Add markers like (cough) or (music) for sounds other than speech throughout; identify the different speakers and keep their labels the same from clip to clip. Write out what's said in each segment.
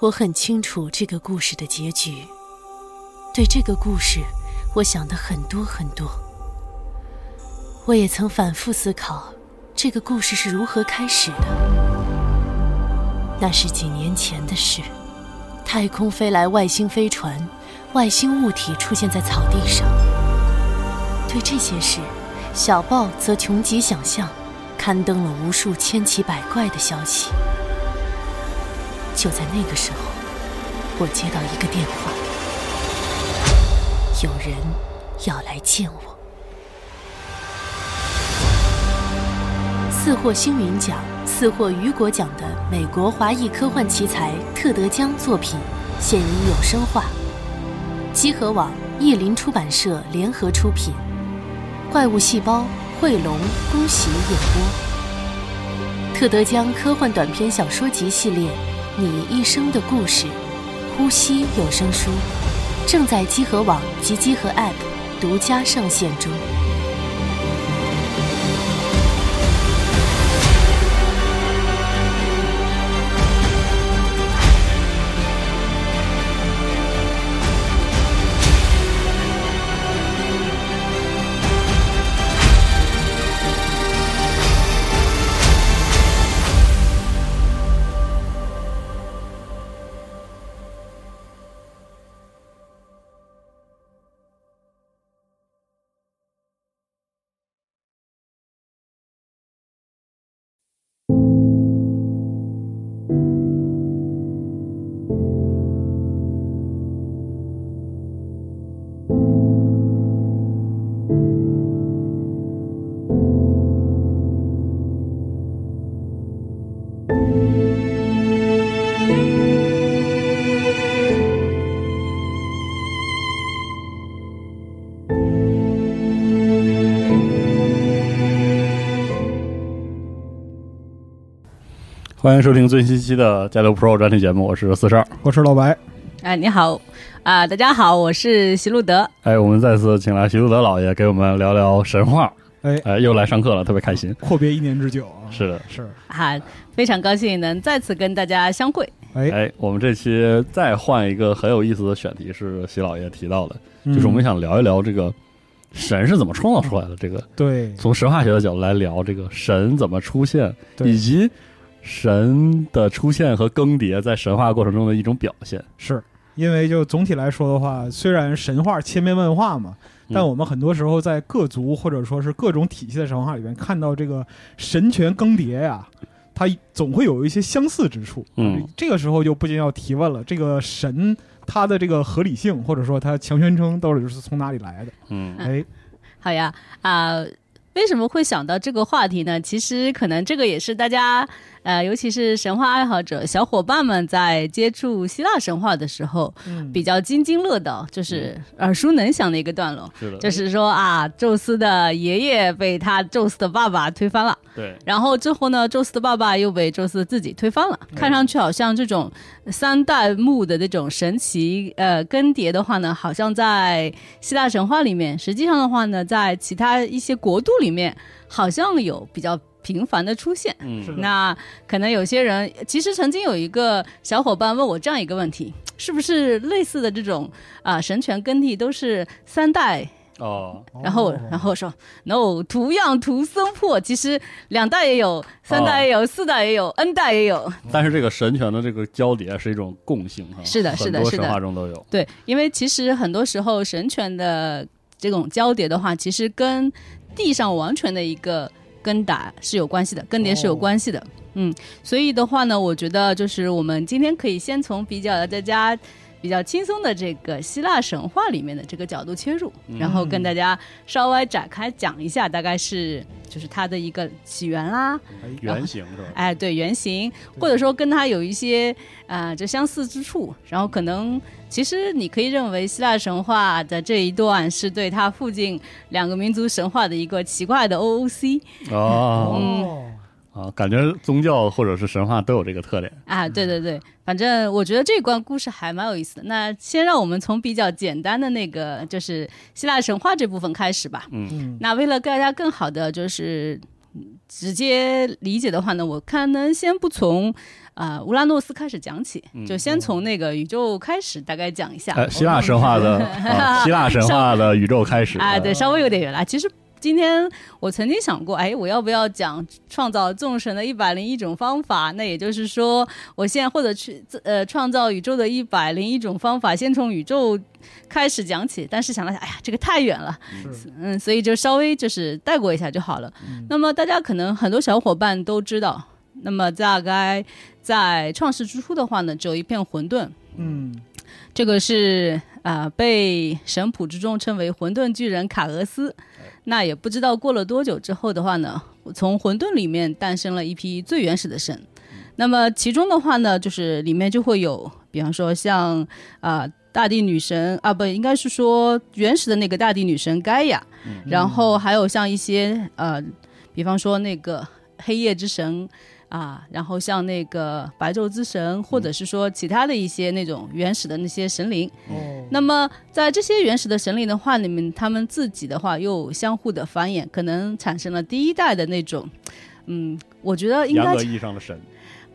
Speaker 1: 我很清楚这个故事的结局。对这个故事，我想的很多很多。我也曾反复思考，这个故事是如何开始的。那是几年前的事，太空飞来外星飞船，外星物体出现在草地上。对这些事，小报则穷极想象，刊登了无数千奇百怪的消息。就在那个时候，我接到一个电话，有人要来见我。四获星云奖、四获雨果奖的美国华裔科幻奇才特德·江作品现已有声化，积禾网、译林出版社联合出品，《怪物细胞》惠龙、恭喜演播。特德·江科幻短篇小说集系列《你一生的故事》，呼吸有声书正在积禾网及积禾 App 独家上线中。
Speaker 2: 欢迎收听最新期的《加六 Pro》专题节目，我是四十二。
Speaker 3: 我是老白，
Speaker 4: 啊，你好，啊，大家好，我是席路德。
Speaker 2: 哎，我们再次请来徐路德老爷给我们聊聊神话。
Speaker 3: 哎
Speaker 2: 哎，又来上课了，特别开心。
Speaker 3: 阔别一年之久啊，
Speaker 2: 是的，
Speaker 3: 是，
Speaker 4: 啊，非常高兴能再次跟大家相会。
Speaker 3: 哎，
Speaker 2: 哎，我们这期再换一个很有意思的选题，是徐老爷提到的，就是我们
Speaker 3: 嗯
Speaker 2: 想聊一聊这个神是怎么创造出来的。这个
Speaker 3: 嗯对
Speaker 2: 从神话学的角度来聊，这个神怎么出现，
Speaker 3: 对
Speaker 2: 以及神的出现和更迭在神话过程中的一种表现。
Speaker 3: 是因为就总体来说的话，虽然神话千变万化嘛，但
Speaker 2: 嗯
Speaker 3: 我们很多时候在各族或者说是各种体系的神话里边看到这个神权更迭呀、它总会有一些相似之处。
Speaker 2: 嗯，
Speaker 3: 这个时候就不禁要提问了：这个神它的这个合理性，或者说它强宣称到底是从哪里来的？
Speaker 2: 嗯
Speaker 3: 哎，
Speaker 4: 好呀，啊，为什么会想到这个话题呢？其实可能这个也是大家，呃，尤其是神话爱好者小伙伴们在接触希腊神话的时候，
Speaker 3: 嗯
Speaker 4: 比较津津乐道，就是耳熟能详的一个段落。
Speaker 2: 是的，
Speaker 4: 就是说啊，宙斯的爷爷被他宙斯的爸爸推翻了，
Speaker 2: 对，
Speaker 4: 然后之后呢，宙斯的爸爸又被宙斯自己推翻了。看上去好像这种三代目的这种神奇呃更迭的话呢，好像在希腊神话里面，实际上的话呢，在其他一些国度里面，好像有比较频繁的出现。
Speaker 2: 嗯
Speaker 3: 是的
Speaker 4: 那可能有些人，其实曾经有一个小伙伴问我这样一个问题：是不是类似的这种啊、神权更替都是三代
Speaker 2: 哦，
Speaker 4: 然后，然后说 no，图样图森破，其实两代也有，三代也有，四代也有，n 代也有。
Speaker 2: 但是这个神权的这个交叠是一种共性哈，
Speaker 4: 是的是的
Speaker 2: 很多
Speaker 4: 是的
Speaker 2: 神话中都有。
Speaker 4: 对，因为其实很多时候神权的这种交叠的话，其实跟地上王权的一个更打是有关系的，更迭是有关系的。嗯，所以的话呢，我觉得就是我们今天可以先从比较大家。比较轻松的这个希腊神话里面的这个角度切入，然后跟大家稍微展开讲一下，大概是就是它的一个起源啦、
Speaker 2: 原型是吧？
Speaker 4: 哎，对原型，或者说跟它有一些啊、呃就相似之处，然后可能其实你可以认为希腊神话的这一段是对它附近两个民族神话的一个奇怪的 OOC 嗯
Speaker 2: 哦
Speaker 3: 哦，
Speaker 2: 啊，感觉宗教或者是神话都有这个特点。
Speaker 4: 啊，对对对，反正我觉得这关故事还蛮有意思的。那先让我们从比较简单的那个就是希腊神话这部分开始吧。
Speaker 3: 嗯，
Speaker 4: 那为了大家更好的就是嗯直接理解的话呢，我看能先不从啊乌拉诺斯开始讲起，
Speaker 2: 嗯
Speaker 4: 就先从那个宇宙开始大概讲一下。
Speaker 2: 哎，希腊神话
Speaker 4: (laughs)
Speaker 2: 的、啊、希腊神话的宇宙开始呃
Speaker 4: 啊，对，稍微有点远了。其实今天我曾经想过，哎，我要不要讲创造众神的一百零一种方法？那也就是说，我现在或者去呃创造宇宙的一百零一种方法，先从宇宙开始讲起。但是想了想，哎呀，这个太远了，
Speaker 3: 是
Speaker 4: 嗯，所以就稍微就是带过一下就好了。那么大家可能很多小伙伴都知道，那么大概在创世之初的话呢，只有一片混沌。
Speaker 3: 嗯
Speaker 4: 这个是啊、呃被神谱之中称为混沌巨人卡俄斯。那也不知道过了多久之后的话呢，从混沌里面诞生了一批最原始的神。那么其中的话呢，就是里面就会有，比方说像啊、呃大地女神啊，不应该是说原始的那个大地女神盖亚，然后还有像一些呃，比方说那个黑夜之神啊，然后像那个白昼之神，或者是说其他的一些那种原始的那些神灵。
Speaker 3: 哦，
Speaker 4: 那么在这些原始的神灵的话里面，他们自己的话又相互的繁衍，可能产生了第一代的那种，嗯，我觉得应
Speaker 2: 严
Speaker 4: 该
Speaker 2: 格意义上的神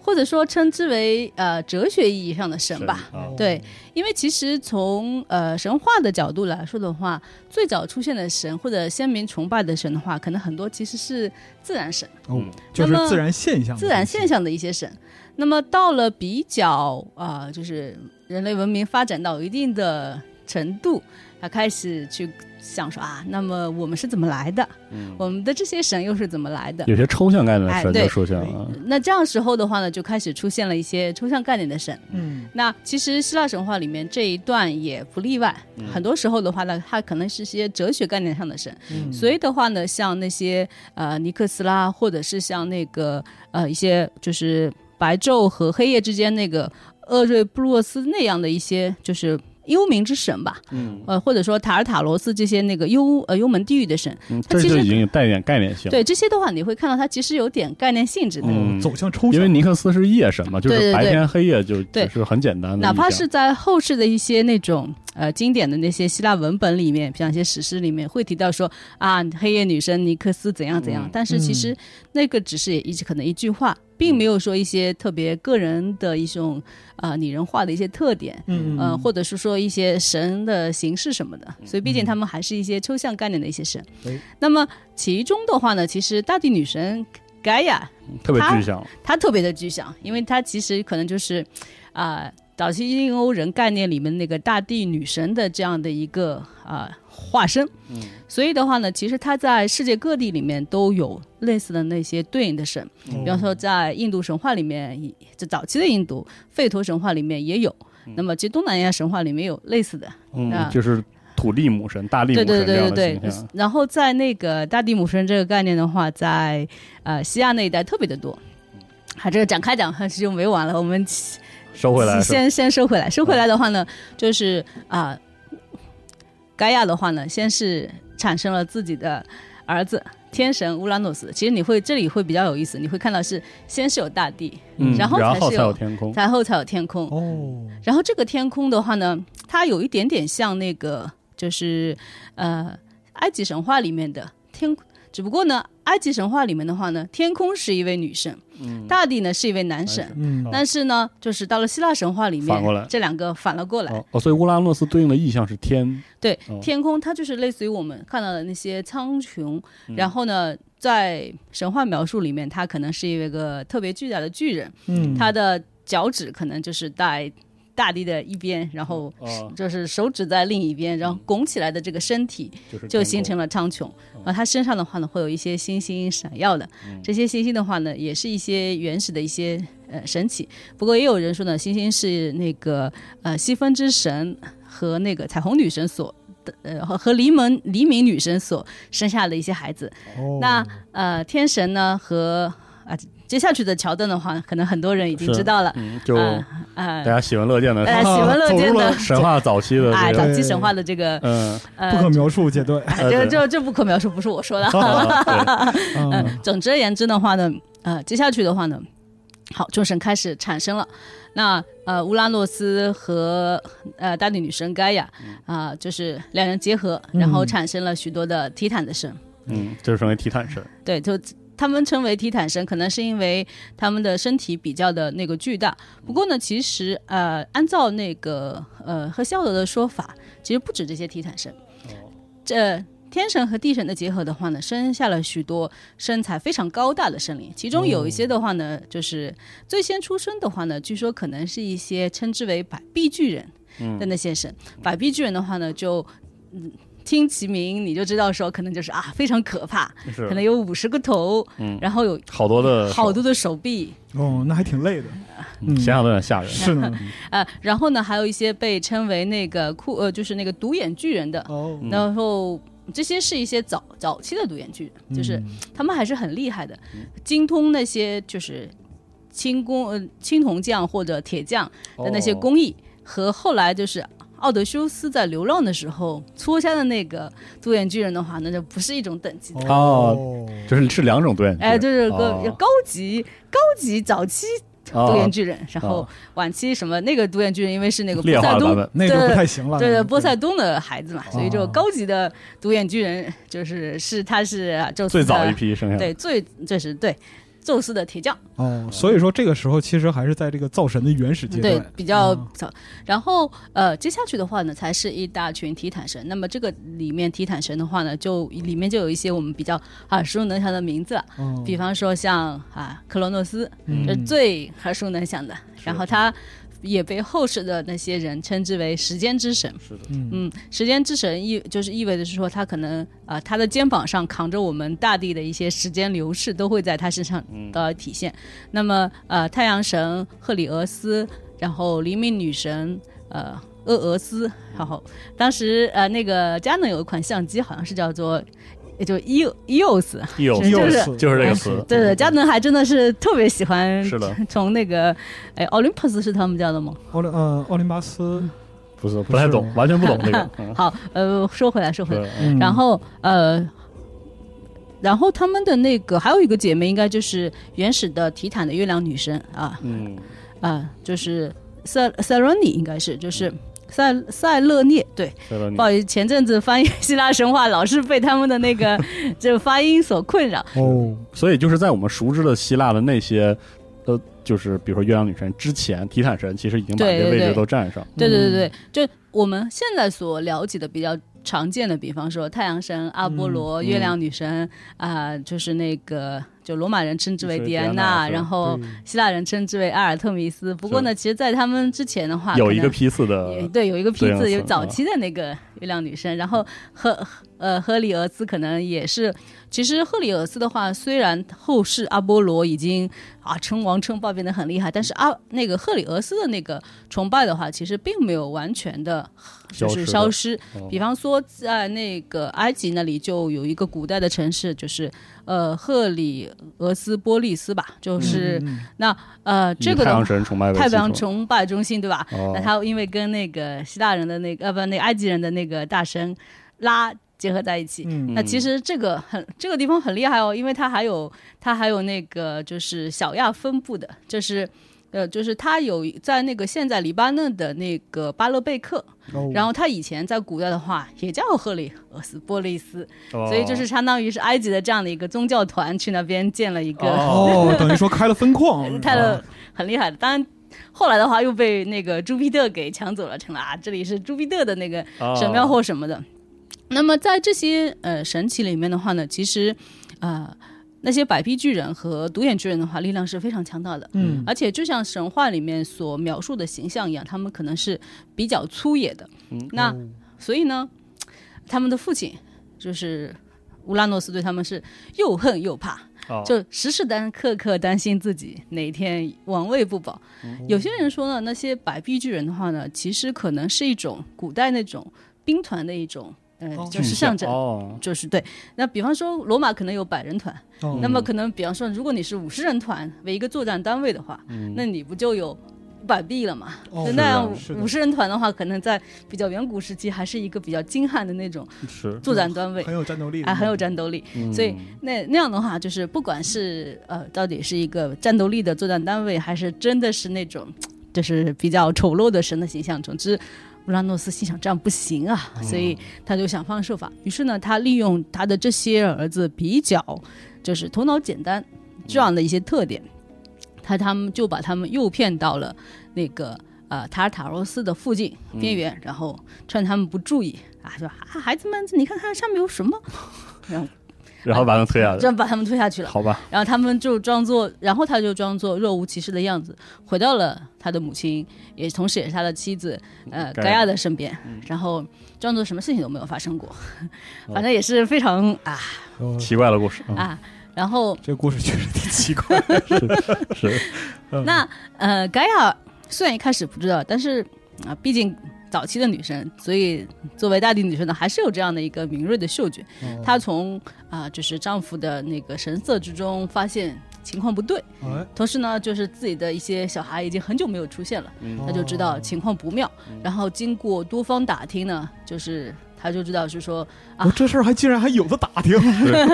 Speaker 4: 或者说称之为呃哲学意义上的神吧。
Speaker 2: 啊，
Speaker 3: 哦
Speaker 4: 对，因为其实从呃神话的角度来说的话，最早出现的神或者先民崇拜的神的话，可能很多其实是自然神、
Speaker 3: 哦，
Speaker 2: 嗯
Speaker 3: 就是自然现象，
Speaker 4: 自然现，象的一些神。那么到了比较啊、呃就是人类文明发展到一定的程度，他开始去想说啊，那么我们是怎么来的？
Speaker 2: 嗯
Speaker 4: 我们的这些神又是怎么来的？
Speaker 2: 有些抽象概念的
Speaker 4: 哎
Speaker 2: 神就
Speaker 4: 对
Speaker 2: 出现了，嗯
Speaker 4: 那这样时候的话呢，就开始出现了一些抽象概念的神。
Speaker 3: 嗯
Speaker 4: 那其实希腊神话里面这一段也不例外，
Speaker 2: 嗯
Speaker 4: 很多时候的话呢，它可能是些哲学概念上的神，
Speaker 3: 嗯，
Speaker 4: 所以的话呢，像那些呃尼克斯啦，或者是像那个呃一些就是白昼和黑夜之间那个厄瑞布洛斯那样的一些就是。幽冥之神吧，
Speaker 2: 嗯，
Speaker 4: 呃，或者说塔尔塔罗斯这些那个幽呃幽门地狱的神，
Speaker 2: 嗯
Speaker 4: 它
Speaker 2: 这
Speaker 4: 其
Speaker 2: 就
Speaker 4: 实
Speaker 2: 已经有带点概念性，
Speaker 4: 对这些的话，你会看到它其实有点概念性质的，
Speaker 2: 嗯
Speaker 3: 走向抽象，
Speaker 2: 因为尼克斯是夜神嘛，就
Speaker 4: 对
Speaker 2: 是
Speaker 4: 对
Speaker 2: 白
Speaker 4: 对
Speaker 2: 天黑夜就
Speaker 4: 对
Speaker 2: 只是很简单的意象，
Speaker 4: 哪怕是在后世的一些那种呃经典的那些希腊文本里面，像一些史诗里面会提到说啊，黑夜女神尼克斯怎样怎样，
Speaker 2: 嗯
Speaker 4: 但是其实那个只是也一直可能一句话，并没有说一些特别个人的一种啊拟人化的一些特点。
Speaker 3: 嗯
Speaker 4: 呃，或者是说一些神的形式什么的，
Speaker 2: 嗯
Speaker 4: 所以毕竟他们还是一些抽象概念的一些神。
Speaker 3: 哎
Speaker 4: 那么其中的话呢，其实大地女神盖亚
Speaker 2: 特别
Speaker 4: 它
Speaker 2: 具象，
Speaker 4: 它特别的具象，因为它其实可能就是，啊、早期印欧人概念里面那个大地女神的这样的一个啊、化身。
Speaker 2: 嗯，
Speaker 4: 所以的话呢，其实它在世界各地里面都有类似的那些对应的神，
Speaker 2: 嗯
Speaker 4: 嗯比方说在印度神话里面，以就早期的印度吠陀神话里面也有。那么，其实东南亚神话里面有类似的，
Speaker 2: 嗯
Speaker 4: 那，
Speaker 2: 就是土地母神、大地母
Speaker 4: 对
Speaker 2: 神这
Speaker 4: 啊对对
Speaker 2: 样的
Speaker 4: 对
Speaker 2: 形
Speaker 4: 对
Speaker 2: 象。。
Speaker 4: 然后在那个大地母神这个概念的话，在呃西亚那一带特别的多。
Speaker 2: 嗯
Speaker 4: 啊，这个展开讲 (laughs) 还是就没完了，我们
Speaker 2: 收回来是吧
Speaker 4: 先先收回来，收回来的话呢，就是啊、盖亚的话呢，先是产生了自己的儿子天神乌拉诺斯。其实你会这里会比较有意思，你会看到是先是有大地，
Speaker 2: 嗯，然
Speaker 4: 然后才是
Speaker 2: 才
Speaker 4: 有
Speaker 2: 有天空，
Speaker 4: 然后才有天空。
Speaker 3: 哦，
Speaker 4: 然后这个天空的话呢，它有一点点像那个就是呃埃及神话里面的天，只不过呢，埃及神话里面的话呢，天空是一位女神，
Speaker 2: 嗯
Speaker 4: 大地呢是一位男神。
Speaker 3: 嗯，
Speaker 4: 但是呢，就是到了希腊神话里面，
Speaker 2: 反过来
Speaker 4: 这两个反了过来，
Speaker 2: 哦哦，所以乌拉诺斯对应的意象是天，
Speaker 4: 对，
Speaker 2: 哦
Speaker 4: 天空它就是类似于我们看到的那些苍穹，然后呢，在神话描述里面，它可能是一个特别巨大的巨人，
Speaker 3: 嗯，
Speaker 4: 他的脚趾可能就是在大地的一边，然后
Speaker 2: 哦
Speaker 4: 就是手指在另一边，然后拱起来的这个身体
Speaker 2: 就是
Speaker 4: 就
Speaker 2: 天
Speaker 4: 形
Speaker 2: 空
Speaker 4: 成了苍穹。
Speaker 3: 嗯
Speaker 4: 然后它身上的话呢，会有一些星星闪耀的，这些星星的话呢，也是一些原始的一些呃神奇。不过也有人说呢，星星是那个呃西风之神和那个彩虹女神所。呃，和和黎门黎明女神所生下的一些孩子，
Speaker 3: 哦
Speaker 4: 那呃，天神呢和啊接下去的桥段的话，可能很多人已经
Speaker 2: 是
Speaker 4: 知道了，
Speaker 2: 嗯，就
Speaker 4: 啊
Speaker 2: 大
Speaker 4: 呃，
Speaker 2: 家喜闻乐见的
Speaker 4: 大家喜闻乐
Speaker 3: 走入
Speaker 4: 见的
Speaker 3: 了
Speaker 2: 神话早期的
Speaker 4: 哎，
Speaker 2: 这
Speaker 4: 早
Speaker 2: 个，
Speaker 4: 期神话的这个
Speaker 2: 嗯，
Speaker 4: (laughs)
Speaker 2: (laughs)
Speaker 4: 呃
Speaker 3: 不可描述阶
Speaker 4: (laughs)
Speaker 3: 段，
Speaker 4: 哎这这这不可描述，不是
Speaker 3: (laughs)
Speaker 4: 我说的。 (laughs)
Speaker 3: 哦
Speaker 2: 啊
Speaker 3: 嗯，
Speaker 4: 总之而言之的话呢，呃，接下去的话呢，好，众神开始产生了。那呃，乌拉诺斯和呃大地女神盖亚啊、就是两人结合，然后
Speaker 3: 嗯
Speaker 4: 产生了许多的提坦的神。
Speaker 2: 对嗯，就是成为提坦神，
Speaker 4: 对，就他们称为踢坦神，可能是因为他们的身体比较的那个巨大。不过呢，其实呃，按照那个呃赫西奥德的说法，其实不止这些踢坦神，这天神和地神的结合的话呢，生下了许多身材非常高大的神灵，其中有一些的话呢，就是最先出生的话呢，据说可能是一些称之为百臂巨人的那些神。百臂巨人的话呢，就嗯。听其名，你就知道说可能就是啊，非常可怕，
Speaker 2: 是
Speaker 4: 可能有五十个头，
Speaker 2: 嗯
Speaker 4: 然后有
Speaker 2: 呃好多的手
Speaker 4: 好多的手臂，
Speaker 3: 哦，那还挺累的。
Speaker 2: 嗯想想都有点吓人。
Speaker 3: 是呢，
Speaker 4: 啊，然后呢，还有一些被称为那个酷呃，就是那个独眼巨人的，
Speaker 3: 哦，
Speaker 2: 嗯
Speaker 4: 然后这些是一些早早期的独眼巨
Speaker 2: 嗯
Speaker 4: 人，就是
Speaker 3: 嗯
Speaker 4: 他们还是很厉害的，精通那些就是青工呃青铜匠或者铁匠的嗯那些工艺，和后来就是。奥德修斯在流浪的时候戳瞎的那个独眼巨人的话，那就不是一种等级的。
Speaker 2: 哦就是是两种对，
Speaker 4: 哎，就是个
Speaker 2: 哦
Speaker 4: 高级、高级早期独眼
Speaker 2: 哦
Speaker 4: 巨人，然
Speaker 2: 哦
Speaker 4: 后晚期什么那个独眼巨人，因为是那个波
Speaker 2: 劣化
Speaker 4: 塞
Speaker 2: 版
Speaker 4: 冬
Speaker 2: 本，
Speaker 3: 那
Speaker 4: 对
Speaker 3: 就不太行了。嗯
Speaker 4: 对对
Speaker 3: 那个
Speaker 4: 波塞冬的孩子嘛，所以就
Speaker 3: 哦
Speaker 4: 高级的独眼巨人就是是他是宙斯
Speaker 2: 哦最
Speaker 4: 的
Speaker 2: 早一，批生下来，
Speaker 4: 嗯对最这是对宙斯的铁匠，
Speaker 3: 哦，所以说这个时候其实还是在这个造神的原始阶
Speaker 4: 对
Speaker 3: 段。
Speaker 4: 比较
Speaker 3: 嗯
Speaker 4: 早。然后呃，接下去的话呢，才是一大群提坦神。那么这个里面提坦神的话呢，就里面就有一些我们比较耳熟能详的名字了，
Speaker 3: 嗯
Speaker 4: 比方说像啊克罗诺斯，
Speaker 3: 嗯
Speaker 4: 这是最耳熟能详的。然后他也被后世的那些人称之为时间之神。
Speaker 2: 是的，
Speaker 3: 嗯
Speaker 4: 嗯，时间之神意就是意味着是说，他可能啊、呃他的肩膀上扛着我们大地的一些时间流逝，都会在他身上得到体现。那么呃，太阳神赫里俄斯，然后黎明女神呃厄俄斯，然后当时呃那个佳能有一款相机，好像是叫做。也就伊伊欧斯，
Speaker 2: 有
Speaker 4: 是
Speaker 3: 又
Speaker 4: 就是
Speaker 3: 死
Speaker 2: 就是这个
Speaker 3: 又
Speaker 2: 词
Speaker 3: 死
Speaker 4: 对对，佳能还真的是特别喜欢，
Speaker 2: 是
Speaker 4: (laughs)
Speaker 2: 的，
Speaker 4: 从那个哎奥林匹斯是他们叫的吗？
Speaker 3: 奥林呃奥林巴斯，
Speaker 2: 不是不太懂，完全不懂这
Speaker 4: (laughs)
Speaker 2: 个。嗯
Speaker 4: 好，呃，说回来，说回来，
Speaker 2: 对，
Speaker 3: 嗯
Speaker 4: 然后呃，然后他们的那个还有一个姐妹，应该就是原始的提坦的月亮女神啊
Speaker 2: 嗯，
Speaker 4: (laughs) 啊，就是塞塞罗尼，应该是就是。塞塞勒涅，对，
Speaker 2: 对了，你
Speaker 4: 不好意思，前阵子翻译希腊神话，老是被他们的
Speaker 2: (laughs)
Speaker 4: 那个这发音所困扰。
Speaker 3: 哦，
Speaker 2: 所以就是在我们熟知的希腊的那些，呃，就是比如说月亮女神之前，提坦神其实已经把
Speaker 4: 对
Speaker 2: 这个位
Speaker 4: 对
Speaker 2: 置
Speaker 4: 对
Speaker 2: 都占上。
Speaker 4: 对对对
Speaker 2: 嗯
Speaker 4: 对，就我们现在所了解的比较常见的，比方说太阳神阿波罗、
Speaker 2: 嗯
Speaker 4: 月亮女神啊、就是那个就罗马人称之为
Speaker 2: 就是
Speaker 4: 迪
Speaker 2: 迪安
Speaker 4: 安
Speaker 2: 娜
Speaker 4: 娜，
Speaker 2: 是
Speaker 4: 然后
Speaker 3: 对
Speaker 4: 希腊人称之为阿尔特弥斯。不过呢，其实，在他们之前的话，
Speaker 2: 有一个
Speaker 4: 啊可能
Speaker 2: 批次
Speaker 4: 也
Speaker 2: 的，
Speaker 4: 对，有一个批
Speaker 2: 对啊
Speaker 4: 次，有
Speaker 2: 是
Speaker 4: 早期的那个月亮女神，然后赫呃赫里俄斯可能也是，其实赫里俄斯的话，虽然后世阿波罗已经啊称王称霸变得很厉害，但是阿、那个赫里俄斯的那个崇拜的话，其实并没有完全的，就
Speaker 2: 消失
Speaker 4: 是
Speaker 2: 的
Speaker 4: 消失。
Speaker 2: 哦
Speaker 4: 比方说，在那个埃及那里就有一个古代的城市，就是呃赫里俄斯波利斯吧，就是、
Speaker 3: 嗯
Speaker 4: 那呃
Speaker 2: 以
Speaker 4: 这个
Speaker 2: 太
Speaker 4: 的
Speaker 2: 阳
Speaker 4: 话
Speaker 2: 神崇拜为
Speaker 4: 太
Speaker 2: 基
Speaker 4: 阳
Speaker 2: 础
Speaker 4: 崇拜中心对吧？
Speaker 2: 哦
Speaker 4: 那他因为跟那个希腊人的那个呃不那个埃及人的那个大神拉结合在一起。
Speaker 3: 嗯
Speaker 4: 那其实这个很这个地方很厉害哦，因为它还有它还有那个就是小亚分布的，就是呃就是它有在那个现在黎巴嫩的那个巴勒贝克，
Speaker 3: 哦
Speaker 4: 然后它以前在古代的话也叫赫里俄斯波利斯，
Speaker 2: 哦
Speaker 4: 所以就是相当于是埃及的这样的一个宗教团去那边建了一个、
Speaker 3: 哦，等于说开了分
Speaker 4: (laughs)
Speaker 3: 矿，
Speaker 4: 泰
Speaker 3: 啊
Speaker 4: 勒很厉害的，当然。后来的话又被那个朱庇特给抢走了，成了啊，这里是朱庇特的那个
Speaker 2: 哦
Speaker 4: 神庙或什么的。那么在这些呃神奇里面的话呢，其实呃那些百臂巨人和独眼巨人的话，力量是非常强大的。
Speaker 3: 嗯
Speaker 4: 而且就像神话里面所描述的形象一样，他们可能是比较粗野的。
Speaker 2: 嗯
Speaker 4: 那、所以呢，他们的父亲就是乌拉诺斯，对他们是又恨又怕。
Speaker 2: 哦
Speaker 4: 就时时担刻刻担心自己哪天王位不保。
Speaker 2: 哦
Speaker 4: 有些人说呢，那些百臂巨人的话呢，其实可能是一种古代那种兵团的一种，呃，就是象征。
Speaker 2: 哦，
Speaker 4: 就是对，那比方说罗马可能有百人团，
Speaker 2: 嗯
Speaker 3: 哦
Speaker 4: 那么可能比方说，如果你是五十人团为一个作战单位的话，
Speaker 2: 嗯
Speaker 4: 那你不就有百臂了嘛？
Speaker 3: 哦
Speaker 4: 就是那样
Speaker 3: 的是的
Speaker 4: 五十人团的话，可能在比较远古时期还是一个比较精悍的那种
Speaker 2: 是嗯
Speaker 4: 作战单位，
Speaker 3: 很有战斗力的，
Speaker 4: 哎，很有战斗力。所以那那样的话，就是不管是呃，到底是一个战斗力的作战单位，还是真的是那种就是比较丑陋的神的形象，总之。乌拉诺斯心想这样不行啊，所以他就想方设法。于是呢，他利用他的这些儿子比较就是头脑简单这样的一些特点，他他们就把他们诱骗到了那个呃塔尔塔罗斯的附近边缘，然后趁他们不注意啊，就啊孩子们，你看看上面有什么，然后
Speaker 2: 然后把他推下
Speaker 4: 这
Speaker 2: 去，
Speaker 4: 样把他们推下去了。
Speaker 2: 好吧，
Speaker 4: 然后他们就装作，然后他就装作若无其事的样子，回到了他的母亲，也同时也是他的妻子，呃，
Speaker 2: 盖
Speaker 4: 盖
Speaker 2: 亚
Speaker 4: 亚的身边，然后装作什么事情都没有发生过，反正也是非常啊
Speaker 3: 哦
Speaker 2: 奇怪的故事，
Speaker 4: 啊。然后
Speaker 3: 这故事确实挺奇怪。
Speaker 4: (laughs)
Speaker 2: 是
Speaker 4: 那呃，盖亚虽然一开始不知道，但是啊、毕竟早期的女生，所以作为大地女生呢，还是有这样的一个敏锐的嗅觉。她
Speaker 3: 哦
Speaker 4: 从啊、就是丈夫的那个神色之中发现情况不对。
Speaker 3: 哎，
Speaker 4: 同时呢，就是自己的一些小孩已经很久没有出现了，
Speaker 2: 嗯
Speaker 4: 他就知道
Speaker 3: 哦
Speaker 4: 情况不妙。然后经过多方打听呢，就是他就知道是说啊
Speaker 3: 我这事儿还竟然还有的打
Speaker 4: (laughs)
Speaker 3: 听，
Speaker 2: 是，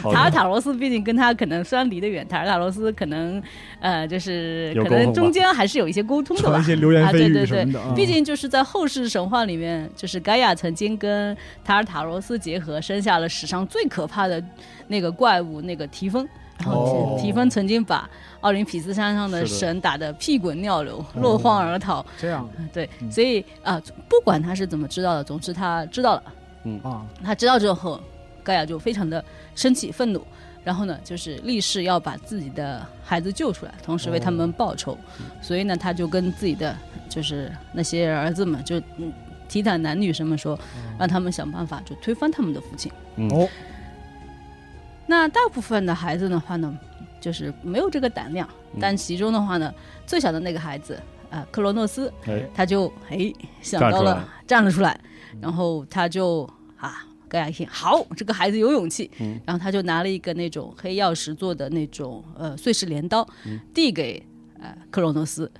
Speaker 2: 好
Speaker 4: 塔尔
Speaker 2: 的，
Speaker 4: 塔罗斯毕竟跟他可能虽然离得远，塔尔塔罗斯可能呃就是
Speaker 2: 有
Speaker 4: 可
Speaker 2: 沟通
Speaker 4: 能
Speaker 2: 吧
Speaker 4: 中间还是有一些沟通的
Speaker 3: 传
Speaker 4: 吧
Speaker 3: 一。些流言
Speaker 4: 啊
Speaker 3: 蜚
Speaker 4: 对
Speaker 3: 语
Speaker 4: 对
Speaker 3: 什
Speaker 4: 对
Speaker 3: 么的啊。
Speaker 4: 毕竟就是在后世神话里面，就是盖亚曾经跟塔尔塔罗斯结合，生下了史上最可怕的那个怪物那个提芬。然后
Speaker 3: 哦
Speaker 4: 提芬曾经把奥林匹斯山上的
Speaker 2: 是的
Speaker 4: 神打得屁滚尿流，落荒而逃。
Speaker 3: 这样
Speaker 4: 对，
Speaker 3: 嗯
Speaker 4: 所以啊、不管他是怎么知道的，总之他知道了。
Speaker 3: 啊，
Speaker 4: 他知道之后，盖亚就非常的生气愤怒，然后呢，就是立誓要把自己的孩子救出来，同时为他们报仇。所以呢，他就跟自己的就是那些儿子们，就嗯提坦男女生们说，让他们想办法就推翻他们的父亲。
Speaker 3: 哦，
Speaker 4: 那大部分的孩子的话呢，就是没有这个胆量，但其中的话呢，最小的那个孩子啊、克罗诺斯，
Speaker 2: 哎，
Speaker 4: 他就哎想
Speaker 2: 站
Speaker 4: 到
Speaker 2: 出
Speaker 4: 了
Speaker 2: 来
Speaker 4: 站了出来，然后他就啊，盖亚一听，好，这个孩子有勇气，
Speaker 2: 嗯
Speaker 4: 然后他就拿了一个那种黑曜石做的那种呃碎石镰刀，递给呃克罗诺斯，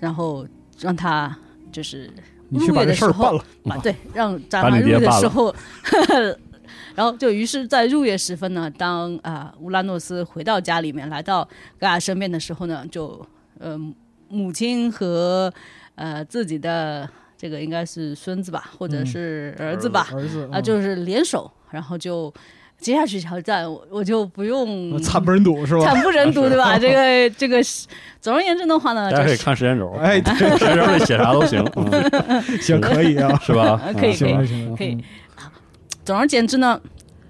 Speaker 4: 然后让他就是
Speaker 3: 你去
Speaker 4: 入
Speaker 3: 把
Speaker 4: 夜
Speaker 3: 这
Speaker 4: 的
Speaker 3: 事
Speaker 4: 时
Speaker 3: 儿
Speaker 4: 候
Speaker 3: 办了。
Speaker 4: 啊，对，让
Speaker 2: 把
Speaker 4: 咱
Speaker 2: 你
Speaker 4: 们入
Speaker 2: 爹
Speaker 4: 夜的
Speaker 2: 办
Speaker 4: 时
Speaker 2: 了
Speaker 4: 候， (laughs) 然后就于是，在入夜时分呢，当啊、乌拉诺斯回到家里面，来到盖亚身边的时候呢，就呃母亲和呃自己的这个应该是孙子吧，或者
Speaker 3: 嗯
Speaker 4: 是儿
Speaker 2: 儿
Speaker 4: 子
Speaker 2: 子
Speaker 4: 吧，
Speaker 3: 儿子
Speaker 4: 啊、就是联手，然后就接下去挑战，我我就不用
Speaker 3: 嗯惨不忍睹是吧？
Speaker 4: 惨不忍睹，对吧？这个这个是，总而言之的话呢，
Speaker 2: 大家
Speaker 4: 就
Speaker 2: 可以
Speaker 4: 是
Speaker 2: 看时间
Speaker 4: (laughs)
Speaker 2: 轴，
Speaker 3: 哎，对
Speaker 2: (laughs) 时间轴里写啥都行，嗯
Speaker 3: 行，可以啊，
Speaker 2: 是吧？
Speaker 4: (laughs) 可以
Speaker 2: 嗯
Speaker 4: 可
Speaker 2: 是
Speaker 4: 以
Speaker 2: 吧
Speaker 3: 行行
Speaker 4: 可以
Speaker 3: 行，
Speaker 4: 总而言之呢，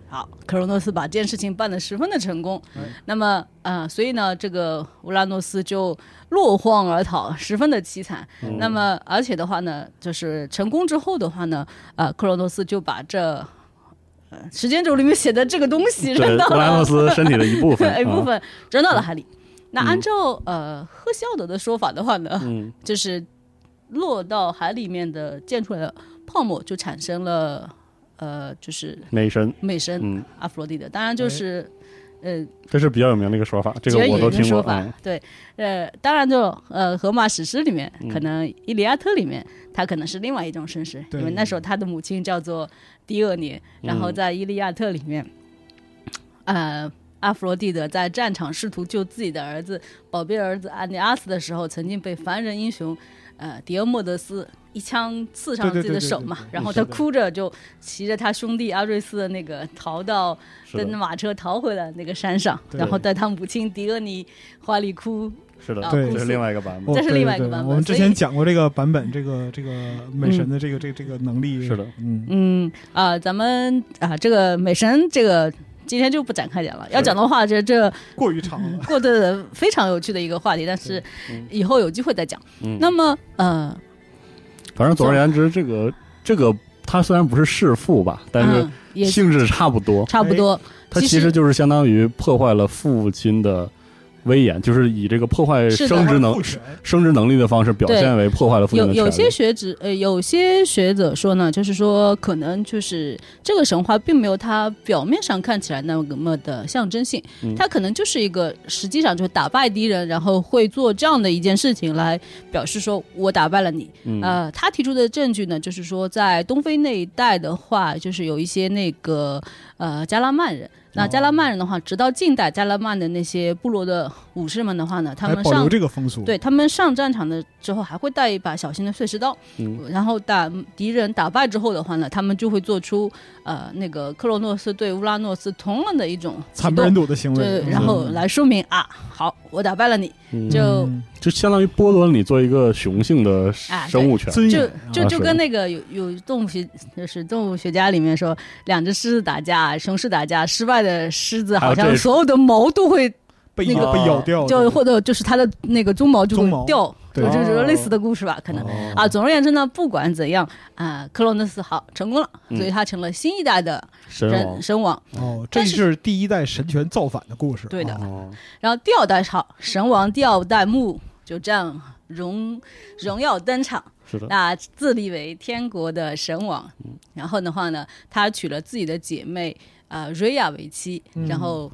Speaker 4: 好，克罗诺斯把这件事情办得十分的成功。
Speaker 2: 嗯
Speaker 4: 那么，呃，所以呢，这个乌拉诺斯就落荒而逃，十分的凄惨。
Speaker 2: 嗯
Speaker 4: 那么，而且的话呢，就是成功之后的话呢，呃，克罗诺斯就把这、呃、时间轴里面写的这个东西 (laughs) 扔
Speaker 2: 对，
Speaker 4: 到
Speaker 2: 布莱诺
Speaker 4: 了
Speaker 2: 斯身体的一部分，
Speaker 4: (laughs) 一部
Speaker 2: 啊，
Speaker 4: 分扔到了海里。那按照呃赫肖德的说法的话呢，
Speaker 2: 嗯，
Speaker 4: 就是落到海里面的溅出来的泡沫就产生了呃，就是
Speaker 2: 美神，
Speaker 4: 美神。
Speaker 2: 嗯，
Speaker 4: 阿弗洛狄德，当然就是，
Speaker 3: 哎
Speaker 4: 呃，
Speaker 2: 这是比较有名的一个说法，这个
Speaker 4: 绝
Speaker 2: 我
Speaker 4: 影
Speaker 2: 都
Speaker 4: 的
Speaker 2: 听
Speaker 4: 说
Speaker 2: 过，
Speaker 4: 法
Speaker 2: 嗯，
Speaker 4: 对，呃，当然就呃，荷马史诗里面，可
Speaker 3: 嗯
Speaker 4: 能《伊利亚特》里面，他可能是另外一种绅士，
Speaker 3: 对嗯
Speaker 4: 因为那时候他的母亲叫做狄俄涅，然后在《伊利亚特》里面，呃。阿弗洛狄德在战场试图救自己的儿子、宝贝儿子安尼阿斯的时候，曾经被凡人英雄，呃，狄俄莫德斯一枪刺伤
Speaker 3: 对对
Speaker 4: 自己的
Speaker 3: 对对
Speaker 4: 手
Speaker 3: 对
Speaker 4: 嘛
Speaker 3: 对，
Speaker 4: 然后
Speaker 3: 是
Speaker 4: 他
Speaker 3: 的
Speaker 4: 哭着就骑着他兄弟阿瑞斯的那个逃到
Speaker 2: 是
Speaker 4: 跟着
Speaker 2: 的，
Speaker 4: 马车逃回了那个山上，
Speaker 3: 对
Speaker 4: 然后在他母亲狄俄尼怀里哭。
Speaker 2: 是的，
Speaker 4: 啊
Speaker 3: 对
Speaker 2: 这是另外一个版
Speaker 3: 哦
Speaker 2: 本，
Speaker 4: 这是另外一
Speaker 3: 对对
Speaker 4: 个
Speaker 3: 对
Speaker 4: 版本
Speaker 3: 我们之
Speaker 4: 所以
Speaker 3: 前讲过这个版本，这个这个美神的这个这个这个能力
Speaker 2: 是的，
Speaker 3: 嗯，
Speaker 4: 嗯啊、咱们啊、这个美神这个今天就不展开讲了。要讲的话，这这
Speaker 3: 过于长了。
Speaker 4: 过得非常有趣的一个话题，但是
Speaker 2: 嗯
Speaker 4: 以后有机会再讲。
Speaker 2: 嗯
Speaker 4: 那么呃，
Speaker 2: 反正总而言之，这个这个它虽然不是弑父吧，但是
Speaker 4: 嗯、也
Speaker 2: 性质差不多，
Speaker 4: 差不多。
Speaker 2: 它
Speaker 4: 其
Speaker 2: 其
Speaker 4: 实
Speaker 2: 实就是相当于破坏了父亲的威严，就是以这个破坏
Speaker 4: 是的
Speaker 2: 生殖能
Speaker 3: 父权
Speaker 2: 生殖能力的方式表
Speaker 4: 对
Speaker 2: 现为破坏了父亲
Speaker 4: 有
Speaker 2: 的
Speaker 4: 有
Speaker 2: 权
Speaker 4: 些
Speaker 2: 利。
Speaker 4: 学者呃，有些学者说呢，就是说可能就是这个神话并没有它表面上看起来那么的象征性，
Speaker 2: 嗯
Speaker 4: 它可能就是一个实际上就是打败敌人，然后会做这样的一件事情来表示说我打败了你。
Speaker 2: 嗯，
Speaker 4: 呃，他提出的证据呢，就是说在东非那一带的话，就是有一些那个呃加拉曼人，
Speaker 2: 哦
Speaker 4: 那加拉曼人的话，直到近代，加拉曼的那些部落的武士们的话呢，他
Speaker 3: 还
Speaker 4: 们
Speaker 3: 保
Speaker 4: 上
Speaker 3: 留这个风俗。
Speaker 4: 对他们上战场的之后，还会带一把小型的碎石刀，
Speaker 2: 嗯
Speaker 4: 然后打敌人打败之后的话呢，他们就会做出呃那个克洛诺斯对乌拉诺斯同样的一种
Speaker 3: 惨
Speaker 4: 举
Speaker 3: 不
Speaker 4: 动
Speaker 3: 忍睹的行为
Speaker 4: 对，，
Speaker 3: 嗯
Speaker 4: 然后来说明啊，好，我打败了你，
Speaker 2: 嗯
Speaker 4: 就
Speaker 3: 嗯
Speaker 2: 就相当于剥夺了你做一个雄性的
Speaker 4: 啊
Speaker 2: 生物权。
Speaker 3: 尊
Speaker 4: 就
Speaker 3: 严
Speaker 4: 就
Speaker 2: 啊
Speaker 4: 就是跟那个有有动物学就是动物学家里面说，两只狮子打架，雄狮打架，失败的狮子
Speaker 2: 还有
Speaker 3: 啊
Speaker 4: 好像
Speaker 2: 这
Speaker 4: 所有的毛都会
Speaker 3: 被
Speaker 4: 那
Speaker 2: 个
Speaker 3: 被咬掉，
Speaker 4: 就或者就是它的那个鬃毛就
Speaker 3: 哦鬃
Speaker 4: 会
Speaker 3: 毛
Speaker 4: 掉，就
Speaker 3: 对
Speaker 4: 这是
Speaker 2: 哦
Speaker 4: 类似的故事吧，可能。
Speaker 2: 哦
Speaker 4: 啊，总而言之呢，不管怎样啊，克洛诺斯好成功了，
Speaker 2: 嗯
Speaker 4: 所以他成了新一代的
Speaker 2: 神
Speaker 4: 人
Speaker 2: 王，
Speaker 4: 神王。
Speaker 3: 哦，这
Speaker 4: 但是
Speaker 3: 是第一代神权造反的故事。
Speaker 4: 对的
Speaker 3: 哦
Speaker 2: 哦
Speaker 4: 然后第二代好，神王第二代目就这样荣荣耀登场，
Speaker 2: 是的， (laughs)
Speaker 4: 那自立为天国的神王。
Speaker 2: 嗯
Speaker 4: 然后的话呢，他娶了自己的姐妹啊瑞亚为妻，然后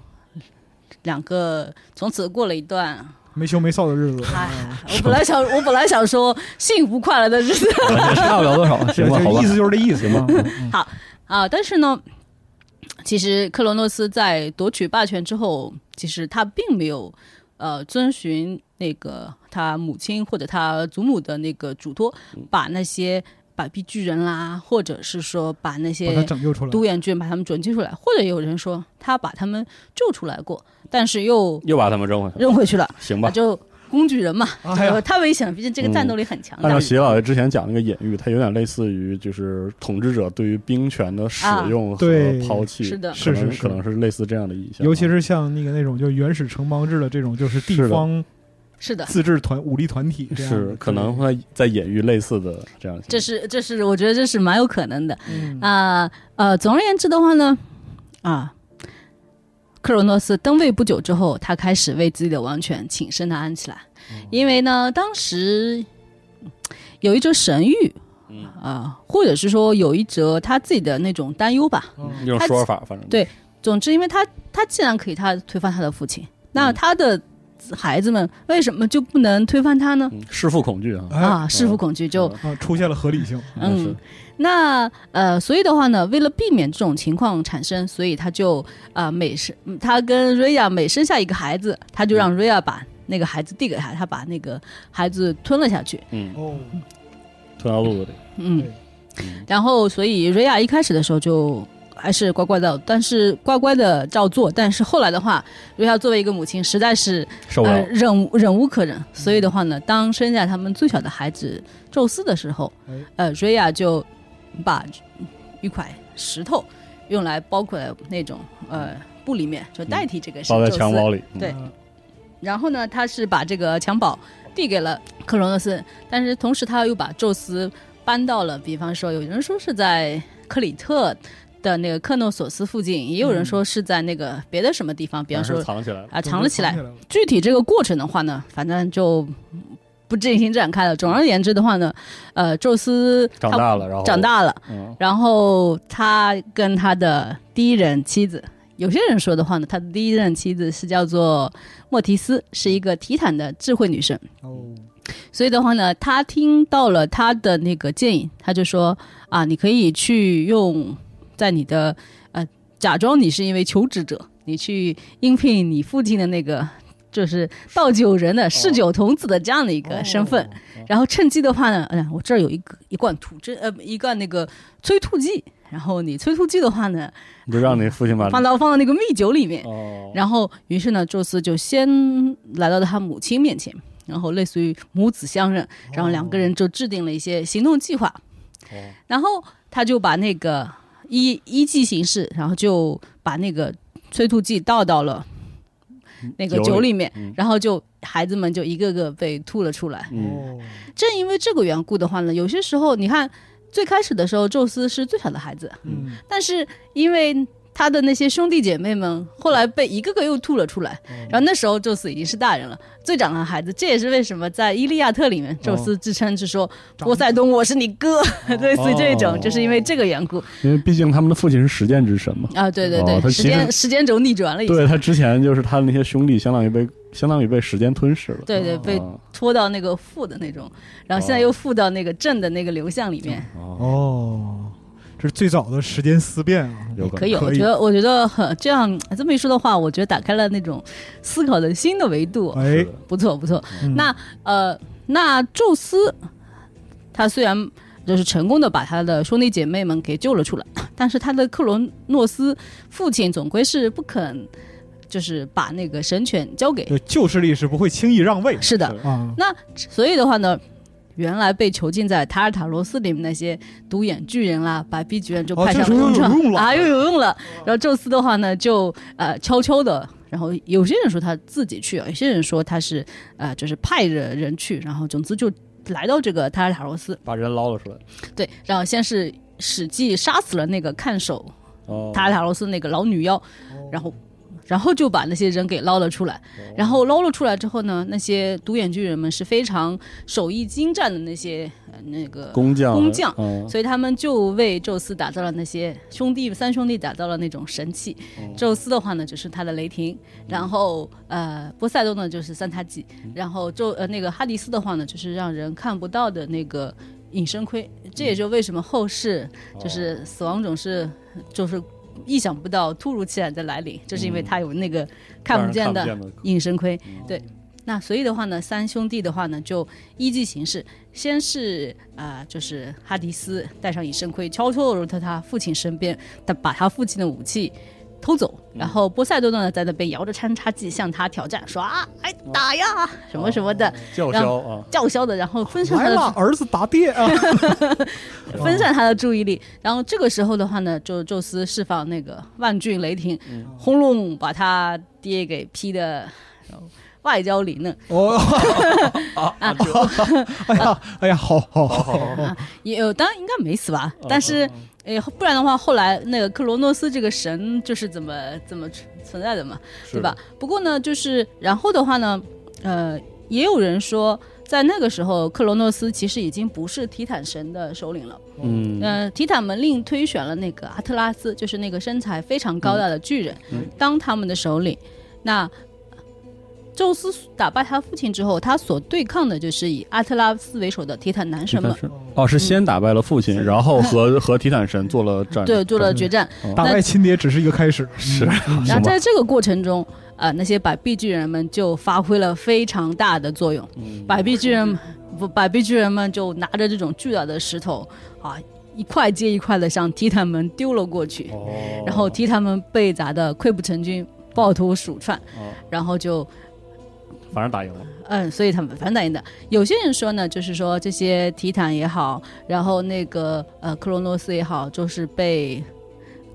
Speaker 4: 两个从此过了
Speaker 2: (laughs)
Speaker 4: 一段。
Speaker 3: 没羞没臊的日子，嗯
Speaker 4: 哎，我本来想，我本来想说幸福快乐的日子，
Speaker 5: 差不了多
Speaker 2: (laughs)
Speaker 5: 少，行
Speaker 3: 这
Speaker 5: 吧，好吧
Speaker 3: 这意。思就是这意思嘛。嗯
Speaker 4: 啊，但是呢，其实克罗诺斯在夺取霸权之后，其实他并没有呃遵循那个他母亲或者他祖母的那个嘱托，
Speaker 3: 嗯
Speaker 4: 把那些把臂巨人啦，或者是说把那
Speaker 3: 嗯把它
Speaker 4: 些
Speaker 3: 拯救出来，
Speaker 4: 独眼巨人把他们拯救出来，或者有人说他把他们救出来过，但是又
Speaker 2: 又把他们扔回去了，
Speaker 4: 扔回去了，
Speaker 2: 行
Speaker 4: 啊
Speaker 2: 吧？
Speaker 4: 就。工具人嘛，
Speaker 3: 哎呀哎
Speaker 4: 就他危险了，毕竟这个
Speaker 2: 嗯
Speaker 4: 战斗力很强
Speaker 2: 按
Speaker 4: 大。
Speaker 2: 照习老爷之前讲那个隐喻，它有点类似于就是统治者对于兵权的使用和
Speaker 3: 对
Speaker 2: 抛弃，
Speaker 4: 啊是的
Speaker 2: 可能
Speaker 3: 是是是
Speaker 2: 可能是类似这样的意象，啊
Speaker 3: 尤其是像那个那种就原始城邦制的这种，就是地
Speaker 2: 是的
Speaker 3: 方
Speaker 4: 是的，
Speaker 3: 自治团武力团体这样的
Speaker 2: 是可能会在隐喻类似的这样的情况，
Speaker 4: 这是这是我觉得这是蛮有可能的。
Speaker 3: 嗯
Speaker 4: 啊呃，总而言之的话呢，啊，克罗诺斯登位不久之后，他开始为自己的王权请神拿安起来，
Speaker 2: 嗯
Speaker 4: 因为呢，当时嗯有一则神谕
Speaker 2: 嗯
Speaker 4: 啊、或者是说有一则他自己的那种担忧吧。
Speaker 2: 一种说法，反正
Speaker 4: 对总之，因为他他既然可以他推翻他的父亲，那
Speaker 2: 嗯
Speaker 4: 他的孩子们为什么就不能推翻他呢？
Speaker 2: 嗯弑父恐惧啊，嗯
Speaker 3: 哎
Speaker 4: 啊，弑父恐惧就
Speaker 3: 啊出现了合理性，
Speaker 2: 应该是
Speaker 4: 嗯，那呃，所以的话呢，为了避免这种情况产生，所以他就啊、呃每生嗯他跟瑞亚每生下一个孩子，他就让瑞亚把那个孩子递给他，他把那个孩子吞了下去。
Speaker 2: 嗯，
Speaker 3: 哦，
Speaker 2: 吞到肚子里，
Speaker 4: 嗯
Speaker 3: 对，
Speaker 4: 然后所以瑞亚一开始的时候就还是乖乖的，但是乖乖的照做。但是后来的话，瑞亚作为一个母亲，实在是
Speaker 2: 受不
Speaker 4: 呃
Speaker 2: 了，
Speaker 4: 忍忍无可忍，所以的话呢，当生下他们最小的孩子宙斯的时候
Speaker 3: 哎，
Speaker 4: 呃，瑞亚就把一块石头用来包裹在那种呃布里面，就代替这个是
Speaker 2: 嗯包在
Speaker 4: 宙
Speaker 2: 襁
Speaker 4: 斯。
Speaker 2: 褓里，嗯
Speaker 4: 对然后呢，他是把这个襁褓递给了克罗诺斯，但是同时他又把宙斯搬到了，比方说有人说是在克里特。的那个克诺索斯附近，也有人说是在那个别的什么地方，比方
Speaker 2: 反正嗯
Speaker 4: 说
Speaker 2: 是藏起来了，
Speaker 4: 啊
Speaker 3: 就
Speaker 4: 藏了起来，
Speaker 3: 了
Speaker 4: 具体这个过程的话呢，反正就嗯不进行展开了。总而言之的话呢，呃，宙斯
Speaker 2: 长
Speaker 4: 他
Speaker 2: 大了，然后
Speaker 4: 长，大了，
Speaker 2: 嗯，
Speaker 4: 然后他跟他的第一任妻子，有些人说的话呢，他的第一任妻子是叫做莫提斯，是一个提坦的智慧女神。
Speaker 3: 哦，
Speaker 4: 所以的话呢，他听到了他的那个建议，他就说啊，你可以去用在你的呃，假装你是一位求职者，你去应聘你父亲的那个就是倒酒人的嗜酒童子的这样的一
Speaker 3: 哦
Speaker 4: 个身份，然后趁机的话呢，哎呀，我这儿有一个一罐土针呃一罐那个催吐剂，然后你催吐剂的话呢，
Speaker 2: 你就让你父亲把
Speaker 4: 放到放到那个蜜酒里面，
Speaker 2: 哦，
Speaker 4: 然后，于是呢，宙斯就先来到了他母亲面前，然后类似于母子相认，然后两个人就制定了一些行动计划。
Speaker 2: 哦
Speaker 4: 然后他就把那个依依计行事，然后就把那个催吐剂倒到了那个
Speaker 2: 酒
Speaker 4: 酒
Speaker 2: 里
Speaker 4: 里面，
Speaker 2: 嗯
Speaker 4: 然后就孩子们就一个个被吐了出来。
Speaker 2: 嗯，
Speaker 3: 哦，
Speaker 4: 正因为这个缘故的话呢，有些时候你看，最开始的时候，宙斯是最小的孩子，
Speaker 3: 嗯，
Speaker 4: 但是因为他的那些兄弟姐妹们后来被一个个又吐了出
Speaker 2: 嗯
Speaker 4: 来，嗯
Speaker 3: 哦
Speaker 4: 然后那时候宙斯已经是大人了，最长的孩子，这也是为什么在《伊利亚特》里面，
Speaker 2: 哦
Speaker 4: 宙斯自称是说波塞冬我是你 (laughs) 哥，
Speaker 3: 哦
Speaker 4: 类似于这种，就是因为这个缘故
Speaker 2: 因为毕竟他们的父亲是实践之神嘛，
Speaker 4: 啊，对对
Speaker 2: 哦
Speaker 4: 对，
Speaker 2: 他其
Speaker 4: 时
Speaker 2: 实
Speaker 4: 间时间轴逆转了一下，
Speaker 2: 对他之前就是他的那些兄弟，相当于被相当于被时间吞噬了，
Speaker 4: 对对，被
Speaker 2: 啊
Speaker 4: 拖到那个
Speaker 2: 哦啊
Speaker 4: 负的那种，然后现在又负到那个正的那个流向里面，
Speaker 3: 哦，这是最早的时间思辨啊。
Speaker 2: 有
Speaker 4: 可以，
Speaker 3: 可
Speaker 4: 我
Speaker 3: 以
Speaker 4: 觉得我觉得很这样这么一说的话，我觉得打开了那种思考的新的维度，
Speaker 2: 哦
Speaker 3: 哎，
Speaker 4: 不错不错。
Speaker 3: 嗯
Speaker 4: 那呃，那宙斯他虽然就是成功的把他的兄弟姐妹们给救了出来，但是他的克罗诺斯父亲总归是不肯，就是把那个神权交给。
Speaker 3: 就旧势力是不会轻易让位
Speaker 4: 是的，
Speaker 3: 啊。
Speaker 4: 所以的话呢，原来被囚禁在塔尔塔罗斯里面那些独眼巨人啦，把 B 巨人就
Speaker 3: 哦
Speaker 4: 派上
Speaker 3: 这时候
Speaker 4: 用场、
Speaker 3: 又有用了
Speaker 4: 啊，又有用了。然后宙斯的话呢，就呃悄悄的，然后有些人说他自己去，有些人说他是呃就是派着人去，然后总之就来到这个塔尔塔罗斯，
Speaker 2: 把人捞了出来。
Speaker 4: 对，然后先是史记杀死了那个看守
Speaker 2: 哦，
Speaker 4: 塔尔塔罗斯那个老女妖，然后。然后就把那些人给捞了出来，
Speaker 2: 哦
Speaker 4: 然后捞了出来之后呢，那些独眼巨人们是非常手艺精湛的那些、呃那个
Speaker 2: 工匠
Speaker 4: 工匠
Speaker 2: 嗯
Speaker 4: 所以他们就为宙斯打造了那些兄弟三兄弟打造了那种神器。
Speaker 2: 哦
Speaker 4: 宙斯的话呢，就是他的雷霆，
Speaker 2: 嗯
Speaker 4: 然后呃，波塞冬呢就是三叉戟，然后宙呃那个哈迪斯的话呢，就是让人看不到的那个隐身盔。这
Speaker 2: 嗯
Speaker 4: 也就为什么后世
Speaker 2: 哦
Speaker 4: 就是死亡总是就是意想不到突如其来的来临，就是因为他有那个看不见
Speaker 2: 嗯让人
Speaker 4: 的
Speaker 2: 看不见的嗯
Speaker 4: 隐身盔。对，那所以的话呢，三兄弟的话呢，就依计行事。先是啊、呃就是哈迪斯带上隐身盔，悄悄地到他父亲身边，但把他父亲的武器偷走。
Speaker 2: 嗯
Speaker 4: 然后波塞冬呢，在那边摇着三叉戟向他挑战，说啊，哎，打呀，什
Speaker 2: 哦
Speaker 4: 么什么的，
Speaker 2: 叫
Speaker 4: 然
Speaker 2: 嚣
Speaker 4: 后
Speaker 2: 啊，
Speaker 4: 叫嚣的，然后分散
Speaker 3: 来
Speaker 4: 他
Speaker 3: 了
Speaker 4: 的，
Speaker 3: 儿子打爹
Speaker 4: (laughs)
Speaker 3: 啊！
Speaker 4: 分散他的注意力。然后这个时候的话呢，就宙斯释放那个万钧雷霆，轰隆把他爹给劈的。然后外焦里嫩，
Speaker 3: 哦，
Speaker 4: 啊，
Speaker 3: (laughs) 哎呀，哎呀，好好好，
Speaker 4: 也呃有，当然应该没死吧，但是，诶，不然的话，后来那个克罗诺斯这个神就是怎么怎么存存在的嘛，对吧？？不过呢，就是然后的话呢，呃，也有人说，在那个时候，克罗诺斯其实已经不是提坦神的首领了。
Speaker 2: 嗯，
Speaker 4: 呃，提坦们另推选了那个阿特拉斯，就是那个身材非常高大的巨人，
Speaker 2: 嗯
Speaker 4: 当他们的首领。那宙斯打败他父亲之后，他所对抗的就是以阿特拉斯为首的提坦男神们。
Speaker 2: 神哦，是先打败了父亲，然后和 (laughs) 和提坦神做了战，
Speaker 4: 对，做了决战。
Speaker 3: 打败亲爹只是一个开始，嗯
Speaker 2: 是
Speaker 4: 然
Speaker 2: 什
Speaker 4: 后
Speaker 2: 么？
Speaker 4: 在这个过程中，呃，那些百臂巨人们就发挥了非常大的作用。
Speaker 2: 嗯
Speaker 4: 百臂巨人不，百臂巨人们就拿着这种巨大的石头啊，一块接一块的向提坦们丢了过去，
Speaker 2: 哦
Speaker 4: 然后提坦们被砸的溃不成军，抱头鼠窜，
Speaker 2: 哦
Speaker 4: 然后就
Speaker 2: 反正打赢了，
Speaker 4: 嗯，所以他们反打赢的。有些人说呢，就是说这些提坦也好，然后那个呃克罗诺斯也好，就是被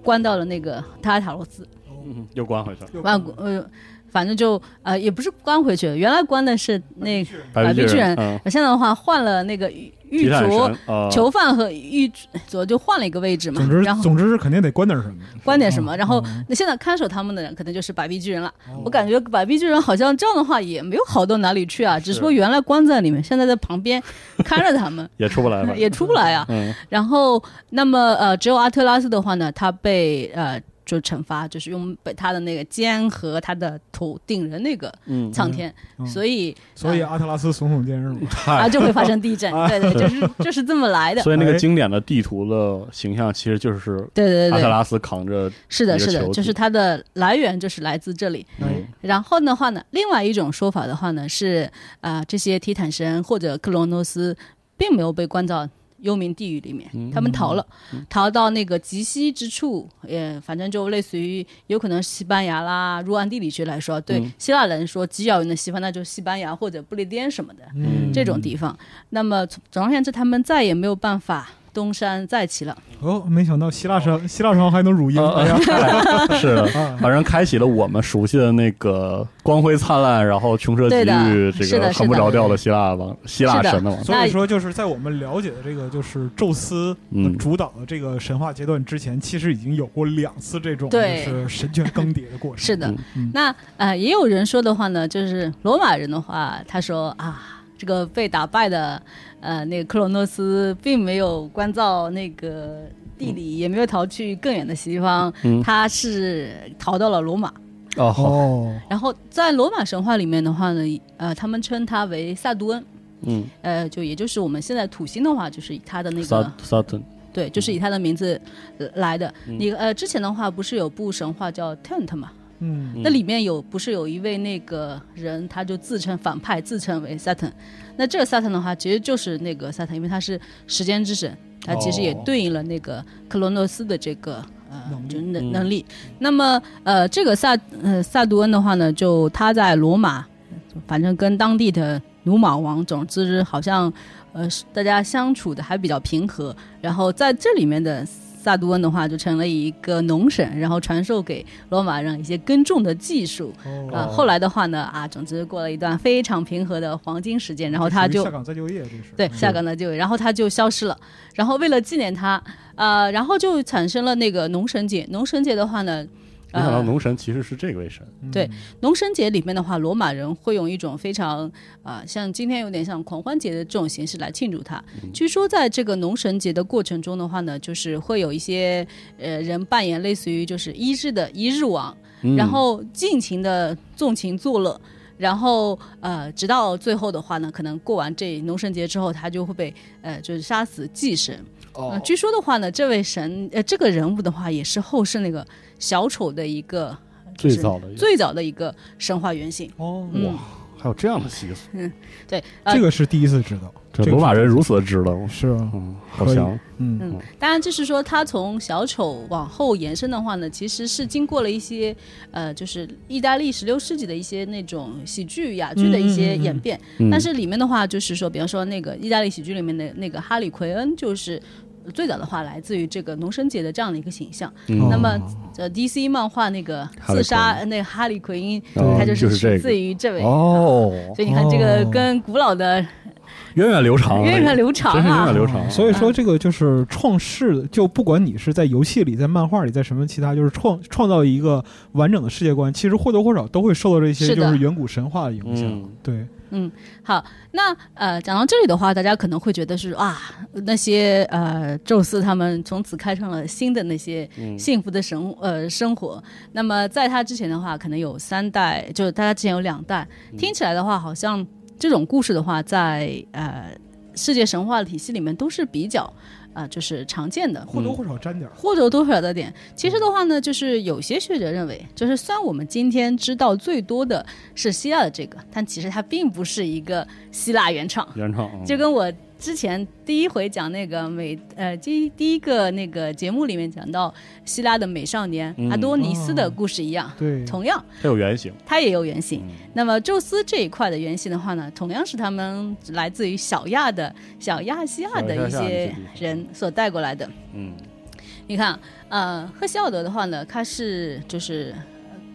Speaker 4: 关到了那个 (laughs) 塔尔塔罗斯。
Speaker 2: 嗯，又关回去了。
Speaker 4: 万古呃，反正就呃也不是关回去，原来关的是那个，
Speaker 2: 百
Speaker 4: 臂巨人
Speaker 2: 嗯，
Speaker 4: 现在的话换了那个狱狱
Speaker 2: 提坦
Speaker 4: 卒、
Speaker 2: 神啊，
Speaker 4: 囚犯和狱卒就换了一个位置嘛
Speaker 3: 总。之
Speaker 4: 然后
Speaker 3: 总之是肯定得关点什么，
Speaker 4: 关点什么，然后
Speaker 3: 嗯
Speaker 4: 那现在看守他们的人可能就是百臂巨人了。
Speaker 2: 哦
Speaker 4: 我感觉百臂巨人好像这样的话也没有好到哪里去啊，只是
Speaker 2: 是
Speaker 4: 说原来关在里面，现在在旁边看着他
Speaker 2: (laughs)
Speaker 4: 们，
Speaker 2: 也出不来，反正
Speaker 4: (laughs) 也出不来啊。
Speaker 2: 嗯，
Speaker 4: 然后，那么呃，只有阿特拉斯的话呢，他被呃就惩罚，就是用被他的那个肩和他的头顶着那个
Speaker 2: 嗯
Speaker 4: 苍天，
Speaker 3: 嗯
Speaker 4: 所以
Speaker 3: 所以阿特拉斯耸耸肩是吗？
Speaker 4: 啊
Speaker 2: 太。
Speaker 4: 就会发生
Speaker 2: (laughs)
Speaker 4: 地震。对对，就是就是这么来的。
Speaker 2: 所以那个
Speaker 3: 哎
Speaker 2: 经典的地图的形象，其实就是
Speaker 4: 对对
Speaker 2: 阿
Speaker 4: 对
Speaker 2: 特
Speaker 4: 对，
Speaker 2: 拉斯扛着，
Speaker 4: 是的，
Speaker 2: 一个
Speaker 4: 是的
Speaker 2: 球，体
Speaker 4: 就是它的来源就是来自这里。
Speaker 2: 嗯
Speaker 3: 哎
Speaker 4: 然后的话呢，另外一种说法的话呢是，啊、这些提坦神或者克罗诺斯并没有被关到幽冥地狱里面，他们逃了，逃到那个极西之处，也反正就类似于有可能西班牙啦，如果按地理学来说，对、希腊人说极遥远的西方，那就是西班牙或者不列颠什么的、
Speaker 3: 嗯
Speaker 4: 这种地方。那么总总而言之，他们再也没有办法东山再起了。
Speaker 3: 哦，没想到希腊神希腊神话还能如鹰，
Speaker 2: 呃
Speaker 3: 哎呀，
Speaker 2: (laughs) 是的，反正开启了我们熟悉的那个光辉灿烂，然后穷奢
Speaker 4: 对
Speaker 2: 极
Speaker 4: 的
Speaker 2: 欲，
Speaker 4: 是
Speaker 2: 这
Speaker 4: 的
Speaker 2: 个横不着调的希腊王，希腊神的王，
Speaker 3: 所以说，就是在我们了解的这个就是宙斯
Speaker 2: 嗯
Speaker 3: 主导的这个神话阶段之前，其实已经有过两次这种就
Speaker 4: 对
Speaker 3: 是神权更迭的过程。
Speaker 4: 是的，
Speaker 3: 嗯
Speaker 4: 那呃，也有人说的话呢，就是罗马人的话，他说啊，这个被打败的呃那个克罗诺斯并没有关到那个地里，也没有逃去更远的西方，
Speaker 2: 嗯
Speaker 4: 他是逃到了罗马。
Speaker 2: 哦，好，
Speaker 3: 哦，
Speaker 4: 然后在罗马神话里面的话呢，呃，他们称他为萨杜恩，
Speaker 2: 嗯
Speaker 4: 呃，就也就是我们现在土星的话，就是以他的那个
Speaker 2: ，Saturn，
Speaker 4: 对，就是以他的名字呃来的。
Speaker 2: 嗯
Speaker 4: 你呃，之前的话不是有部神话叫 Tent 嘛？
Speaker 3: 嗯，
Speaker 4: 那里面有不是有一位那个人，他就自称反派，自称为 Saturn。那这个 Saturn 的话，其实就是那个 Saturn，因为他是时间之神，他其实也
Speaker 3: 哦
Speaker 4: 对应了那个克罗诺斯的这个呃
Speaker 3: 能力
Speaker 4: 就是能
Speaker 2: 嗯
Speaker 4: 能力。那么呃，这个萨呃萨杜恩的话呢，就他在罗马，反正跟当地的鲁莽王，总之好像呃是大家相处的还比较平和。然后在这里面的萨杜恩的话，就成了一个农神，然后传授给罗马人一些耕种的技术。啊，
Speaker 3: 哦，
Speaker 4: 后来的话呢，啊，总之过了一段非常平和的黄金时间，然后他
Speaker 3: 这属于
Speaker 4: 就
Speaker 3: 下岗再就业，这是
Speaker 4: 对
Speaker 3: 嗯
Speaker 4: 下岗的就业，然后他就消失了。然后为了纪念他，呃，然后就产生了那个农神节。农神节的话
Speaker 2: 没
Speaker 4: 呢，
Speaker 2: 想到
Speaker 4: 呃，
Speaker 2: 啊农神其实是这位神，
Speaker 3: 嗯
Speaker 4: 对农神节里面的话，罗马人会用一种非常啊、呃像今天有点像狂欢节的这种形式来庆祝它。据说在这个农神节的过程中的话呢，就是会有一些呃人扮演类似于就是一日的一日王，
Speaker 2: 嗯
Speaker 4: 然后尽情的纵情作乐，然后呃，直到最后的话呢，可能过完这农神节之后，他就会被呃就是杀死祭神。呃
Speaker 2: 嗯
Speaker 3: 哦，
Speaker 4: 据说的话呢，这位神呃这个人物的话，也是后世那个小丑的一个
Speaker 2: 最早的一个
Speaker 4: 最早的一个神话原型。
Speaker 3: 哦，
Speaker 4: 嗯
Speaker 2: 哇，还有这样的习俗，
Speaker 4: 对，呃
Speaker 3: 这个是第一次知道，
Speaker 2: 这
Speaker 3: 这个
Speaker 2: 罗马人如此的知道，
Speaker 3: 是啊，
Speaker 2: 嗯，好
Speaker 3: 可以
Speaker 2: 强，
Speaker 3: 嗯，
Speaker 4: 嗯，当然就是说，他从小丑往后延伸的话呢，其实是经过了一些呃，就是意大利十六世纪的一些那种喜剧、哑剧的一
Speaker 3: 嗯
Speaker 4: 些
Speaker 3: 嗯嗯嗯
Speaker 4: 演变。
Speaker 2: 嗯
Speaker 4: 但是里面的话，就是说，比方说那个意大利喜剧里面的那个哈里奎恩，就是最早的话来自于这个农神节的这样的一个形象。
Speaker 2: 嗯
Speaker 4: 那么
Speaker 3: 哦
Speaker 4: 呃DC 漫画那个
Speaker 2: 哈利奎恩
Speaker 4: 自杀呃那个哈里奎因，
Speaker 2: 哦
Speaker 4: 它就
Speaker 2: 就是是
Speaker 4: 取
Speaker 2: 这
Speaker 4: 自
Speaker 2: 个
Speaker 4: 于这位。
Speaker 2: 哦，
Speaker 4: 所以你看，这个
Speaker 3: 哦
Speaker 4: 跟古老的
Speaker 2: 源远流长啊，
Speaker 4: 源远流长
Speaker 2: 真是源
Speaker 4: 啊
Speaker 2: 远，流长，
Speaker 3: 所以说，这个就是创世，就不管你是在游戏里、在漫画里、在什么其他，就是创创造一个完整的世界观，其实或多或少都会受到这些
Speaker 4: 是的
Speaker 3: 就是远古神话的影响。
Speaker 2: 嗯，
Speaker 3: 对，
Speaker 4: 好，那呃，讲到这里的话，大家可能会觉得是啊，那些呃，宙斯他们从此开创了新的那些
Speaker 2: 嗯
Speaker 4: 幸福的生、呃生活。那么在他之前的话，可能有三代，就是大家之前有两代。听起来的话，好像这种故事的话，在呃世界神话体系里面都是比较啊、呃就是常见的。
Speaker 3: 或多或少沾点儿。
Speaker 4: 或者多少的点。其实的话呢，就是有些学者认为，就是虽然我们今天知道最多的是希腊的这个，但其实它并不是一个希腊原创，
Speaker 2: 原唱嗯
Speaker 4: 就跟我。之前第一回讲那个美，呃，第第一个那个节目里面讲到希腊的美少年
Speaker 2: 嗯
Speaker 4: 阿多尼斯的故事一样，
Speaker 3: 对，
Speaker 4: 同样
Speaker 2: 它有原型，
Speaker 4: 它也有原型。
Speaker 2: 嗯
Speaker 4: 那么宙斯这一块的原型的话呢，同样是他们来自于小亚的小亚细亚的一
Speaker 2: 小亚细亚的
Speaker 4: 些
Speaker 2: 一些
Speaker 4: 人所带过来的。
Speaker 2: 嗯，
Speaker 4: 你看，呃，赫西奥德的话呢，他是就是呃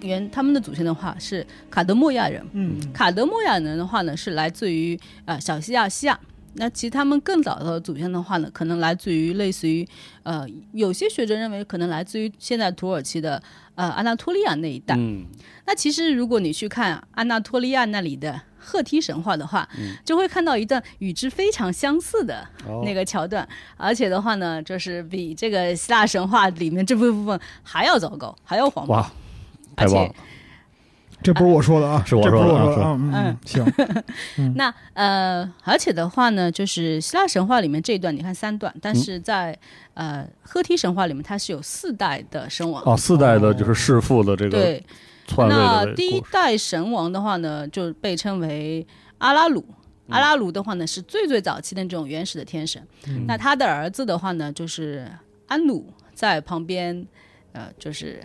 Speaker 4: 原他们的祖先的话是卡德莫亚人，
Speaker 3: 嗯，
Speaker 4: 卡德莫亚人的话呢是来自于呃小西亚西亚。那其实他们更早的祖先的话呢，可能来自于类似于，呃，有些学者认为可能来自于现在土耳其的呃安纳托利亚那一带。
Speaker 2: 嗯
Speaker 4: 那其实如果你去看安纳托利亚那里的赫梯神话的话，
Speaker 2: 嗯
Speaker 4: 就会看到一段与之非常相似的
Speaker 2: 哦
Speaker 4: 那个桥段，而且的话呢，就是比这个希腊神话里面这部分还要糟糕，还要荒谬。
Speaker 2: 哇，太棒了，
Speaker 3: 这不是我说的啊，
Speaker 2: 是我
Speaker 3: 这不
Speaker 2: 说的
Speaker 3: 我
Speaker 2: 啊
Speaker 3: 说
Speaker 2: 是
Speaker 3: 的啊，嗯，嗯行，
Speaker 4: (laughs) 那呃，而且的话呢，就是希腊神话里面这一段，你看三段，
Speaker 2: 嗯
Speaker 4: 但是在、呃赫梯神话里面，它是有四代的神王。
Speaker 2: 哦，四代的就是弑父的这个
Speaker 4: 对，
Speaker 2: 篡位
Speaker 4: 那
Speaker 2: 的这个
Speaker 4: 第一
Speaker 2: 故事
Speaker 4: 代神王的话呢，就被称为阿拉鲁。
Speaker 2: 嗯
Speaker 4: 阿拉鲁的话呢，是最最早期的那种原始的天神。
Speaker 2: 嗯
Speaker 4: 那他的儿子的话呢，就是安努在旁边，呃，就是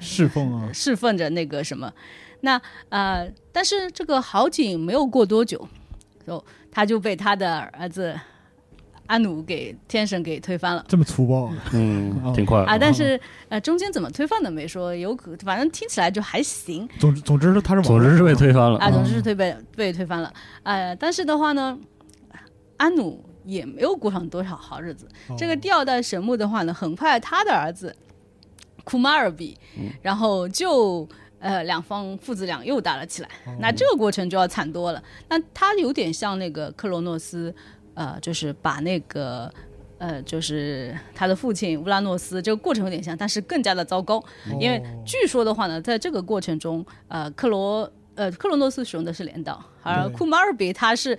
Speaker 3: 侍奉啊，
Speaker 4: 侍奉呃着那个什么。那呃，但是这个好景没有过多久，就他就被他的儿子安努给天神给推翻了。
Speaker 3: 这么粗暴啊，
Speaker 2: 嗯，挺快
Speaker 4: 啊，但是呃，中间怎么推翻的没说，有可反正听起来就还行，
Speaker 3: 总之总之是他是
Speaker 2: 总
Speaker 3: 王
Speaker 2: 之是被推翻了
Speaker 4: 啊，总之是推被被推翻了。呃，但是的话呢，安努也没有过上多少好日子。
Speaker 3: 哦
Speaker 4: 这个第二代神木的话呢，很快他的儿子库马尔比，
Speaker 3: 嗯
Speaker 4: 然后就呃两方父子俩又打了起来。
Speaker 3: 哦
Speaker 4: 那这个过程就要惨多了。那他有点像那个克罗诺斯，呃，就是把那个。呃，就是他的父亲乌拉诺斯，这个过程有点像，但是更加的糟糕。
Speaker 3: 哦
Speaker 4: 因为据说的话呢，在这个过程中，呃，克罗呃克罗诺斯使用的是镰刀，而
Speaker 3: 对
Speaker 4: 库马尔比他是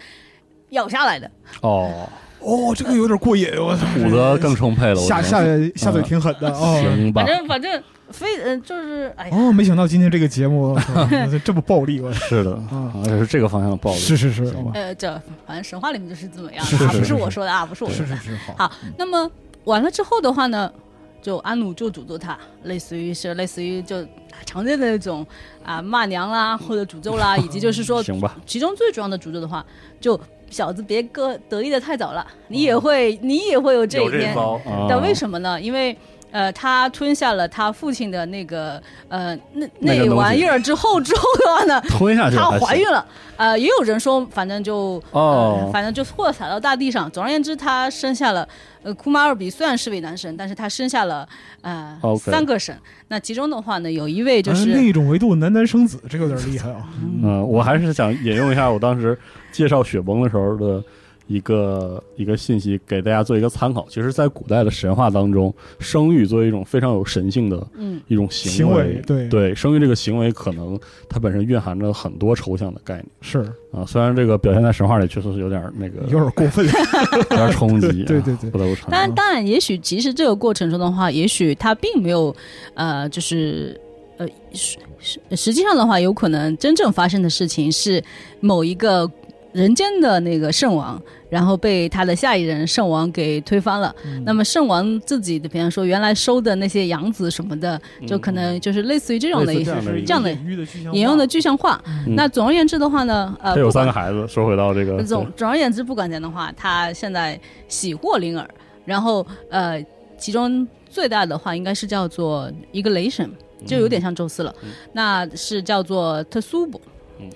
Speaker 4: 咬下来的。
Speaker 2: 哦，
Speaker 3: 哦，这个有点过瘾，我操！
Speaker 2: 武则更充沛了，我
Speaker 3: 下
Speaker 2: 觉
Speaker 3: 下
Speaker 2: 得嗯
Speaker 3: 下嘴挺狠的哦。
Speaker 2: 行吧
Speaker 4: 反，正反正非嗯、就是哎呀，
Speaker 3: 哦，没想到今天这个节目
Speaker 2: (laughs)
Speaker 3: 我操这么暴力，我操
Speaker 2: 是的，
Speaker 3: 啊
Speaker 2: 啊，这是这个方向的暴力，
Speaker 3: 是是是
Speaker 2: 行吧
Speaker 4: 呃，这反正神话里面就是这么样
Speaker 3: 是
Speaker 4: 啊，
Speaker 3: 是
Speaker 4: 不
Speaker 3: 是
Speaker 4: 我说的啊，不是我说
Speaker 3: 是
Speaker 4: 的。
Speaker 3: 是是，好，
Speaker 4: 好，那么完了之后的话呢，就安努就诅咒他，类似于是类似于就啊常见的那种啊骂娘啦，或者诅咒啦，以及就是说
Speaker 2: 行吧，
Speaker 4: 其中最重要的诅咒的话，就小子别哥得意的太早
Speaker 2: 哦
Speaker 4: 了，你也会你也会有这一天。
Speaker 2: 啊
Speaker 4: 但为什么呢？因为呃，他吞下了他父亲的那个呃那
Speaker 2: 那个东西
Speaker 4: 玩意儿之后之后的话呢，
Speaker 2: 吞下去
Speaker 4: 她
Speaker 2: 啊了还行
Speaker 4: 怀孕了。呃，也有人说，反正就
Speaker 2: 哦
Speaker 4: 呃反正就祸撒到大地上。总而言之，她生下了呃库马尔比虽然是位男神，但是她生下了呃
Speaker 2: 哦 OK 啊
Speaker 4: 三个神。那其中的话呢，有一位就
Speaker 3: 哎另
Speaker 4: 是
Speaker 3: 一种维度男男生子，这个有点厉害啊。
Speaker 2: 嗯，我还是想引用一下我当时介绍雪崩的时候的一个一个信息，给大家做一个参考。其实，在古代的神话当中，生育作为一种非常有神性的
Speaker 4: 嗯
Speaker 2: 一种
Speaker 3: 行为对
Speaker 2: 生育这个行为可能它本身蕴含着很多抽象的概念
Speaker 3: 是
Speaker 2: 啊。虽然这个表现在神话里确实是有点儿那个
Speaker 3: 有点过
Speaker 2: (laughs)
Speaker 3: 分，
Speaker 2: 有点儿冲击、啊，
Speaker 3: 对对对
Speaker 2: 不得不承
Speaker 4: 当然，
Speaker 2: 认。
Speaker 4: 当然，也许其实这个过程中的话，也许他并没有，呃，就是呃，实实实际上的话，有可能真正发生的事情是某一个人间的那个圣王，然后被他的下一任圣王给推翻了。
Speaker 3: 嗯
Speaker 2: 嗯
Speaker 4: 那么圣王自己的，比方说原来收的那些养子什么的，就可能就是类似于这种的
Speaker 2: 嗯类似
Speaker 4: 一
Speaker 2: 这样的
Speaker 4: 这样的
Speaker 3: 隐喻的具象化
Speaker 4: 引用的具象化。
Speaker 2: 嗯
Speaker 4: 那总而言之的话呢，呃，
Speaker 2: 他有
Speaker 4: 不
Speaker 2: 三
Speaker 4: 管
Speaker 2: 个孩子，说回到这个
Speaker 4: 总总而言之，不管怎样的话，他现在喜获麟儿，然后呃，其中最大的话应该是叫做一个雷神，就有点像宙斯了，
Speaker 2: 嗯
Speaker 4: 那是叫做特苏布。
Speaker 2: 嗯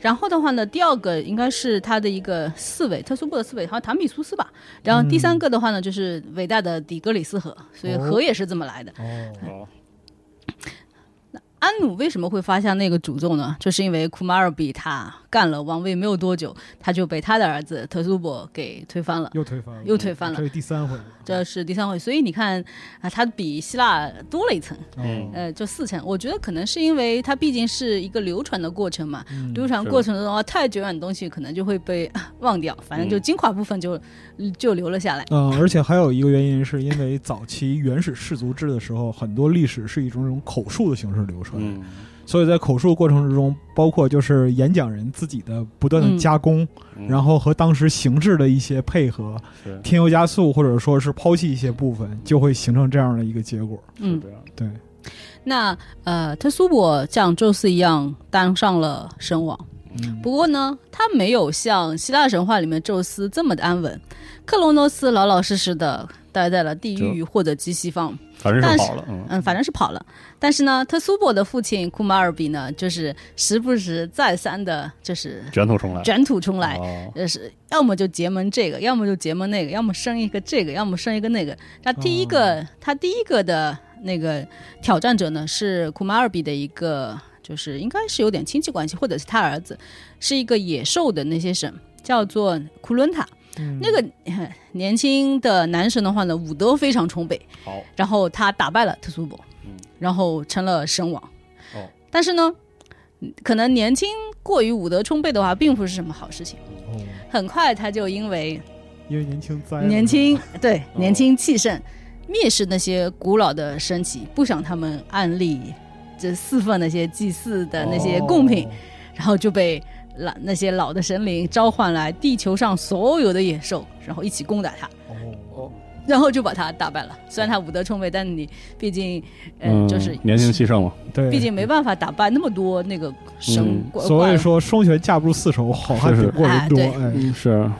Speaker 4: 然后的话呢，第二个应该是他的一个四维，特苏布的四维，好像塔米苏斯吧。然后第
Speaker 2: 嗯
Speaker 4: 三个的话呢，就是伟大的底格里斯河，所以
Speaker 3: 哦
Speaker 4: 河也是这么来的。
Speaker 3: 哦，
Speaker 2: 哦
Speaker 4: 安努为什么会发下那个诅咒呢？就是因为库马尔比他干了王位没有多久，他就被他的儿子特苏伯给推翻了，
Speaker 3: 又推翻了，
Speaker 4: 又推翻了
Speaker 3: 嗯这是第三回了，
Speaker 4: 这是第三回。所以你看啊，他比希腊多了一层，
Speaker 2: 嗯
Speaker 3: 哦
Speaker 4: 呃，就四层。我觉得可能是因为它毕竟是一个流传的过程嘛，
Speaker 3: 嗯
Speaker 4: 流传
Speaker 2: 是
Speaker 4: 过程中的话，太久远的东西可能就会被啊忘掉，反正就
Speaker 2: 嗯
Speaker 4: 精华部分就就留了下来。
Speaker 3: 嗯，而且还有一个原因，是因为早期原始氏族制的时候，很多历史是以一种这种口述的形式流传，
Speaker 2: 嗯
Speaker 3: 所以在口述过程之中，包括就是演讲人自己的不断的加工，
Speaker 2: 嗯
Speaker 3: 然后和当时形势的一些配合，
Speaker 2: 是
Speaker 3: 添油加醋，或者说是抛弃一些部分，就会形成这样的一个结果。
Speaker 2: 是
Speaker 4: 嗯，
Speaker 2: 这样的
Speaker 3: 对，
Speaker 4: 那呃，特苏伯像宙斯一样当上了神王。
Speaker 3: 嗯
Speaker 4: 不过呢，他没有像希腊神话里面宙斯这么的安稳，克罗诺斯老老实实的待在了地狱或者极西方，
Speaker 2: 反正
Speaker 4: 但
Speaker 2: 是
Speaker 4: 是
Speaker 2: 好了，嗯
Speaker 4: 嗯，反正是跑了。但是呢，特苏伯的父亲库马尔比呢，就是时不时再三的，就是
Speaker 2: 卷土重来，
Speaker 4: 卷土重来，
Speaker 2: 哦
Speaker 4: 呃，是要么就结盟这个，要么就结盟那个，要么生一个这个，要么生一个那个。那第一个，
Speaker 2: 哦
Speaker 4: 他第一个的那个挑战者呢，是库马尔比的一个，就是应该是有点亲戚关系，或者是他儿子，是一个野兽的那些神，叫做库伦塔。
Speaker 2: 嗯
Speaker 4: 那个呃年轻的男神的话呢，武德非常崇拜，
Speaker 2: 好，
Speaker 4: 然后他打败了特苏伯，
Speaker 2: 嗯
Speaker 4: 然后成了神王。
Speaker 2: 哦，
Speaker 4: 但是呢，嗯可能年轻过于武德充沛的话，并不是什么好事情。
Speaker 3: 哦，
Speaker 4: 很快他就因为
Speaker 3: 因为年轻栽了
Speaker 4: 年
Speaker 2: 哦
Speaker 4: 轻，对年轻气盛，蔑视那些古老的神祇，不想他们案例这侍奉那些祭祀的那些贡品，
Speaker 3: 哦
Speaker 4: 然后就被老那些老的神灵召唤来地球上所有的野兽，然后一起攻打他。
Speaker 3: 哦，
Speaker 4: 然后就把他打败了。虽然他武德充沛，但你毕竟，呃、
Speaker 2: 嗯，
Speaker 4: 就是
Speaker 2: 年轻，气盛嘛，
Speaker 3: 对，
Speaker 4: 毕竟没办法打败那么多那个神
Speaker 2: 嗯
Speaker 4: 怪。
Speaker 3: 所
Speaker 4: 怪
Speaker 3: 以说双拳架不住四手，好汉
Speaker 2: 是
Speaker 3: 顶
Speaker 2: 是
Speaker 3: 过人多。
Speaker 4: 哎
Speaker 3: 哎，
Speaker 2: 是啊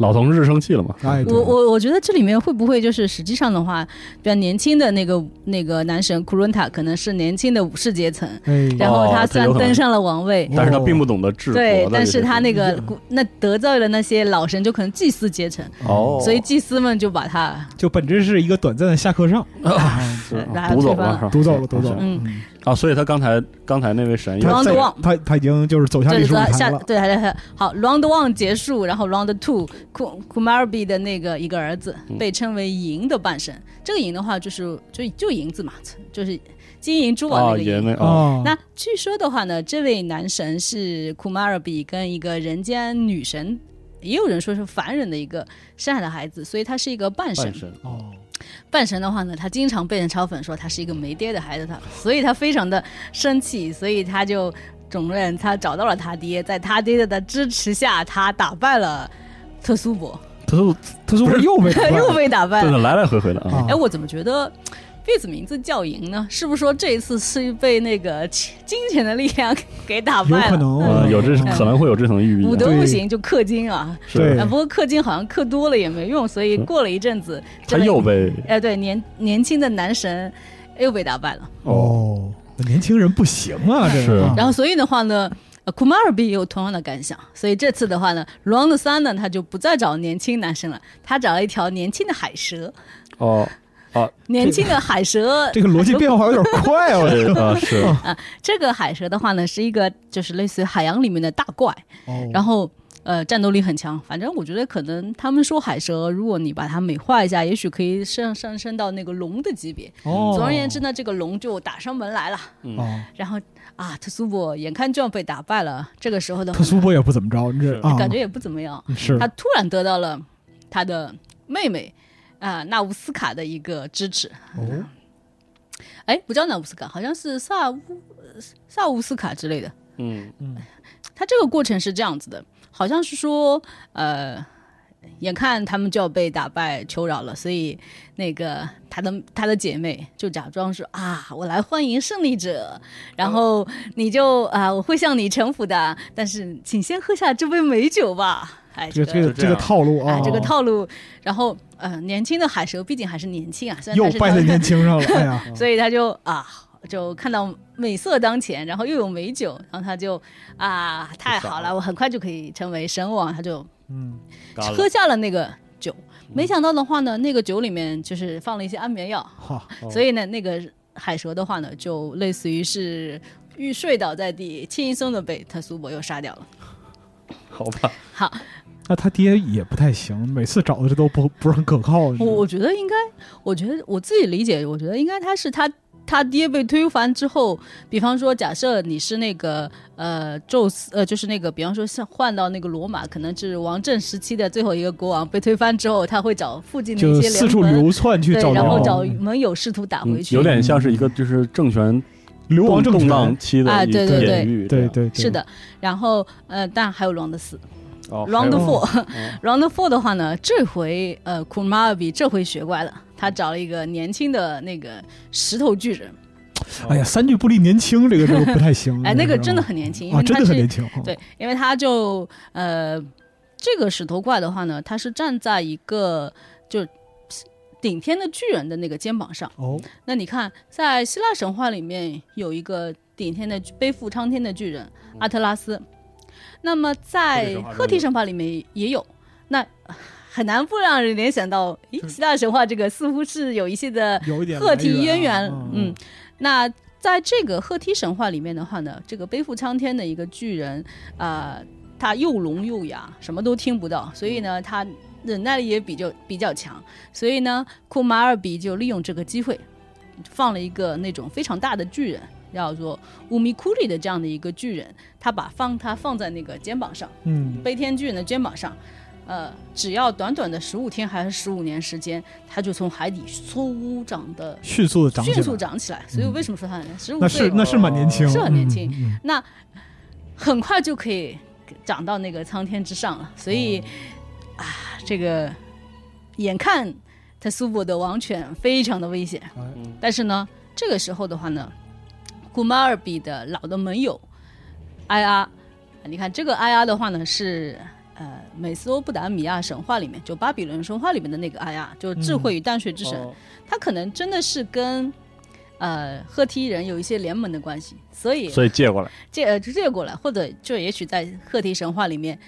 Speaker 2: 老同志生气了嘛？
Speaker 3: 哎对
Speaker 4: 我我我觉得这里面会不会就是实际上的话，比较年轻的那个那个男神库伦塔可能是年轻的武士阶层，
Speaker 3: 哎，
Speaker 4: 然后他
Speaker 2: 哦
Speaker 4: 虽
Speaker 2: 这
Speaker 4: 然
Speaker 2: 有可能
Speaker 4: 登上了王位，
Speaker 2: 但是
Speaker 3: 哦
Speaker 2: 他并不懂得治国的这
Speaker 4: 对
Speaker 2: 些，
Speaker 4: 但是他那个
Speaker 3: 嗯
Speaker 4: 古那得罪了那些老神，就可能祭司阶层，
Speaker 2: 哦，
Speaker 4: 所以祭司们就把他
Speaker 3: 就本质是一个短暂的下课上，
Speaker 4: (laughs)
Speaker 2: 是
Speaker 4: 把
Speaker 2: 啊
Speaker 4: 他
Speaker 2: 读走
Speaker 4: 推翻
Speaker 2: 了
Speaker 4: 了，
Speaker 2: 是吧
Speaker 3: 读走了，读走了。
Speaker 4: 嗯，
Speaker 2: 啊！所以他刚才刚才那位神
Speaker 4: 他
Speaker 2: 也啊
Speaker 3: 他
Speaker 4: Round
Speaker 3: 在
Speaker 4: one
Speaker 3: 他他已经就是走向
Speaker 4: 对
Speaker 3: 历史舞
Speaker 4: 对，
Speaker 3: 台
Speaker 4: 下
Speaker 3: 了。
Speaker 4: 对，还还好，round one 结束，然后 round two，库库马尔比的那个一个儿子
Speaker 2: 嗯
Speaker 4: 被称为银的半神，这个银的话就是就就银子嘛，就是金银珠宝那
Speaker 2: 啊
Speaker 4: 个
Speaker 2: 也
Speaker 4: 银。
Speaker 2: 那啊
Speaker 3: 哦，
Speaker 4: 那据说的话呢，这位男神是库马尔比跟一个人间女神也有人说是凡人的一个山海的孩子，所以他是一个半神
Speaker 2: 半。神
Speaker 3: 哦，
Speaker 4: 半神的话呢，他经常被人嘲讽说他是一个没爹的孩子，他所以他非常的生气，所以他就总认他找到了他爹，在他爹的支持下，他打败了特苏 (laughs) 伯，
Speaker 2: 他都
Speaker 3: 他说我又
Speaker 4: (laughs)
Speaker 3: 被
Speaker 4: 又被打败
Speaker 2: 真 (laughs)
Speaker 4: 了。
Speaker 2: 的来来回回的啊
Speaker 3: 啊，
Speaker 4: 哎，我怎么觉得被子名字叫赢呢？是不是说这一次是被那个钱金钱的力量给打
Speaker 3: 有
Speaker 4: 败
Speaker 3: 可
Speaker 4: 了？
Speaker 3: 能
Speaker 2: 呃
Speaker 3: 嗯
Speaker 2: 有这可能会有这层寓意啊，
Speaker 4: 武德
Speaker 3: 对
Speaker 4: 不行就氪金啊，
Speaker 2: 是
Speaker 4: 啊，
Speaker 3: 对
Speaker 4: 不过氪金好像氪多了也没用，所以
Speaker 2: 是
Speaker 4: 过了一阵子，
Speaker 2: 嗯他
Speaker 4: 这个
Speaker 2: 又被
Speaker 4: 哎对年年轻的男神又被打败了。
Speaker 3: 哦，年轻人不行啊，这
Speaker 2: 是
Speaker 3: 个啊
Speaker 4: 然后所以的话呢，呃库马尔比也有同样的感想，所以这次的话呢，Round 三呢，他就不再找年轻男生了，他找了一条年轻的海蛇，
Speaker 2: 哦
Speaker 4: 年轻的海蛇。
Speaker 3: 这个逻辑变化有点快啊，我觉
Speaker 4: (laughs)
Speaker 2: 对
Speaker 3: 得
Speaker 2: 啊是
Speaker 4: 这个海蛇的话呢，是一个就是类似于海洋里面的大怪，
Speaker 3: 哦
Speaker 4: 然后。呃，战斗力很强，反正我觉得可能他们说海蛇，如果你把它美化一下，也许可以上上升到那个龙的级别。
Speaker 3: 哦，
Speaker 4: 总而言之呢，这个龙就打上门来了，
Speaker 3: 哦，
Speaker 4: 然后啊，特苏伯眼看就要被打败了，这个时候的话
Speaker 3: 特苏波也不怎么着，你
Speaker 2: 是
Speaker 3: 这啊，
Speaker 4: 感觉也不怎么样，
Speaker 3: 是
Speaker 4: 他突然得到了他的妹妹啊、纳乌斯卡的一个支持。
Speaker 3: 哦，
Speaker 4: 哎，不叫纳乌斯卡，好像是萨乌呃萨乌斯卡之类的。
Speaker 2: 嗯
Speaker 4: 他这个过程是这样子的，好像是说呃。眼看他们就要被打败求饶了，所以那个他的他的姐妹就假装说啊，我来欢迎胜利者，然后
Speaker 3: 哦
Speaker 4: 你就啊，我会向你臣服的，但是请先喝下这杯美酒吧。哎，
Speaker 3: 这个这
Speaker 2: 就
Speaker 3: 个
Speaker 2: 这
Speaker 3: 这个
Speaker 2: 样
Speaker 3: 套路啊
Speaker 4: 啊，，这个套路。然后呃，年轻的海蛇毕竟还是年轻啊，虽然
Speaker 3: 又
Speaker 4: 他是
Speaker 3: 败在
Speaker 4: 当
Speaker 3: 年轻上了，哎呀，
Speaker 4: (laughs) 所以他就啊，就看到美色当前，然后又有美酒，然后他就啊，太好了，我很快就可以成为神王，他就
Speaker 3: 嗯，
Speaker 2: 干了
Speaker 4: 喝下了那个酒。没想到的话呢，那个酒里面就是放了一些安眠药，
Speaker 3: 好，
Speaker 2: 哦
Speaker 4: 所以呢，那个海蛇的话呢，就类似于是欲睡倒在地，轻松的被特苏伯又杀掉了。
Speaker 2: 好吧
Speaker 4: 好，
Speaker 3: 那他爹也不太行，每次找的这都不不是很可靠。
Speaker 4: 我我觉得应该，我觉得我自己理解，我觉得应该他是他他爹被推翻之后，比方说，假设你是那个呃宙斯，呃就是那个，比方说像换到那个罗马，可能是王政时期的最后一个国王被推翻之后，他会找附近的
Speaker 3: 就
Speaker 4: 一些
Speaker 3: 四
Speaker 4: 联
Speaker 3: 处
Speaker 4: 盟。
Speaker 3: 流窜去
Speaker 4: 对，
Speaker 3: 找嗯
Speaker 4: 然后
Speaker 3: 人
Speaker 4: 找盟友试图打
Speaker 2: 嗯
Speaker 4: 回去。
Speaker 2: 有点像是一个就是政权
Speaker 3: 流
Speaker 2: 动
Speaker 3: 亡政
Speaker 2: 动
Speaker 3: 权
Speaker 2: 荡期的
Speaker 4: 啊
Speaker 2: 一
Speaker 4: 对
Speaker 2: 个
Speaker 4: 对对
Speaker 2: 隐喻这
Speaker 3: 对
Speaker 2: 样
Speaker 3: 对，对
Speaker 4: 是，的，然后呃，但还有 round 四
Speaker 2: 哦还
Speaker 4: ，round
Speaker 2: 有
Speaker 4: four，round
Speaker 2: 嗯
Speaker 4: four 的话呢，这回呃库马尔比这回学乖了，他找了一个年轻的那个石头巨人，
Speaker 2: 嗯
Speaker 3: 哎呀，三句不离年轻，这个这个不太行。
Speaker 4: (laughs) 哎，
Speaker 3: 这
Speaker 4: 那个真的
Speaker 3: 啊
Speaker 4: 很年轻，因
Speaker 3: 啊，
Speaker 4: 为
Speaker 3: 真
Speaker 4: 他
Speaker 3: 的
Speaker 4: 是、
Speaker 3: 很年轻。啊，
Speaker 4: 对，因为他就呃，这个石头怪的话呢，他是站在一个就顶天的巨人的那个肩膀上。
Speaker 3: 哦，
Speaker 4: 那你看，在希腊神话里面有一个顶天的背负苍天的巨人阿特拉斯，那么在
Speaker 2: 嗯赫
Speaker 4: 赫
Speaker 2: 梯
Speaker 4: 梯
Speaker 2: 神
Speaker 4: 神话里面也有，那很难不让人联想到，咦，希腊神话这个似乎是有一些的
Speaker 3: 有一点
Speaker 4: 赫梯渊源，
Speaker 3: 嗯
Speaker 4: 嗯，那在这个赫梯神话里面的话呢，这个背负苍天的一个巨人，啊、他又聋又哑，什么都听不到，所以呢，他忍耐力也比较比较强，所以呢，库马尔比就利用这个机会，放了一个那种非常大的巨人。叫做乌米库里的这样的一个巨人，他把放他放在那个肩膀上，
Speaker 3: 嗯，
Speaker 4: 悲天巨人的肩膀上，呃，只要短短的十五天还是十五年时间，他就从海底嗖长的
Speaker 3: 迅速的长起来，嗯
Speaker 4: 迅速长起来。所以为什么说他很十五
Speaker 3: 那
Speaker 4: 岁
Speaker 3: 是那是蛮年轻，
Speaker 4: 是很年轻
Speaker 3: 嗯，嗯嗯
Speaker 4: 很快就可以长到那个苍天之上了？所
Speaker 3: 哦
Speaker 4: 以、啊，这个眼看他苏伯的王权非常的危险，
Speaker 2: 嗯
Speaker 4: 但是呢，这个时候的话呢，古马尔比的老的盟友埃阿，你看这个埃阿的话呢是。呃，美斯欧布达米亚神话里面，就巴比伦神话里面的那个埃阿，就是智
Speaker 3: 嗯
Speaker 4: 慧与淡水之神，
Speaker 2: 哦
Speaker 4: 他可能真的是跟呃赫梯人有一些联盟的关系，所以
Speaker 2: 所以借过来
Speaker 4: 借呃借过来，或者就也许在赫梯神话里面，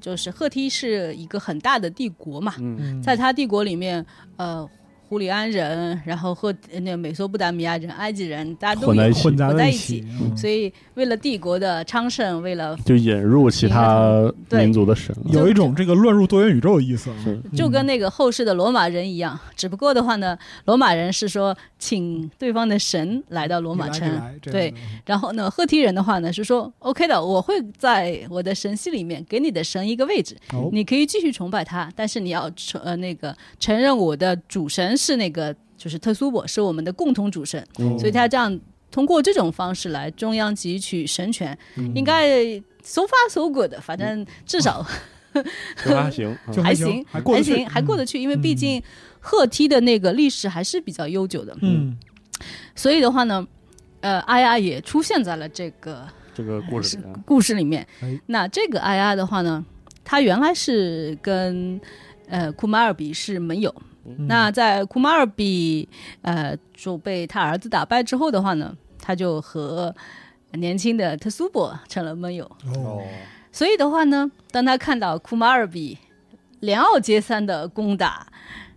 Speaker 4: 就是赫梯是一个很大的帝国嘛，
Speaker 2: 嗯
Speaker 3: 嗯
Speaker 4: 在他帝国里面，呃，胡里安人，然后赫那美索不达米亚人、埃及人，大家都
Speaker 2: 混在
Speaker 4: 有
Speaker 2: 一起
Speaker 3: 混杂
Speaker 4: 混
Speaker 3: 在
Speaker 4: 在
Speaker 3: 一
Speaker 4: 一
Speaker 3: 起
Speaker 4: 起，
Speaker 3: 嗯
Speaker 4: 所以为了帝国的昌盛，为了
Speaker 2: 就引入其他
Speaker 4: 对
Speaker 2: 民族的神了
Speaker 3: 有一种这个乱入多元宇宙的意思啊。
Speaker 2: 是
Speaker 4: 就跟那个后世的罗马人一样，只不过的话呢，罗马人是说请对方的神来到罗马
Speaker 3: 你来
Speaker 4: 城
Speaker 3: 你，来这
Speaker 4: 对
Speaker 3: 样的
Speaker 4: 然后呢，赫梯人的话呢是说 OK 的，我会在我的神系里面给你的神一个位置，
Speaker 3: 哦
Speaker 4: 你可以继续崇拜他，但是你要承呃那个承认我的主神是那个就是特苏伯，是我们的共同主神，
Speaker 3: 哦
Speaker 2: 嗯
Speaker 4: 所以他这样通过这种方式来中央汲取神权，
Speaker 3: 嗯
Speaker 4: 应该 so far so good，反正至少
Speaker 2: 觉得还行，啊
Speaker 3: 就
Speaker 4: 还
Speaker 3: 行
Speaker 4: 行，
Speaker 3: 还 (laughs) 过
Speaker 4: 还
Speaker 3: 得去
Speaker 4: 行，还过得去，因为毕
Speaker 3: 嗯
Speaker 4: 竟赫梯的那个历史还是比较悠久的，
Speaker 3: 嗯，
Speaker 4: 所以的话呢，呃，阿雅也出现在了这个。
Speaker 2: 这个故事里嗯面
Speaker 4: 故事里面。
Speaker 3: 哎
Speaker 4: 那这个艾亚的话呢，他原来是跟呃库马尔比是盟友。
Speaker 3: 嗯
Speaker 4: 那在库马尔比呃就被他儿子打败之后的话呢，他就和年轻的特苏伯成了盟友。
Speaker 3: 哦，
Speaker 4: 所以的话呢，当他看到库马尔比连奥接三的攻打。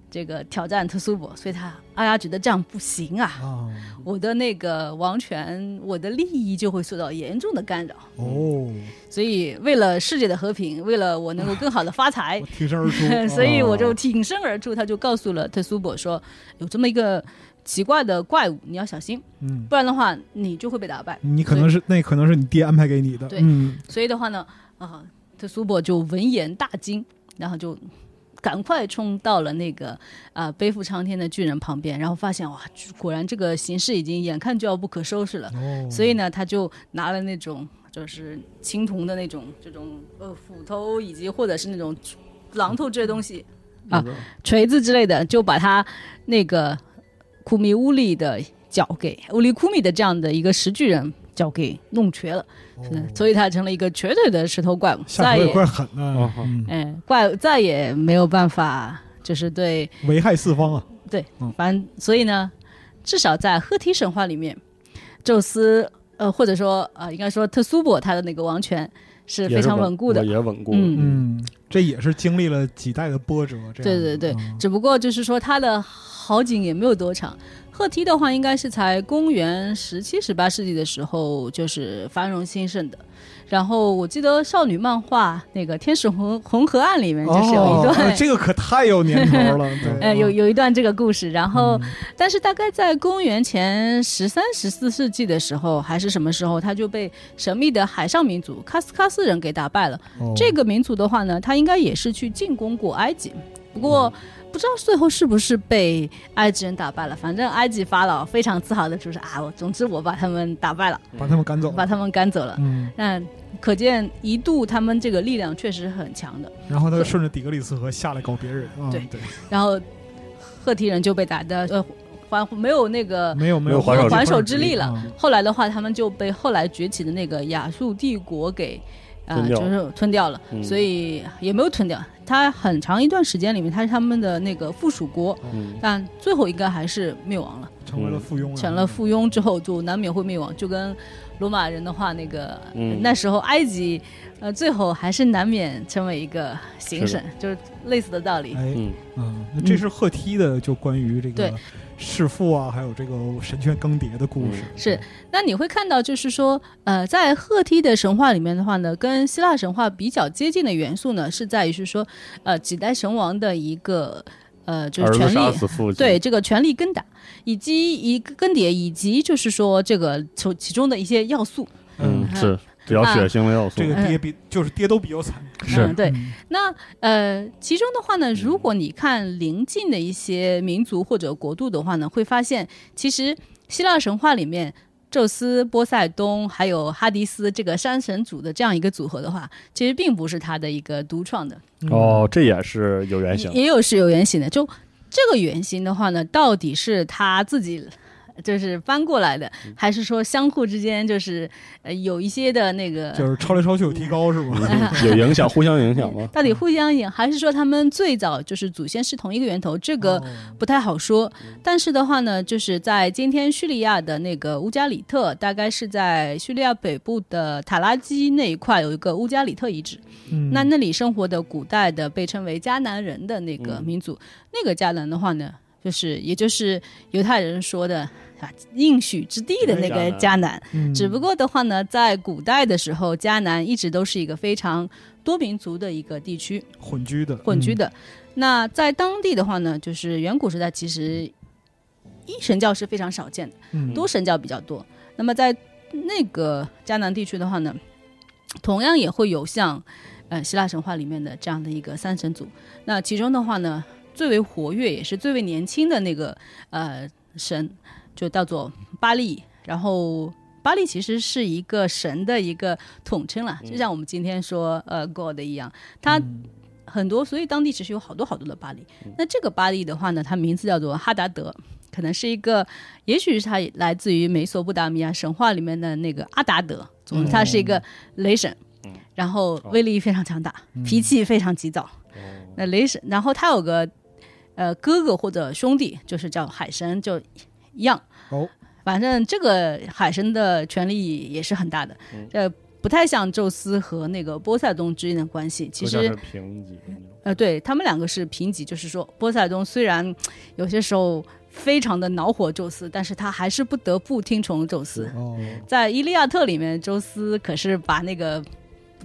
Speaker 4: 这个挑战特苏伯，所以他阿亚觉得这样不行啊，
Speaker 3: 啊，
Speaker 4: 我的那个王权，我的利益就会受到严重的干扰。
Speaker 3: 哦，
Speaker 4: 所以为了世界的和平，为了我能够更好的
Speaker 3: (laughs)
Speaker 4: 发财，
Speaker 3: 我，挺身而出
Speaker 4: 哎 (laughs)
Speaker 3: 啊
Speaker 4: 所以我就挺身而出。他就告诉了特苏伯说，有这么一个奇怪的怪物，你要小心，
Speaker 3: 嗯，
Speaker 4: 不然的话你就会被打败。
Speaker 3: 你可能是那可能是你爹安排给你的，
Speaker 4: 对
Speaker 3: 嗯，
Speaker 4: 所以的话呢，啊，特苏伯就闻言大惊，然后就。赶快冲到了那个啊、背负苍天的巨人旁边，然后发现哇，果然这个形势已经眼看就要不可收拾了。
Speaker 3: 哦，
Speaker 4: 所以呢，他就拿了那种就是青铜的那种这种呃斧头，以及或者是那种榔头这些东西、啊，锤子之类的，就把他那个库米乌里的脚给乌里库米的这样的一个石巨人脚给弄瘸了，
Speaker 3: 哦
Speaker 4: 嗯所以他成了一个瘸腿的石头怪物，
Speaker 3: 下
Speaker 4: 再
Speaker 3: 手也
Speaker 4: 也
Speaker 3: 怪狠
Speaker 2: 哦
Speaker 3: 呢，
Speaker 2: 好
Speaker 3: 嗯
Speaker 4: 嗯怪物再也没有办法就是对
Speaker 3: 危害四方啊，
Speaker 4: 反正所以呢，至少在赫梯神话里面，宙斯呃或者说呃应该说特苏伯他的那个王权是非常稳固的。
Speaker 2: 也稳固，
Speaker 4: 嗯，
Speaker 3: 嗯，这也是经历了几代的波折，这样，
Speaker 4: 对对对，
Speaker 3: 嗯
Speaker 4: 只不过就是说他的好景也没有多长。赫梯的话，应该是才公元十七、十八世纪的时候就是繁荣兴盛的。然后我记得少女漫画那个《天使红红河岸》里面就是有一
Speaker 3: 哦
Speaker 4: 段，
Speaker 3: 啊这个可太有年头
Speaker 4: (laughs)
Speaker 3: 了，对，
Speaker 4: 呃，有有一哦段这个故事。然后
Speaker 3: 嗯，
Speaker 4: 但是大概在公元前十三、十四世纪的时候，还是什么时候，他就被神秘的海上民族喀斯喀斯人给打败了。
Speaker 3: 哦
Speaker 4: 这个民族的话呢，他应该也是去进攻过埃及，不过不知道最后是不是被埃及人打败了。反正埃及法老非常自豪的就是啊，我总之我把他们打败了，
Speaker 3: 把他们赶走
Speaker 4: 把
Speaker 3: 了，
Speaker 4: 他们赶走了。
Speaker 3: 嗯，
Speaker 4: 那可见一度他们这个力量确实很强的。
Speaker 3: 然后他就顺着底格里斯河下来搞别人，啊
Speaker 4: 对
Speaker 3: 对，
Speaker 4: 然后赫梯人就被打的呃还没有那个
Speaker 3: 没有没有
Speaker 2: 没有还手之
Speaker 4: 呃还手之力了
Speaker 3: 嗯
Speaker 4: 后来的话，他们就被后来崛起的那个亚述帝国给，呃
Speaker 2: 吞，掉
Speaker 4: 就是吞掉了，
Speaker 2: 嗯
Speaker 4: 所以也没有吞掉。它很长一段时间里面，它是他们的那个附属国，
Speaker 2: 嗯
Speaker 4: 但最后应该还是灭亡了。
Speaker 3: 成为了附庸啊，
Speaker 4: 成了附庸之后，就难免会灭亡。就跟罗马人的话，那个、
Speaker 2: 嗯
Speaker 4: 那时候埃及，呃，最后还是难免成为一个行
Speaker 2: 是
Speaker 4: 省，就是类似的道理。
Speaker 3: 哎，
Speaker 2: 嗯，
Speaker 3: 嗯，那这是赫梯的，就关于这个
Speaker 4: 对
Speaker 3: 弑父啊，还有这个神权更迭的
Speaker 2: 嗯
Speaker 3: 故事。
Speaker 4: 是，那你会看到，就是说，呃，在赫梯的神话里面的话呢，跟希腊神话比较接近的元素呢，是在于是说，呃，几代神王的一个呃，就
Speaker 2: 儿
Speaker 4: 是
Speaker 2: 子
Speaker 4: 权
Speaker 2: 杀
Speaker 4: 力。
Speaker 2: 死父亲，
Speaker 4: 对这个权力更打，以及一个更迭，以及就是说这个从其中的一些要素，
Speaker 2: 嗯，是比较血腥的要素
Speaker 3: 这，个爹比就是爹都比较惨。
Speaker 2: 是
Speaker 4: 嗯，对，
Speaker 3: 嗯
Speaker 4: 那呃，其中的话呢，如果你看邻近的一些民族或者国度的话呢，会发现其实希腊神话里面。宙斯、波塞冬还有哈迪斯这个山神组的这样一个组合的话，其实并不是他的一个独创的，
Speaker 3: 嗯
Speaker 2: 哦，这也是有原型
Speaker 4: 也，也有是有原型的。就这个原型的话呢，到底是他自己就是搬过来的，还是说相互之间就是呃有一些的那个
Speaker 3: 嗯就是抄来抄去有提高是吗？
Speaker 4: 嗯
Speaker 2: 嗯有影响，互相影响
Speaker 4: (laughs)
Speaker 2: 吗？
Speaker 4: 到底互相演，还是说他们最早就是祖先是同一个源头？这个
Speaker 3: 哦
Speaker 4: 不太好说。但是的话呢，就是在今天叙利亚的那个乌加里特，大概是在叙利亚北部的塔拉基那一块有一个乌加里特遗址。
Speaker 3: 嗯
Speaker 4: 那那里生活的古代的被称为迦南人的那个
Speaker 2: 嗯
Speaker 4: 民族，那个迦南的话呢，就是也就是犹太人说的啊应许之地的那个迦南。
Speaker 3: 嗯
Speaker 4: 只不过的话呢，在古代的时候，迦南一直都是一个非常多民族的一个地区。
Speaker 3: 混居的，
Speaker 4: 混居
Speaker 3: 嗯
Speaker 4: 的。那在当地的话呢，就是远古时代其实一神教是非常少见的，
Speaker 3: 嗯
Speaker 4: 多神教比较多。那么在那个迦南地区的话呢，同样也会有像呃希腊神话里面的这样的一个三神组。那其中的话呢，最为活跃也是最为年轻的那个呃神，就叫做巴利。然后巴利其实是一个神的一个统称了，就像我们今天说呃 God 一样，它
Speaker 3: 嗯
Speaker 4: 很多，所以当地其实有好多好多的巴黎。那这个巴黎的话呢，它名字叫做哈达德，可能是一个，也许是它来自于美索不达米亚神话里面的那个阿达德。总之，他是一个雷神，然后威力非常强大，脾气非常急躁。
Speaker 2: 哦
Speaker 4: 那雷神，然后他有个呃哥哥或者兄弟，就是叫海神，就一样。
Speaker 3: 哦，
Speaker 4: 反正这个海神的权力也是很大的，这不太像宙斯和那个波塞冬之间的关系。其
Speaker 2: 就像
Speaker 4: 实
Speaker 2: 是评级那种
Speaker 4: 呃，对他们两个是平级，就是说波塞冬虽然有些时候非常的恼火宙斯，但是他还是不得不听从宙斯。
Speaker 3: 哦，
Speaker 4: 在《伊利亚特》里面，宙斯可是把那个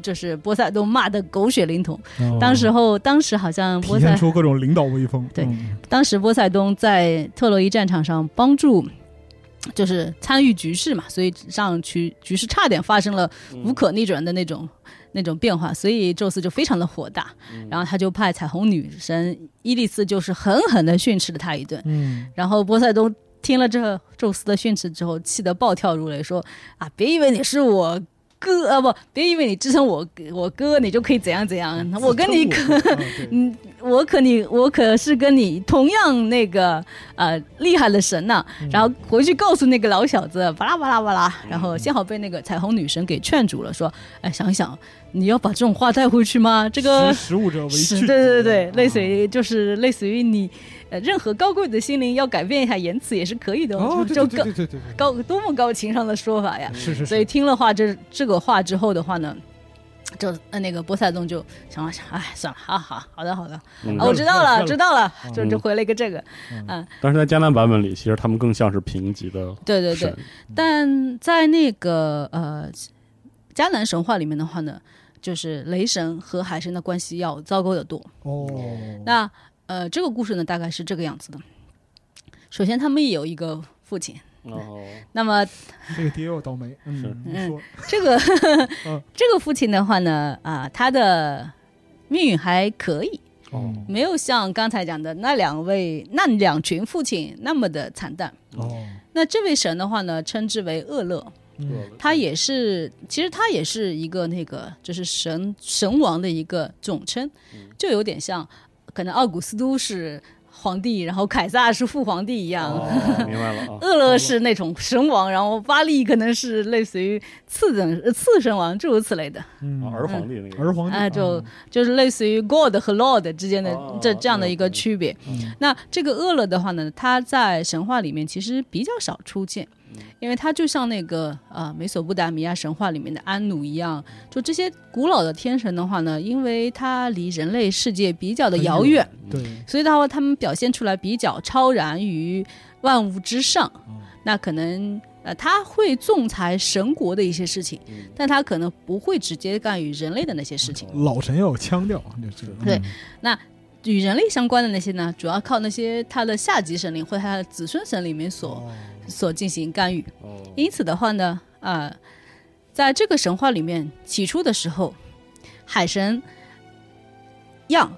Speaker 4: 就是波塞冬骂得狗血淋头。
Speaker 2: 哦
Speaker 4: 当时候，当时好像波
Speaker 3: 体
Speaker 4: 塞
Speaker 3: 现，出各种领导威风。
Speaker 4: 对
Speaker 3: 嗯
Speaker 4: 当时波塞冬在特洛伊战场上帮助。就是参与局势嘛，所以让局局势差点发生了无可逆转的那种、那种变化，所以宙斯就非常的火大，然后他就派彩虹女神伊丽丝就是狠狠的训斥了他一顿，
Speaker 3: 嗯，
Speaker 4: 然后波塞冬听了这宙斯的训斥之后，气得暴跳如雷，说：“啊，别以为你是我哥啊，不，别以为你支撑我我哥，你就可以怎样怎样。嗯
Speaker 3: 嗯
Speaker 4: 我跟 (laughs) 你可，
Speaker 3: 啊对
Speaker 4: 嗯，我可你我可是跟你同样那个呃厉害的神呐、
Speaker 3: 嗯
Speaker 4: 然后回去告诉那个老小子，巴拉巴拉巴拉。然后幸好被那个彩虹女神给劝阻了，说：哎，想一想，你要把这种话带回去吗？这个
Speaker 3: 识时务者为嗯啊
Speaker 4: 是
Speaker 3: 俊，
Speaker 4: 对对对，类似于就是类似于你，呃，任何高贵的心灵要改变一下言辞也是可以的，
Speaker 3: 哦，
Speaker 4: 就
Speaker 3: 对对
Speaker 4: 就
Speaker 3: 对对对对对，
Speaker 4: 高高多么高情商的说法呀！
Speaker 3: 是是
Speaker 4: 所以
Speaker 3: 是，
Speaker 4: 听了话这这个话之后的话呢，就呃那个波塞冬就想了想，哎，算了，好好好的好的，
Speaker 2: 嗯
Speaker 4: 啊，我知道了，知道了，
Speaker 3: 嗯
Speaker 4: 就就回了一个这个，
Speaker 2: 但是在加南版本里，其实他们更像是评级的
Speaker 4: 对对对
Speaker 2: 神。，
Speaker 4: 但在那个呃迦南神话里面的话呢，就是雷神和海神的关系要糟糕得多。
Speaker 3: 哦，
Speaker 4: 那呃，这个故事呢，大概是这个样子的。首先，他们也有一个父亲。
Speaker 2: 哦，
Speaker 4: 那么
Speaker 3: 这个爹又倒霉，
Speaker 2: 是
Speaker 3: 嗯，你说 (laughs)
Speaker 4: 这个 (laughs)
Speaker 3: 嗯
Speaker 4: 这个父亲的话呢，啊、他的命运还可以，
Speaker 3: 哦
Speaker 4: 没有像刚才讲的那两位那两群父亲那么的惨淡。
Speaker 3: 哦，
Speaker 4: 那这位神的话呢，称之为厄勒，
Speaker 3: 嗯
Speaker 4: 他也是，其实他也是一个那个，就是神神王的一个总称，
Speaker 2: 嗯
Speaker 4: 就有点像，可能奥古斯都是皇帝，然后凯撒是父皇帝一样，
Speaker 2: 哦明白了啊，
Speaker 4: 厄勒是那种神王，然后巴利可能是类似于次等呃次神王，诸如此类的，
Speaker 3: 嗯，
Speaker 2: 啊儿皇帝那个
Speaker 3: 儿皇帝嗯
Speaker 4: 哎就就是类似于 God 和 Lord 之间的
Speaker 2: 哦
Speaker 4: 这这样的一个区别。
Speaker 3: 嗯
Speaker 4: 那这个厄勒的话呢，它在神话里面其实比较少出现，因为它就像那个呃美索不达米亚神话里面的安努一样，就这些古老的天神的话呢，因为它离人类世界比较的
Speaker 3: 很
Speaker 4: 遥
Speaker 3: 远
Speaker 4: 远，
Speaker 3: 对，
Speaker 4: 所以的话，他们表现出来比较超然于万物之上。那可能呃，他会仲裁神国的一些事情，但他可能不会直接干与人类的那些事情。
Speaker 3: 老神要有腔调，就是嗯
Speaker 4: 对，与人类相关的那些呢，主要靠那些他的下级神灵或他的子孙神里面所
Speaker 3: 哦，
Speaker 4: 所进行干预。
Speaker 2: 哦
Speaker 4: 因此的话呢，啊，在这个神话里面，起初的时候，海神样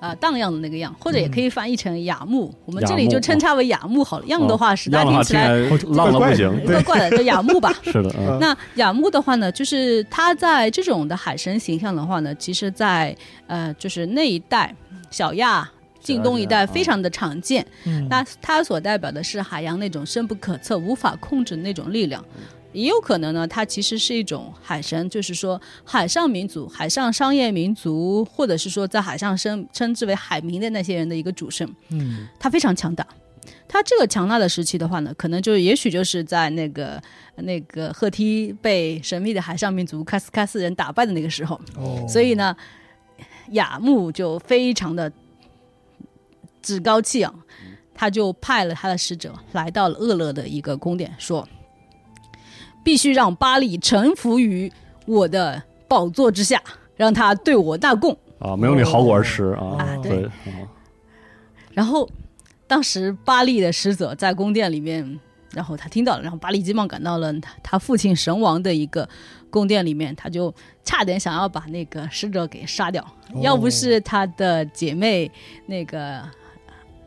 Speaker 4: 啊、荡漾的那个样，或者也可以翻译成雅木，我们这里
Speaker 2: 雅木
Speaker 4: 就称它为雅木好了。样的话，实在
Speaker 2: 样的话
Speaker 4: 听起
Speaker 2: (laughs)
Speaker 4: 来哦
Speaker 2: 听起来浪了不行，
Speaker 4: 怪怪的，就雅木吧。 (laughs)
Speaker 2: 是的，嗯
Speaker 4: 那雅木的话呢，就是他在这种的海神形象的话呢，其实在呃，就是那一带小亚。啊近东一带非常的常见，
Speaker 3: 嗯
Speaker 4: 那它所代表的是海洋那种深不可测、无法控制的那种力量，也有可能呢，它其实是一种海神，就是说海上民族、海上商业民族，或者是说在海上称称之为海民的那些人的一个主神。
Speaker 3: 嗯
Speaker 4: 它非常强大。它这个强大的时期的话呢，可能就也许就是在那个呃那个赫梯被神秘的海上民族喀斯喀斯人打败的那个时候，
Speaker 3: 哦，
Speaker 4: 所以呢，雅木就非常的趾高气扬，他就派了他的使者来到了厄勒的一个宫殿，说必须让巴利臣服于我的宝座之下，让他对我纳贡。
Speaker 2: 啊啊，没有你好果儿吃
Speaker 3: 哦
Speaker 2: 啊
Speaker 4: 啊，对
Speaker 2: 对，
Speaker 4: 然后当时巴利的使者在宫殿里面，然后他听到了，然后巴利急忙赶到了他他父亲神王的一个宫殿里面，他就差点想要把那个使者给杀掉，
Speaker 3: 哦
Speaker 4: 要不是他的姐妹那个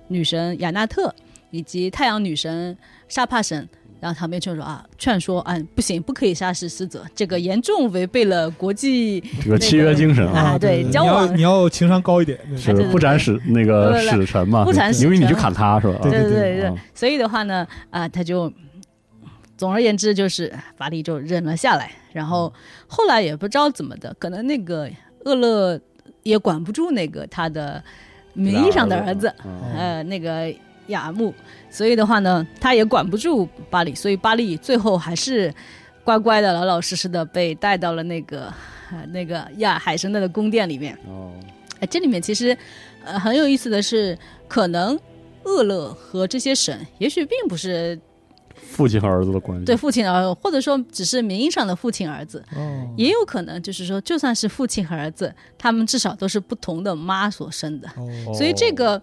Speaker 4: 女神雅纳特以及太阳女神沙帕神。然后他们劝说啊，劝说啊，不行，不可以杀死使者，这个严重违背了国际
Speaker 2: 这个契约精神啊，
Speaker 4: 啊对交
Speaker 3: 你要
Speaker 4: 往
Speaker 3: 你要情商高一点，对
Speaker 2: 是
Speaker 4: 对对
Speaker 2: 不斩使那个
Speaker 4: 对对
Speaker 2: 使
Speaker 4: 对
Speaker 2: 臣嘛，
Speaker 4: 不斩使
Speaker 2: 因为你
Speaker 4: 臣
Speaker 2: 去砍他是吧？
Speaker 3: 对哦
Speaker 4: 对对
Speaker 2: 啊
Speaker 4: 所以的话呢，啊、他就总而言之就是法力就忍了下来，然后后来也不知道怎么的，可能那个厄勒也管不住那个他的名义上的儿子，，
Speaker 2: 嗯
Speaker 3: 哦
Speaker 4: 呃，那个雅木，所以的话呢，他也管不住巴利，所以巴利最后还是乖乖的、老老实实的被带到了那个、呃、那个亚海神的宫殿里面。
Speaker 2: 哦，
Speaker 4: 哎，这里面其实，呃，很有意思的是，可能厄勒和这些神，也许并不是
Speaker 2: 父亲和儿子的关系，
Speaker 4: 对父亲儿，或者说只是名义上的父亲儿子，
Speaker 3: 哦
Speaker 4: 也有可能就是说，就算是父亲和儿子，他们至少都是不同的妈所生的。
Speaker 3: 哦
Speaker 4: 所以这个，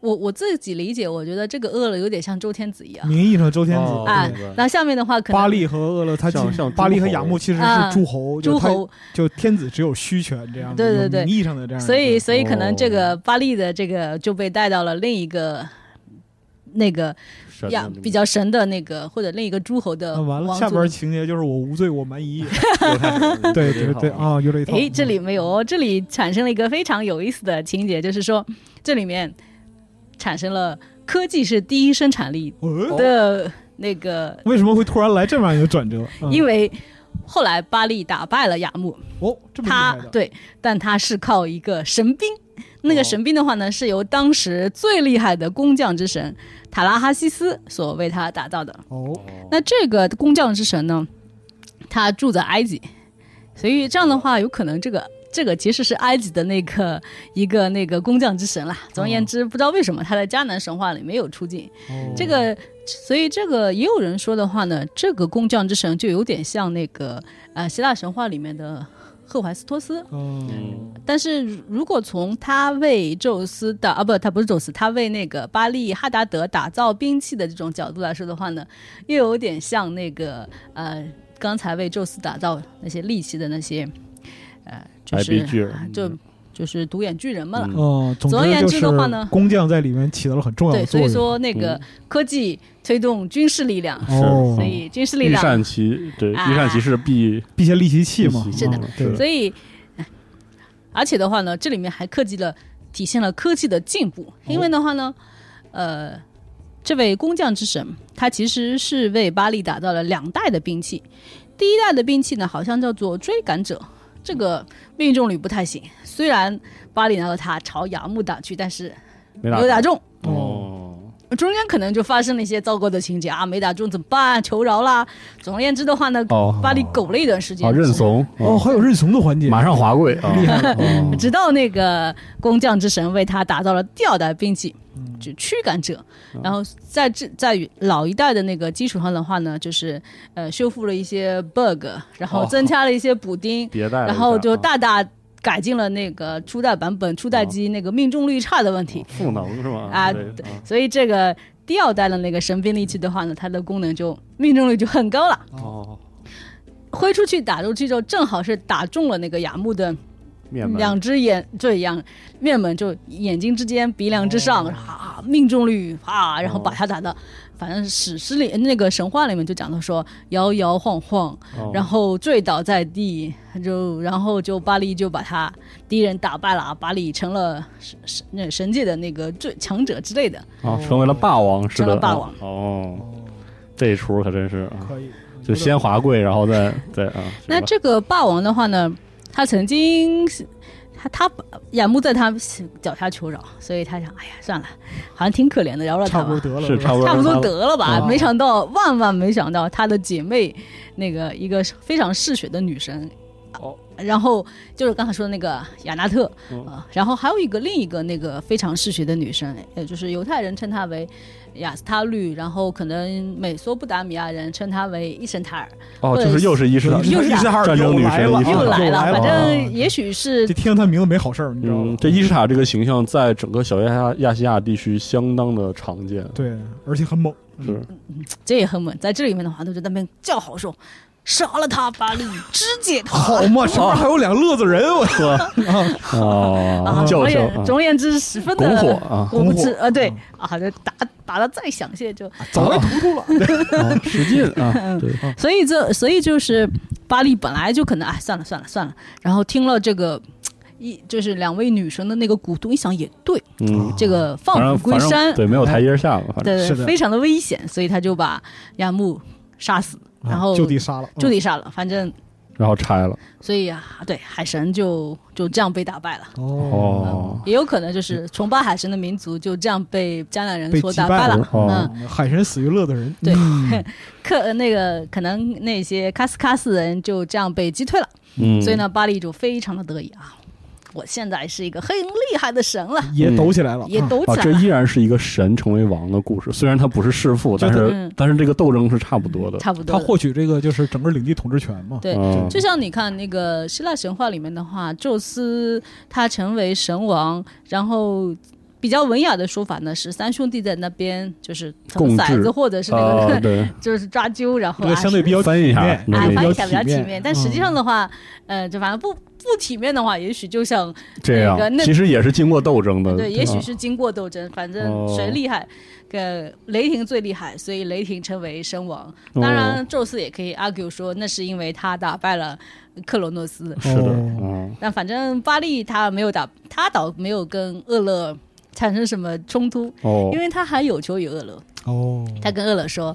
Speaker 4: 我我自己理解，我觉得这个厄勒有点像周天子一样。
Speaker 3: 名义上周天子
Speaker 2: 哦
Speaker 4: 啊
Speaker 3: 对
Speaker 2: 明白
Speaker 4: 那下面的话，可能
Speaker 3: 巴利和厄勒，他
Speaker 2: 像
Speaker 3: 其实
Speaker 2: 像诸
Speaker 3: 哦巴利和雅
Speaker 2: 侯
Speaker 3: 木其实
Speaker 4: 啊
Speaker 3: 是诸侯，就
Speaker 4: 诸
Speaker 3: 他
Speaker 4: 侯，
Speaker 3: 就天子只有虚权这样的，
Speaker 4: 对对
Speaker 3: 有
Speaker 4: 对
Speaker 3: 名义上的这样的，
Speaker 4: 所以所以可能这
Speaker 2: 哦
Speaker 4: 个巴利的这个就被带到了另一个。那个
Speaker 2: 神
Speaker 4: 呀
Speaker 2: 的那，个
Speaker 4: 比较神的那个或者另一个诸侯的哎
Speaker 3: 那完了，
Speaker 4: 王
Speaker 3: 下
Speaker 4: 族
Speaker 3: 边情节就是我无罪我蛮夷，
Speaker 2: 犹 (laughs) 太人
Speaker 3: (laughs) 对对对，
Speaker 2: 好
Speaker 3: 啊，有这一套。
Speaker 4: 诶，这里没有哦，这里产生了一个非常有意思的情节，就是说这里面产生了科技是第一生产力
Speaker 3: 哦，
Speaker 4: 的那个，
Speaker 3: 为什么会突然来这么样一个转
Speaker 4: (laughs)
Speaker 3: 折？嗯
Speaker 4: 因为后来巴利打败了雅木，
Speaker 3: 哦，这么厉
Speaker 4: 他
Speaker 3: 害的，哦
Speaker 4: 对，但他是靠一个神兵。那个神兵的话呢，是由当时最厉害的工匠之神塔拉哈西斯所为他打造的。
Speaker 3: 哦，
Speaker 4: 那这个工匠之神呢，他住在埃及，所以这样的话，有可能这个这个其实是埃及的那个一个那个工匠之神啦。总而言之，不知道为什么他在迦南神话里没有出镜。
Speaker 3: 哦
Speaker 4: 这个，所以这个也有人说的话呢，这个工匠之神就有点像那个呃希腊神话里面的赫淮斯托斯。
Speaker 3: 嗯，
Speaker 4: 但是如果从他为宙斯的啊不，他不是宙斯，他为那个巴利哈达德打造兵器的这种角度来说的话呢，又有点像那个呃刚才为宙斯打造那些利器的那些呃就
Speaker 2: 白
Speaker 4: 是
Speaker 2: 臂巨人
Speaker 4: 啊就就是独眼巨人们了。
Speaker 2: 嗯
Speaker 3: 哦，总
Speaker 4: 总而
Speaker 3: 之
Speaker 4: 言
Speaker 3: 就
Speaker 4: 之的话呢
Speaker 3: 是工匠在里面起到了很重要
Speaker 4: 对，
Speaker 3: 的
Speaker 2: 哦
Speaker 4: 所
Speaker 3: 作用。
Speaker 4: 以说那
Speaker 2: 嗯
Speaker 4: 个科技推动军事力量，
Speaker 2: 是
Speaker 3: 哦
Speaker 4: 所以军事力
Speaker 2: 御
Speaker 4: 量，
Speaker 2: 膳骑对
Speaker 4: 啊
Speaker 2: 御膳骑士必
Speaker 3: 避邪利其器嘛，
Speaker 2: 是
Speaker 4: 的
Speaker 3: 啊
Speaker 2: 是的
Speaker 3: 对，
Speaker 4: 所以哎而且的话呢，这里面还科技了体现了科技的进步，因为的话呢，呃，这位工匠之神他其实是为巴利打造了两代的兵器，第一代的兵器呢好像叫做追赶者。这个命中率不太行，虽然巴利拿到它朝雅木打去，但是
Speaker 2: 没
Speaker 4: 没有打中，
Speaker 2: 哦，
Speaker 4: 中间可能就发生了一些糟糕的情节啊，没打中怎么办？求饶啦！总而言之的话呢，
Speaker 2: 哦
Speaker 4: 巴利狗了一段时间，
Speaker 2: 啊认怂
Speaker 3: 哦，还有认怂的环节，
Speaker 2: 马上滑跪啊，
Speaker 3: 厉害
Speaker 4: (laughs)
Speaker 3: 了
Speaker 2: 哦
Speaker 4: 直到那个工匠之神为他打造了第二代兵器，
Speaker 2: 嗯
Speaker 4: 就驱赶者。然后在这在老一代的那个基础上的话呢，就是呃修复了一些 bug，然后
Speaker 2: 哦
Speaker 4: 增加了一些补丁，
Speaker 2: 迭代了一下，
Speaker 4: 然后就
Speaker 2: 啊
Speaker 4: 大大改进了那个初代版本初代机那个命中率差的问题。
Speaker 2: 哦赋能是吗？
Speaker 4: 啊
Speaker 2: 对
Speaker 4: 对
Speaker 2: 啊
Speaker 4: 所以这个第二代的那个神兵利器的话呢，它的功能就命中率就很高了。
Speaker 2: 哦，
Speaker 4: 挥出去打出去之后，正好是打中了那个雅木的
Speaker 2: 面门
Speaker 4: 两只眼，对两面门就眼睛之间，鼻梁之上，
Speaker 2: 哦
Speaker 4: 啊，命中率啊，然后把他打的，反正史诗里那个神话里面就讲到说摇摇晃晃，
Speaker 2: 哦
Speaker 4: 然后坠倒在地，就然后就巴利就把他敌人打败了，巴利成了神神那神界的那个最强者之类的，
Speaker 2: 啊，成为了霸王似的，
Speaker 4: 成了霸
Speaker 2: 啊
Speaker 4: 王
Speaker 2: 哦，这一出可真是啊，
Speaker 3: 可以，
Speaker 2: 就先滑跪，然后再再啊，
Speaker 4: 那
Speaker 2: 行吧
Speaker 4: 这个霸王的话呢，他曾经是他他雅木在他脚下求饶，所以他想，哎呀，算了，好像挺可怜的，饶了
Speaker 3: 差
Speaker 4: 他
Speaker 3: 不多得
Speaker 4: 吧。
Speaker 3: 了，
Speaker 2: 是
Speaker 3: 吧
Speaker 2: 差不多
Speaker 4: 差不多
Speaker 2: 让他
Speaker 4: 得了吧，
Speaker 3: 啊
Speaker 4: 没想到，万万没想到，他的姐妹，那个一个非常嗜血的女神，
Speaker 2: 哦
Speaker 4: 然后就是刚才说的那个雅纳特，
Speaker 2: 嗯
Speaker 4: 呃然后还有一个另一个那个非常嗜血的女生，呃，就是犹太人称她为雅斯塔律，然后可能美索不达米亚人称他为伊什塔尔，
Speaker 2: 哦，
Speaker 4: 或者
Speaker 2: 就是又是伊斯兰
Speaker 4: 又是
Speaker 3: 伊斯哈尔
Speaker 2: 战争
Speaker 3: 又
Speaker 2: 女神
Speaker 3: 来了，
Speaker 2: 伊斯塔
Speaker 3: 啊
Speaker 4: 又
Speaker 2: 尔
Speaker 4: 来
Speaker 3: 了，
Speaker 4: 了。反
Speaker 2: 哦
Speaker 4: 正也许是
Speaker 3: 这听他名字没好事儿，你知道
Speaker 2: 嗯
Speaker 3: 吗，？
Speaker 2: 这伊什塔这个形象在整个小亚亚细亚地区相当的常见，
Speaker 3: 对，而且很猛，
Speaker 2: 是
Speaker 4: 这也很稳，在这里面的话，都是那边叫好说，杀了他，把你肢解
Speaker 2: 哦
Speaker 4: 他。
Speaker 3: 好嘛，上面还有两个乐子人，我
Speaker 2: 是吧？啊，
Speaker 4: (laughs) 啊，
Speaker 2: 叫
Speaker 4: 总而
Speaker 2: 声
Speaker 4: 言
Speaker 2: 啊，
Speaker 4: 总而言之，十分
Speaker 2: 拱火
Speaker 4: 的
Speaker 2: 啊，
Speaker 4: (laughs) 我不知
Speaker 3: 拱火嗯
Speaker 4: 呃，对啊，就打打的再详细就，
Speaker 3: 早该突出了。
Speaker 2: 啊使劲
Speaker 4: (laughs)
Speaker 2: 啊，对，
Speaker 4: 所以这所以就是巴利本来就可能哎算了算了算了，然后听了这个。一就是两位女神的那个鼓动，一想也对，
Speaker 3: 哦
Speaker 2: 嗯，
Speaker 4: 这个
Speaker 2: 反
Speaker 4: 啊放
Speaker 2: 正
Speaker 4: 虎归
Speaker 2: 反正
Speaker 4: 山，哎
Speaker 2: 对，没有台阶下嘛，反正
Speaker 4: 对
Speaker 3: 是的
Speaker 4: 非常的危险，所以他就把亚木杀死，然后
Speaker 3: 啊就地杀了，
Speaker 4: 就地杀了，反正
Speaker 2: 然后拆了，
Speaker 4: 所以啊，对海神就就这样被打败了。
Speaker 3: 嗯哦，
Speaker 2: 哦，
Speaker 4: 也有可能就是崇拜海神的民族就这样被迦南人
Speaker 3: 嗯被
Speaker 4: 所
Speaker 3: 击
Speaker 4: 打
Speaker 3: 败
Speaker 4: 败
Speaker 3: 了嗯
Speaker 4: 了。
Speaker 2: 哦，
Speaker 3: 海神死于乐的人，
Speaker 4: 对，
Speaker 3: 嗯
Speaker 4: (laughs) 克呃那个可能那些喀斯喀斯人就这样被击退了，
Speaker 2: 嗯，
Speaker 4: 所以呢，巴利就非常的得意啊，我现在是一个很厉害的神了，
Speaker 3: 也抖起来了，
Speaker 4: 也
Speaker 3: 啊
Speaker 4: 抖
Speaker 2: 啊，
Speaker 4: 起
Speaker 2: 这
Speaker 4: 来了。
Speaker 2: 依然是一个神成为王的故事，虽然他不是弑父，但是
Speaker 4: 嗯
Speaker 2: 但是这个斗争是差不多的，
Speaker 4: 差不多
Speaker 3: 嗯他
Speaker 4: 了，
Speaker 3: 获取这个就是整个领地统治权嘛，
Speaker 4: 对
Speaker 2: 嗯
Speaker 4: 就像你看那个希腊神话里面的话，宙斯他成为神王，然后比较文雅的说法呢是三兄弟在那边就是捅
Speaker 2: 共治
Speaker 4: 骰子或者是那个、 (laughs)
Speaker 2: 啊，对，
Speaker 4: 就是抓阄，然后
Speaker 3: 这个
Speaker 4: 啊
Speaker 3: 相对比较
Speaker 2: 翻译一下
Speaker 3: 体面嗯
Speaker 4: 啊
Speaker 2: 嗯，
Speaker 4: 翻
Speaker 3: 比
Speaker 4: 译
Speaker 3: 较
Speaker 4: 起来比
Speaker 3: 体
Speaker 4: 较体
Speaker 3: 面
Speaker 4: 面，但实际上的话，呃，就反正不不体面的话，也许就像
Speaker 2: 这样
Speaker 4: 那个那
Speaker 2: 其实也是经过斗争的，
Speaker 4: 对，也许
Speaker 2: 啊
Speaker 4: 是经过斗争，反正
Speaker 2: 哦
Speaker 4: 谁厉害，呃，雷霆最厉害，所以雷霆成为神王。
Speaker 2: 哦
Speaker 4: 当然，宙斯也可以 argue 说，那是因为他打败了克罗诺斯。
Speaker 2: 是的，
Speaker 3: 哦
Speaker 2: 嗯，
Speaker 4: 但反正巴利他没有打，他倒没有跟厄勒产生什么冲突，
Speaker 2: 哦
Speaker 4: 因，为他还有求于厄勒。
Speaker 3: 哦，
Speaker 4: 他跟厄勒说：“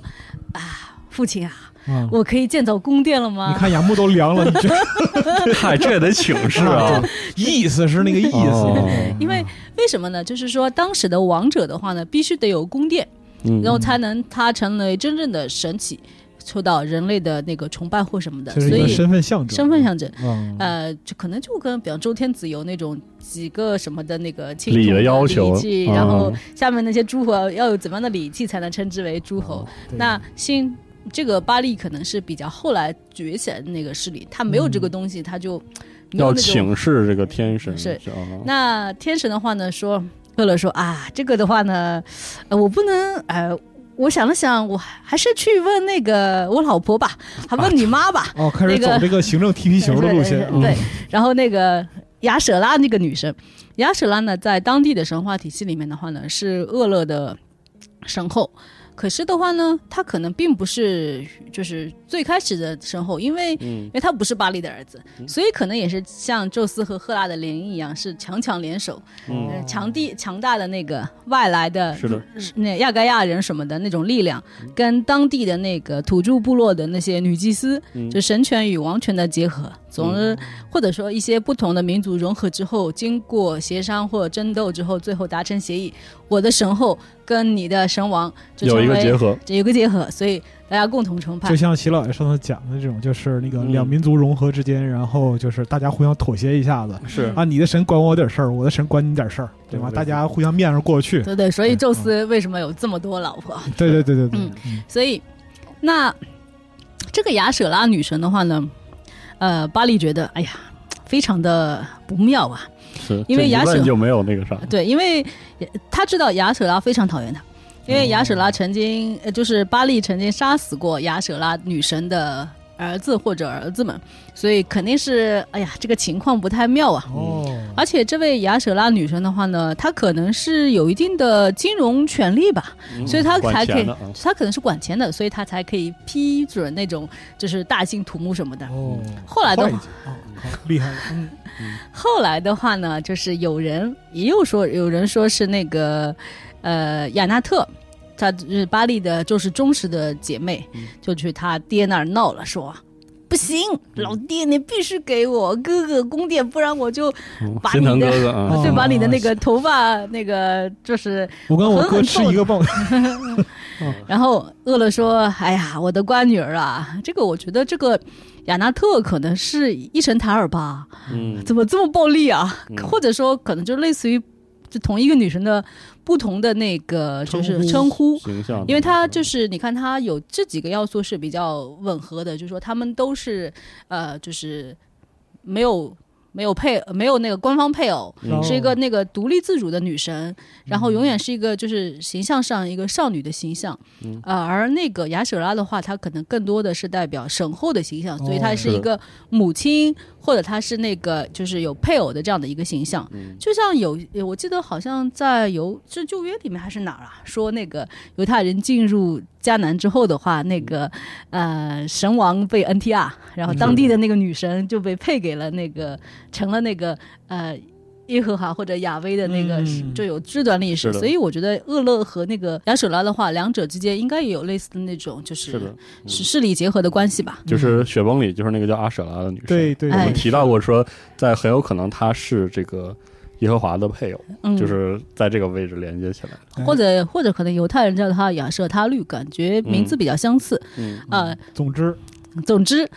Speaker 4: 啊，父亲啊，
Speaker 3: 啊
Speaker 4: 我可以建造宫殿了吗？”
Speaker 3: 你看雅木都凉了，你觉得
Speaker 2: 嗨，这也得请示
Speaker 4: (laughs)
Speaker 2: 啊，
Speaker 3: (laughs) 意思是那个意
Speaker 2: 哦
Speaker 3: 思，
Speaker 4: 因为为什么呢？就是说，当时的王者的话呢，必须得有宫殿，
Speaker 2: 嗯
Speaker 4: 然后才能他成为真正的神祇，受到人类的那个崇拜或什么的。
Speaker 3: 这是
Speaker 4: 所
Speaker 3: 一个
Speaker 4: 以
Speaker 3: 身份象征，
Speaker 4: 身份象征，
Speaker 3: 嗯，
Speaker 4: 呃，就可能就跟比方周天子有那种几个什么的那个庆
Speaker 2: 礼
Speaker 4: 祝
Speaker 2: 的
Speaker 4: 的
Speaker 2: 要求
Speaker 4: 礼器，
Speaker 2: 嗯
Speaker 4: 然后下面那些诸侯要有怎么样的礼器才能称之为诸侯？
Speaker 3: 哦对
Speaker 4: 那新这个巴利可能是比较后来崛起来的那个势力，他没有这个东西，他就没有
Speaker 2: 要
Speaker 4: 那种
Speaker 2: 请示这个天神，
Speaker 4: 是
Speaker 2: 啊，
Speaker 4: 那天神的话呢，说乐乐说啊，这个的话呢，呃、我不能呃。我想了想，我还是去问那个我老婆吧，还问你妈
Speaker 3: (laughs)
Speaker 4: 吧。
Speaker 3: 哦，开始走
Speaker 4: 那个
Speaker 3: 这个行政踢皮球的路线，嗯
Speaker 4: 对对对然后那个雅舍拉那个女神，雅舍拉呢，在当地的神话体系里面的话呢，是厄勒的神后。可是的话呢，她可能并不是就是最开始的神后，因为
Speaker 2: 嗯
Speaker 4: 因为他不是巴利的儿子，所以可能也是像宙斯和赫拉的联姻一样，是强强联手，
Speaker 2: 嗯
Speaker 4: 呃强地强大的那个外来的嗯
Speaker 2: 是的，嗯
Speaker 4: 那亚该亚人什么的那种力量，跟当地的那个土著部落的那些女祭司，
Speaker 2: 嗯
Speaker 4: 就神权与王权的结合，总之、或者说一些不同的民族融合之后，经过协商或者争斗之后，最后达成协议，我的神后跟你的神王就成
Speaker 2: 有一
Speaker 4: 为
Speaker 2: 个结，合，
Speaker 4: 有一个结合，所以大家共同崇拜
Speaker 3: 就。像齐老爷上次讲的这种，就是那个
Speaker 2: 嗯
Speaker 3: 两民族融合之间，然后就是大家互相妥协一下子
Speaker 4: 嗯
Speaker 2: 是
Speaker 3: 啊，你的神管我点事儿，我的神管你点事儿，对吧？
Speaker 2: 对对对
Speaker 3: 大家互相面上过去，
Speaker 4: 对对，所以
Speaker 2: 嗯
Speaker 3: 对
Speaker 4: 宙斯为什么有这么多老婆？
Speaker 3: 对对对对对
Speaker 4: 嗯，所以，那这个雅舍拉女神的话呢，呃，巴利觉得，哎呀，非常的不妙啊。
Speaker 2: 是，
Speaker 4: 因为
Speaker 2: 这一
Speaker 4: 雅
Speaker 2: 问
Speaker 4: 舍
Speaker 2: 就没有那个啥，
Speaker 4: 对，因为他知道雅舍拉非常讨厌他，因为雅舍拉曾经，呃，就是巴利曾经杀死过雅舍拉女神的儿子或者儿子们，所以肯定是，哎呀，这个情况不太妙啊。
Speaker 3: 哦，
Speaker 4: 而且这位雅舍拉女神的话呢，她可能是有一定的金融权利吧， (laughs) 所以他
Speaker 2: 管
Speaker 4: 才可
Speaker 2: 钱
Speaker 4: 以
Speaker 2: 的啊，
Speaker 4: 她可能是管钱的，所以她才可以批准那种就是大兴土木什么的。
Speaker 3: 哦，
Speaker 4: 后来的
Speaker 3: 会计啊，好厉害了，嗯，
Speaker 4: 后来的话呢，就是有人也有说，有人说是那个呃雅纳特，她就是巴利的，就是忠实的姐妹，
Speaker 3: 嗯
Speaker 4: 就去她爹那儿闹了，说。不行，
Speaker 3: 嗯
Speaker 4: 老爹，你必须给我哥哥宫殿，不然我就
Speaker 2: 嗯
Speaker 4: 把
Speaker 2: 心
Speaker 4: 你
Speaker 2: 疼哥
Speaker 4: 的
Speaker 2: 哥啊，
Speaker 4: (laughs)
Speaker 3: 哦
Speaker 4: 对把你的那个头发那个就是
Speaker 3: 我跟我哥
Speaker 4: 很
Speaker 3: 吃一个棒，
Speaker 4: 然后饿了说：“哎呀，我的乖女儿啊，这个我觉得这个雅纳特可能是伊什塔尔吧，
Speaker 2: 嗯
Speaker 4: 怎么这么暴力啊？
Speaker 2: 嗯
Speaker 4: 或者说可能就类似于就同一个女神的不同的那个就是称
Speaker 3: 称
Speaker 4: 呼，
Speaker 2: 嗯形象，
Speaker 4: 因为它就是你看，它有这几个要素是比较吻合的，就是说他们都是呃，就是没有没有配没有那个官方配偶，
Speaker 2: 嗯
Speaker 4: 是一个那个独立自主的女神，然后永远是一个就是形象上一个少女的形象，
Speaker 2: 嗯
Speaker 4: 呃，而那个雅舍拉的话，她可能更多的是代表神后的形象，所以她
Speaker 3: 哦
Speaker 4: 是一
Speaker 2: 是
Speaker 4: 个母亲或者她是那个就是有配偶的这样的一个形象，
Speaker 2: 嗯
Speaker 4: 就像有，呃我记得好像在犹是旧约里面还是哪儿啊，说那个犹太人进入迦南之后的话，那个呃神王被 NTR，然后当地的那个女神就被配给了那个成了那个呃耶和华或者亚威的那个、
Speaker 3: 嗯
Speaker 4: 就有这段历史，
Speaker 2: 是的
Speaker 4: 所以我觉得厄勒和那个雅舍拉的话，两者之间应该也有类似的那种就是
Speaker 2: 是的，嗯
Speaker 4: 是势力结合的关系吧。
Speaker 2: 就是雪崩里就是那个叫阿舍拉的女神，
Speaker 3: 嗯对对，
Speaker 2: 我
Speaker 4: 哎
Speaker 2: 们提到过说，在很有可能她是这个耶和华的配偶，
Speaker 4: 嗯，
Speaker 2: 就是在这个位置连接起来的。
Speaker 4: 或者或者可能犹太人叫他亚舍他律，感觉名字比较相似。
Speaker 2: 嗯
Speaker 4: 呃，
Speaker 3: 总之，
Speaker 4: 总之，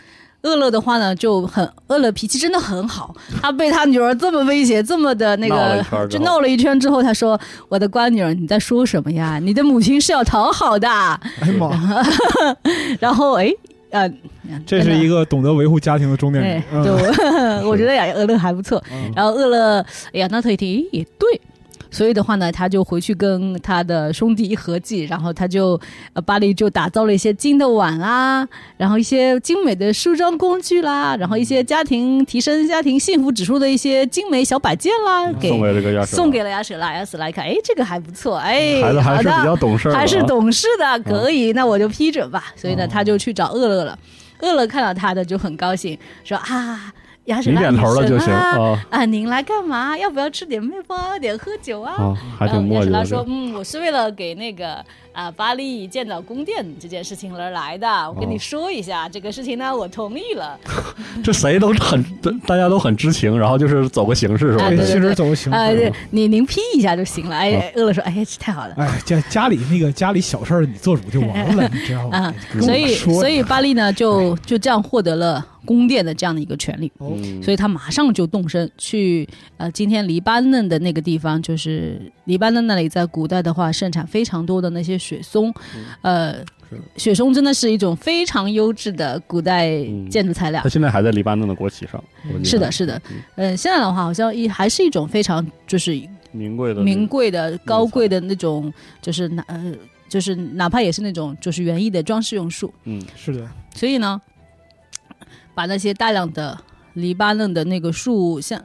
Speaker 4: 厄勒的话呢就很，厄勒脾气真的很
Speaker 2: (laughs)
Speaker 4: 好。他被他女儿这么威胁，这么的那
Speaker 2: 闹了一圈
Speaker 4: 个，
Speaker 2: 儿之
Speaker 4: 就
Speaker 2: 后
Speaker 4: 闹了一圈之后，他说：“我的乖女儿，你在说什么呀？你的母亲是要讨好的。
Speaker 3: 哎呀妈，”
Speaker 4: (laughs) 然后哎。呃，
Speaker 3: 这是一
Speaker 4: 个
Speaker 3: 个懂得维护家庭的中年
Speaker 4: 哎对
Speaker 3: 人，，嗯
Speaker 4: 就 (laughs) 我觉得呀，厄勒还不错。
Speaker 3: 嗯
Speaker 4: 然后厄勒，哎呀，那特提也对，所以的话呢，他就回去跟他的兄弟一合计，然后他就呃巴黎就打造了一些金的碗啦，然后一些精美的梳妆工具啦，然后一些家庭提升家庭幸福指数的一些精美小摆件啦，给
Speaker 2: 嗯送给这个亚舍拉，
Speaker 4: 送给了雅舍拉，雅舍拉一看，哎，这个还不错，哎，
Speaker 2: 嗯孩子还
Speaker 4: 好
Speaker 2: 是
Speaker 4: 的
Speaker 2: 比较懂事儿的啊，哦
Speaker 4: 还是懂事的，可以，那我就批准吧。所以呢，他就去找厄勒了。厄勒看到他的就很高兴，说啊，雅舍
Speaker 2: 你
Speaker 4: 拉
Speaker 2: 点头了就行
Speaker 4: 啊。
Speaker 2: 啊
Speaker 4: 啊，您来干嘛？要不要吃点面包，要点喝酒啊？
Speaker 2: 啊，还挺
Speaker 4: 然后
Speaker 2: 墨
Speaker 4: 雅
Speaker 2: 迹
Speaker 4: 史拉
Speaker 2: 的。
Speaker 4: 说：“嗯，我是为了给那个啊巴利建造宫殿这件事情而来的。我跟你
Speaker 2: 哦
Speaker 4: 说一下，这个事情呢，我同
Speaker 2: (laughs)
Speaker 4: 意了。
Speaker 2: 这这谁都很，大家都很知情，然后就是走个形式是吧
Speaker 4: 啊？对
Speaker 3: 对，
Speaker 4: 对
Speaker 3: 哎其实走个形
Speaker 4: 呃
Speaker 3: 式。，
Speaker 2: 嗯
Speaker 4: 你您批一下就行了。”
Speaker 2: 哦
Speaker 4: 哎，饿了说：“哎，这太好了。”
Speaker 3: 哎，家家里那个家里小事儿你做主就完
Speaker 4: (laughs)
Speaker 3: 了，你知道吗
Speaker 4: 啊？
Speaker 2: 嗯
Speaker 3: 跟我
Speaker 4: 所以，
Speaker 3: 说
Speaker 4: 所以巴利呢，就就这样获得了宫殿的这样的一个权利。
Speaker 3: 哦
Speaker 2: 嗯
Speaker 4: 所以他马上就动身去呃，今天黎巴嫩的那个地方，就是黎巴嫩那里，在古代的话盛产非常多的那些雪松，
Speaker 2: 嗯
Speaker 4: 呃
Speaker 2: 是的，
Speaker 4: 雪松真的是一种非常优质的古代
Speaker 2: 嗯
Speaker 4: 建筑材料
Speaker 2: 他。现在还在黎巴嫩的国旗上，我记
Speaker 4: 是
Speaker 2: 得
Speaker 4: 的，，是的
Speaker 2: 嗯，
Speaker 4: 嗯，现在的话好像一还是一种非常就是
Speaker 2: 名贵的
Speaker 4: 名贵的、高贵的那种，就是哪呃，就是哪怕也是那种就是园艺的装饰用树，
Speaker 2: 嗯，
Speaker 3: 是的，
Speaker 4: 所以呢，把那些大量的黎巴嫩的那个树像。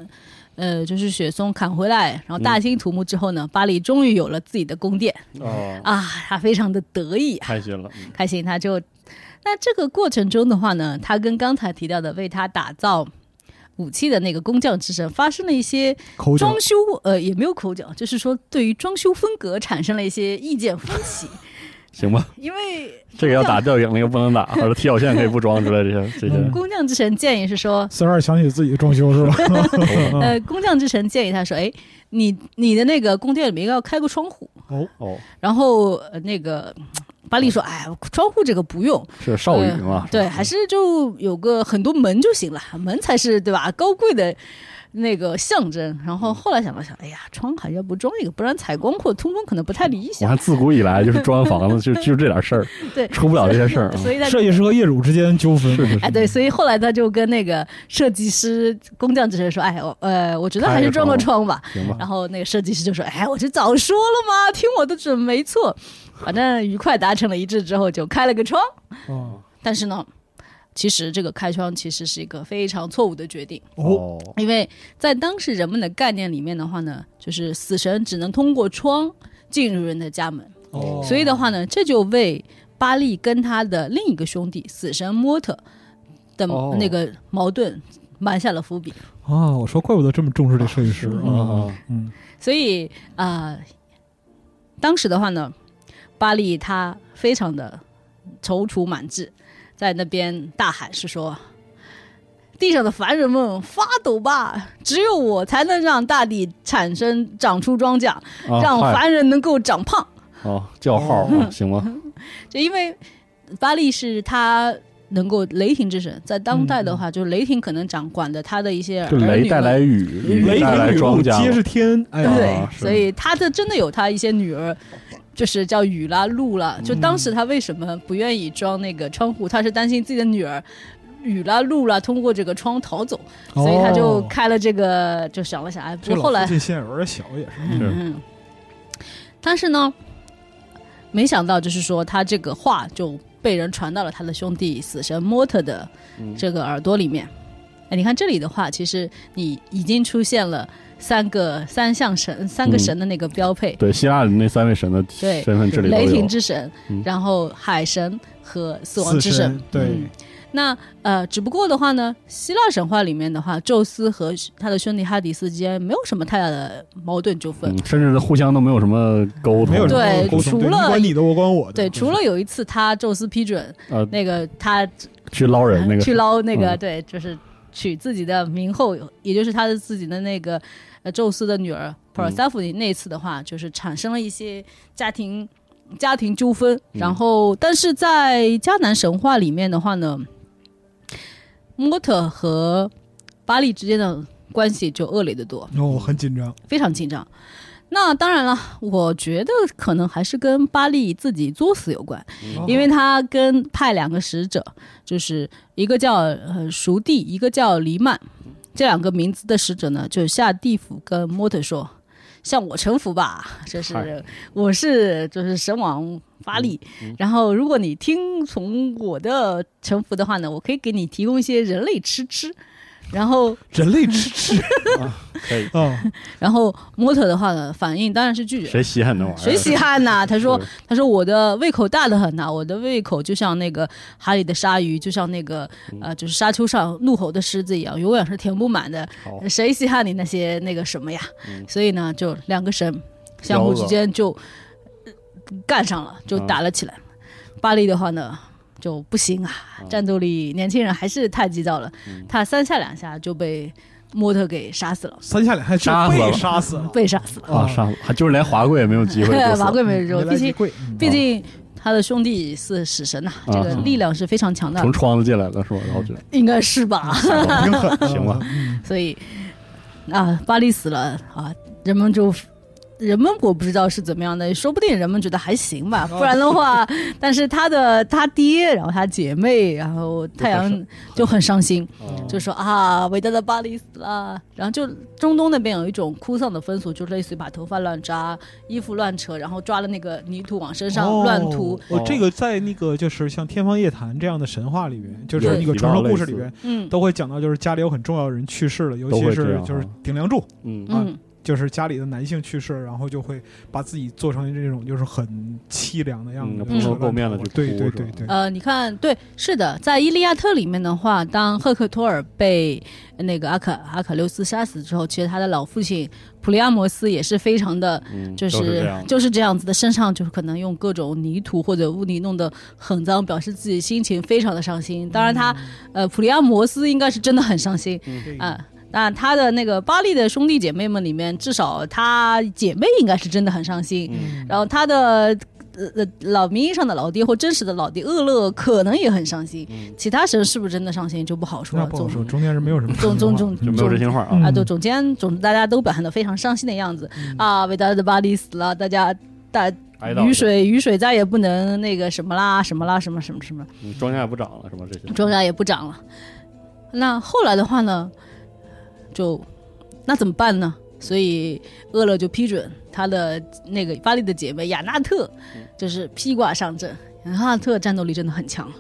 Speaker 4: 呃，就是雪松砍回来，然后大兴土木之后呢，巴黎终于有了自己的宫殿
Speaker 2: 哦，
Speaker 4: 啊，他非常的得意啊，
Speaker 2: 开心了，嗯
Speaker 4: 开心，他就。那这个过程中的话呢，他跟刚才提到的为他打造武器的那个工匠之神发生了一些
Speaker 3: 口角
Speaker 4: 装修呃也没有口角，就是说对于装修风格产生了一些意见分歧，
Speaker 2: 行吧，
Speaker 4: 因为
Speaker 2: 这个要打吊顶，那个不能打，或者踢脚线可以不装之类这
Speaker 4: (laughs)
Speaker 2: 些这些
Speaker 3: 嗯
Speaker 4: 工匠之神建议是说，
Speaker 3: 四十二想起自己的装修是吧？ (laughs) 嗯
Speaker 4: 呃，工匠之神建议他说：“哎，你你的那个宫殿里面要开个窗户。
Speaker 2: 哦，”
Speaker 4: 然后、呃、那个嗯巴利说：“哎，窗户这个不用，
Speaker 2: 是
Speaker 4: 呃
Speaker 2: 少女嘛？
Speaker 4: 对，还是就有个很多门就行了，门才是对吧？高贵的那个象征。”然后后来想了想，哎呀，窗还要不装一个，不然采光或通风可能不太理
Speaker 2: 我
Speaker 4: 想。
Speaker 2: 看自古以来就是装房子就 (laughs) 就这点事儿，
Speaker 4: 对，
Speaker 2: 出不了这些事儿啊。
Speaker 4: 所以他
Speaker 3: 设计师和业主之间纠纷，
Speaker 2: 是是
Speaker 4: 哎，对，所以后来他就跟那个设计师、工匠之神说：“哎，我呃，我觉得还是装个窗吧。”
Speaker 2: 行吧，
Speaker 4: 然后那个设计师就说：“哎，我这早说了嘛，听我的准没错。”反正愉快达成了一致之后，就开了个窗。
Speaker 3: 哦
Speaker 4: 但是呢，其实这个开窗其实是一个非常错误的决定，
Speaker 3: 哦，
Speaker 4: 因为在当时人们的概念里面的话呢，就是死神只能通过窗进入人的家门，
Speaker 3: 哦
Speaker 4: 所以的话呢，这就为巴利跟他的另一个兄弟死神莫特的
Speaker 2: 哦
Speaker 4: 那个矛盾埋下了伏笔。
Speaker 3: 啊，我说怪不得这么重视这设计师
Speaker 2: 啊
Speaker 3: 啊，
Speaker 2: 啊，
Speaker 3: 嗯，
Speaker 4: 所以啊、呃当时的话呢，巴利他非常的踌躇满志，在那边大喊是说：“地上的凡人们发抖吧，只有我才能让大地产生长出庄稼，
Speaker 2: 啊
Speaker 4: 让
Speaker 2: 嗨
Speaker 4: 凡人能够长胖。
Speaker 3: 哦
Speaker 2: 嗯
Speaker 3: (laughs)
Speaker 2: 哦叫号啊，行吧，
Speaker 4: 就因为巴利是他能够雷霆之神，在当代的话，就是雷霆可能掌管的他的一些
Speaker 2: 嗯就
Speaker 4: 儿女
Speaker 2: 雷
Speaker 4: 们
Speaker 2: 带来雨，雨
Speaker 3: 雷
Speaker 2: 带来
Speaker 3: 霆雨
Speaker 2: 庄稼
Speaker 3: 露皆
Speaker 2: 嘛，
Speaker 3: 是天，哎呀，
Speaker 4: 对
Speaker 2: 啊，是
Speaker 4: 所以他的真的有他一些女儿，就是叫雨啦、露
Speaker 3: 嗯
Speaker 4: 啦。就当时他为什么不愿意装那个窗户？他是担心自己的女儿雨啦、露啦通过这个窗逃走，所以他就
Speaker 3: 哦
Speaker 4: 开了这个，就想了想。哎，不
Speaker 3: 这
Speaker 4: 过后来，
Speaker 3: 这线有点小，也是
Speaker 2: 是
Speaker 4: 嗯，嗯但是呢，没想到就是说他这个话就被人传到了他的兄弟死神莫特的
Speaker 2: 嗯
Speaker 4: 这个耳朵里面。哎，你看这里的话，其实你已经出现了三个三项神、三个
Speaker 2: 嗯
Speaker 4: 神的那个标配，
Speaker 2: 对希腊里那三位神的
Speaker 4: 对
Speaker 2: 身份这里都
Speaker 4: 雷
Speaker 2: 有
Speaker 4: 霆，之神，
Speaker 2: 嗯
Speaker 4: 然后海神和死亡
Speaker 3: 死
Speaker 4: 之神。
Speaker 3: 神，对
Speaker 4: 嗯，那呃，只不过的话呢，希腊神话里面的话，宙斯和他的兄弟哈迪斯之间没有什么太大的矛盾纠纷。
Speaker 2: 嗯，甚至互相都没有什么沟通，
Speaker 3: 没有什
Speaker 4: 对
Speaker 3: 么沟通
Speaker 4: 除
Speaker 3: 对
Speaker 4: 了
Speaker 3: 你管你的，我管我的，
Speaker 4: 对，
Speaker 2: 嗯
Speaker 3: 就是
Speaker 4: 除了有一次他宙斯批准
Speaker 2: 呃，
Speaker 4: 那个他
Speaker 2: 去捞人那个
Speaker 4: 去捞那个、
Speaker 2: 嗯
Speaker 4: 对，就是娶自己的冥后，也就是他的自己的那个呃宙斯的女
Speaker 2: 嗯
Speaker 4: 儿普尔塞福尼那一次的话，就是产生了一些家庭家庭纠纷。
Speaker 2: 嗯
Speaker 4: 然后，但是在迦南神话里面的话呢，莫特和巴利之间的关系就恶劣得多。
Speaker 3: 哦，很紧张，
Speaker 4: 非常紧张。那当然了，我觉得可能还是跟巴利自己作死有关，
Speaker 2: 嗯
Speaker 4: 因为他跟派两个使者，就是一个叫呃熟地，一个叫黎曼，这两个名字的使者呢，就下地府跟莫特说：“向我臣服吧，这是
Speaker 2: 嗨
Speaker 4: 我是就是神王巴利。然后如果你听从我的臣服的话呢，我可以给你提供一些人类吃吃。”然后
Speaker 3: 人类吃
Speaker 2: (laughs)
Speaker 3: 吃
Speaker 2: 可以，
Speaker 3: 啊，
Speaker 4: 然后模特的话呢，反应当然是拒绝。
Speaker 2: 谁稀罕那玩意儿？
Speaker 4: 谁稀罕呐？他说
Speaker 2: 是：“
Speaker 4: 他说我的胃口大得很呐、我的胃口就像那个海里的鲨鱼，就像那个
Speaker 2: 嗯
Speaker 4: 呃，就是沙丘上怒吼的狮子一样，永远是填不满的。
Speaker 2: 好嗯
Speaker 4: 谁稀罕你那些那个什么呀？所以呢，就两个神相
Speaker 2: 交
Speaker 4: 互
Speaker 2: 恶啊
Speaker 4: 之间就呃干上了，就打了起来。巴黎的话呢，就不行啊，战斗力年轻人还是太急躁了，
Speaker 2: 嗯
Speaker 4: 他三下两下就被莫特给杀死了，
Speaker 3: 三下两下
Speaker 2: 杀
Speaker 3: 就
Speaker 2: 死了
Speaker 3: 被杀死
Speaker 4: (laughs)
Speaker 3: 了，
Speaker 4: 被杀死了。”
Speaker 2: 啊，上还就是连华贵也没有
Speaker 4: (laughs)
Speaker 2: 机会
Speaker 4: 对，
Speaker 2: 不死，
Speaker 4: 瓦贵没肉，
Speaker 3: 没来
Speaker 4: 毕
Speaker 3: 及
Speaker 4: 竟
Speaker 3: 跪，
Speaker 4: 毕竟他的兄弟是死神呐、
Speaker 2: 嗯啊
Speaker 4: 这个力量是非常强大的
Speaker 2: 从，窗子进来的是吧？然后
Speaker 4: (laughs)
Speaker 2: 就啊
Speaker 4: 应该是吧？
Speaker 3: 挺狠嗯
Speaker 2: (laughs)
Speaker 3: 的，
Speaker 2: 行吧
Speaker 4: 所以啊，巴黎死了啊，人们就。人们我不知道是怎么样的，说不定人们觉得还行吧，不然的话，
Speaker 2: 啊
Speaker 4: (laughs) 但是他的他爹，然后他姐妹，然后太阳就很伤心，
Speaker 2: 嗯
Speaker 4: 就说啊，伟大的巴黎死了。然后就中东那边有一种哭丧的风俗，就类似于把头发乱扎、衣服乱扯，然后抓了那个泥土往身上乱涂，
Speaker 3: 哦，这个在那个就是像《天方夜谭》这样的神话里边，就是
Speaker 4: 对
Speaker 3: 那个传说故事里边，
Speaker 4: 嗯
Speaker 3: 都会讲到，就是家里有很重要的人去世了，尤
Speaker 2: 都
Speaker 3: 其
Speaker 2: 会这
Speaker 3: 是
Speaker 2: 样啊
Speaker 3: 就是顶梁柱，
Speaker 2: 嗯，
Speaker 4: 嗯，
Speaker 3: 就是家里的男性去世，然后就会把自己做成这种就是很凄凉的样子，
Speaker 2: 嗯
Speaker 3: 就是
Speaker 2: 蓬头垢面的去哭
Speaker 3: 对对
Speaker 2: 是吧
Speaker 3: 对对，
Speaker 4: 呃，你看，对，是的，在《伊利亚特》里面的话，当赫克托尔被那个阿卡阿卡琉斯杀死之后，其实他的老父亲普利阿摩斯也是非常的，
Speaker 2: 嗯
Speaker 4: 就
Speaker 2: 都
Speaker 4: 是
Speaker 2: 这样的，
Speaker 4: 就是这样子的，身上就是可能用各种泥土或者污泥弄得很脏，表示自己心情非常的伤心。当然他，
Speaker 2: 嗯
Speaker 4: 呃，普利阿摩斯应该是真的很伤心
Speaker 3: 对
Speaker 4: 啊。那他的那个巴利的兄弟姐妹们里面，至少他姐妹应该是真的很伤心。
Speaker 2: 嗯
Speaker 4: 然后他的呃呃老名义上的老爹或真实的老爹厄勒可能也很伤心，
Speaker 2: 嗯
Speaker 4: 其他神是不是真的伤心就不好说
Speaker 3: 那
Speaker 4: 了。
Speaker 3: 不好
Speaker 4: 总
Speaker 3: 说，中间人没有什么
Speaker 4: 总总总
Speaker 2: 就没有真
Speaker 4: 总
Speaker 2: 心话啊
Speaker 3: 嗯。
Speaker 4: 啊，对，总监总大家都表现得非常伤心的样子、啊，伟大的巴黎死了，大家大
Speaker 2: 嗯哀悼
Speaker 4: 雨水雨水再也不能那个什么啦什么啦什么什么什么，
Speaker 2: 嗯庄稼也不长了，是吧？这些
Speaker 4: 庄稼也不长了。那后来的话呢，就那怎么办呢？所以厄勒就批准他的那个巴利的姐妹雅纳特，就是披挂上阵。雅纳特战斗力真的很强，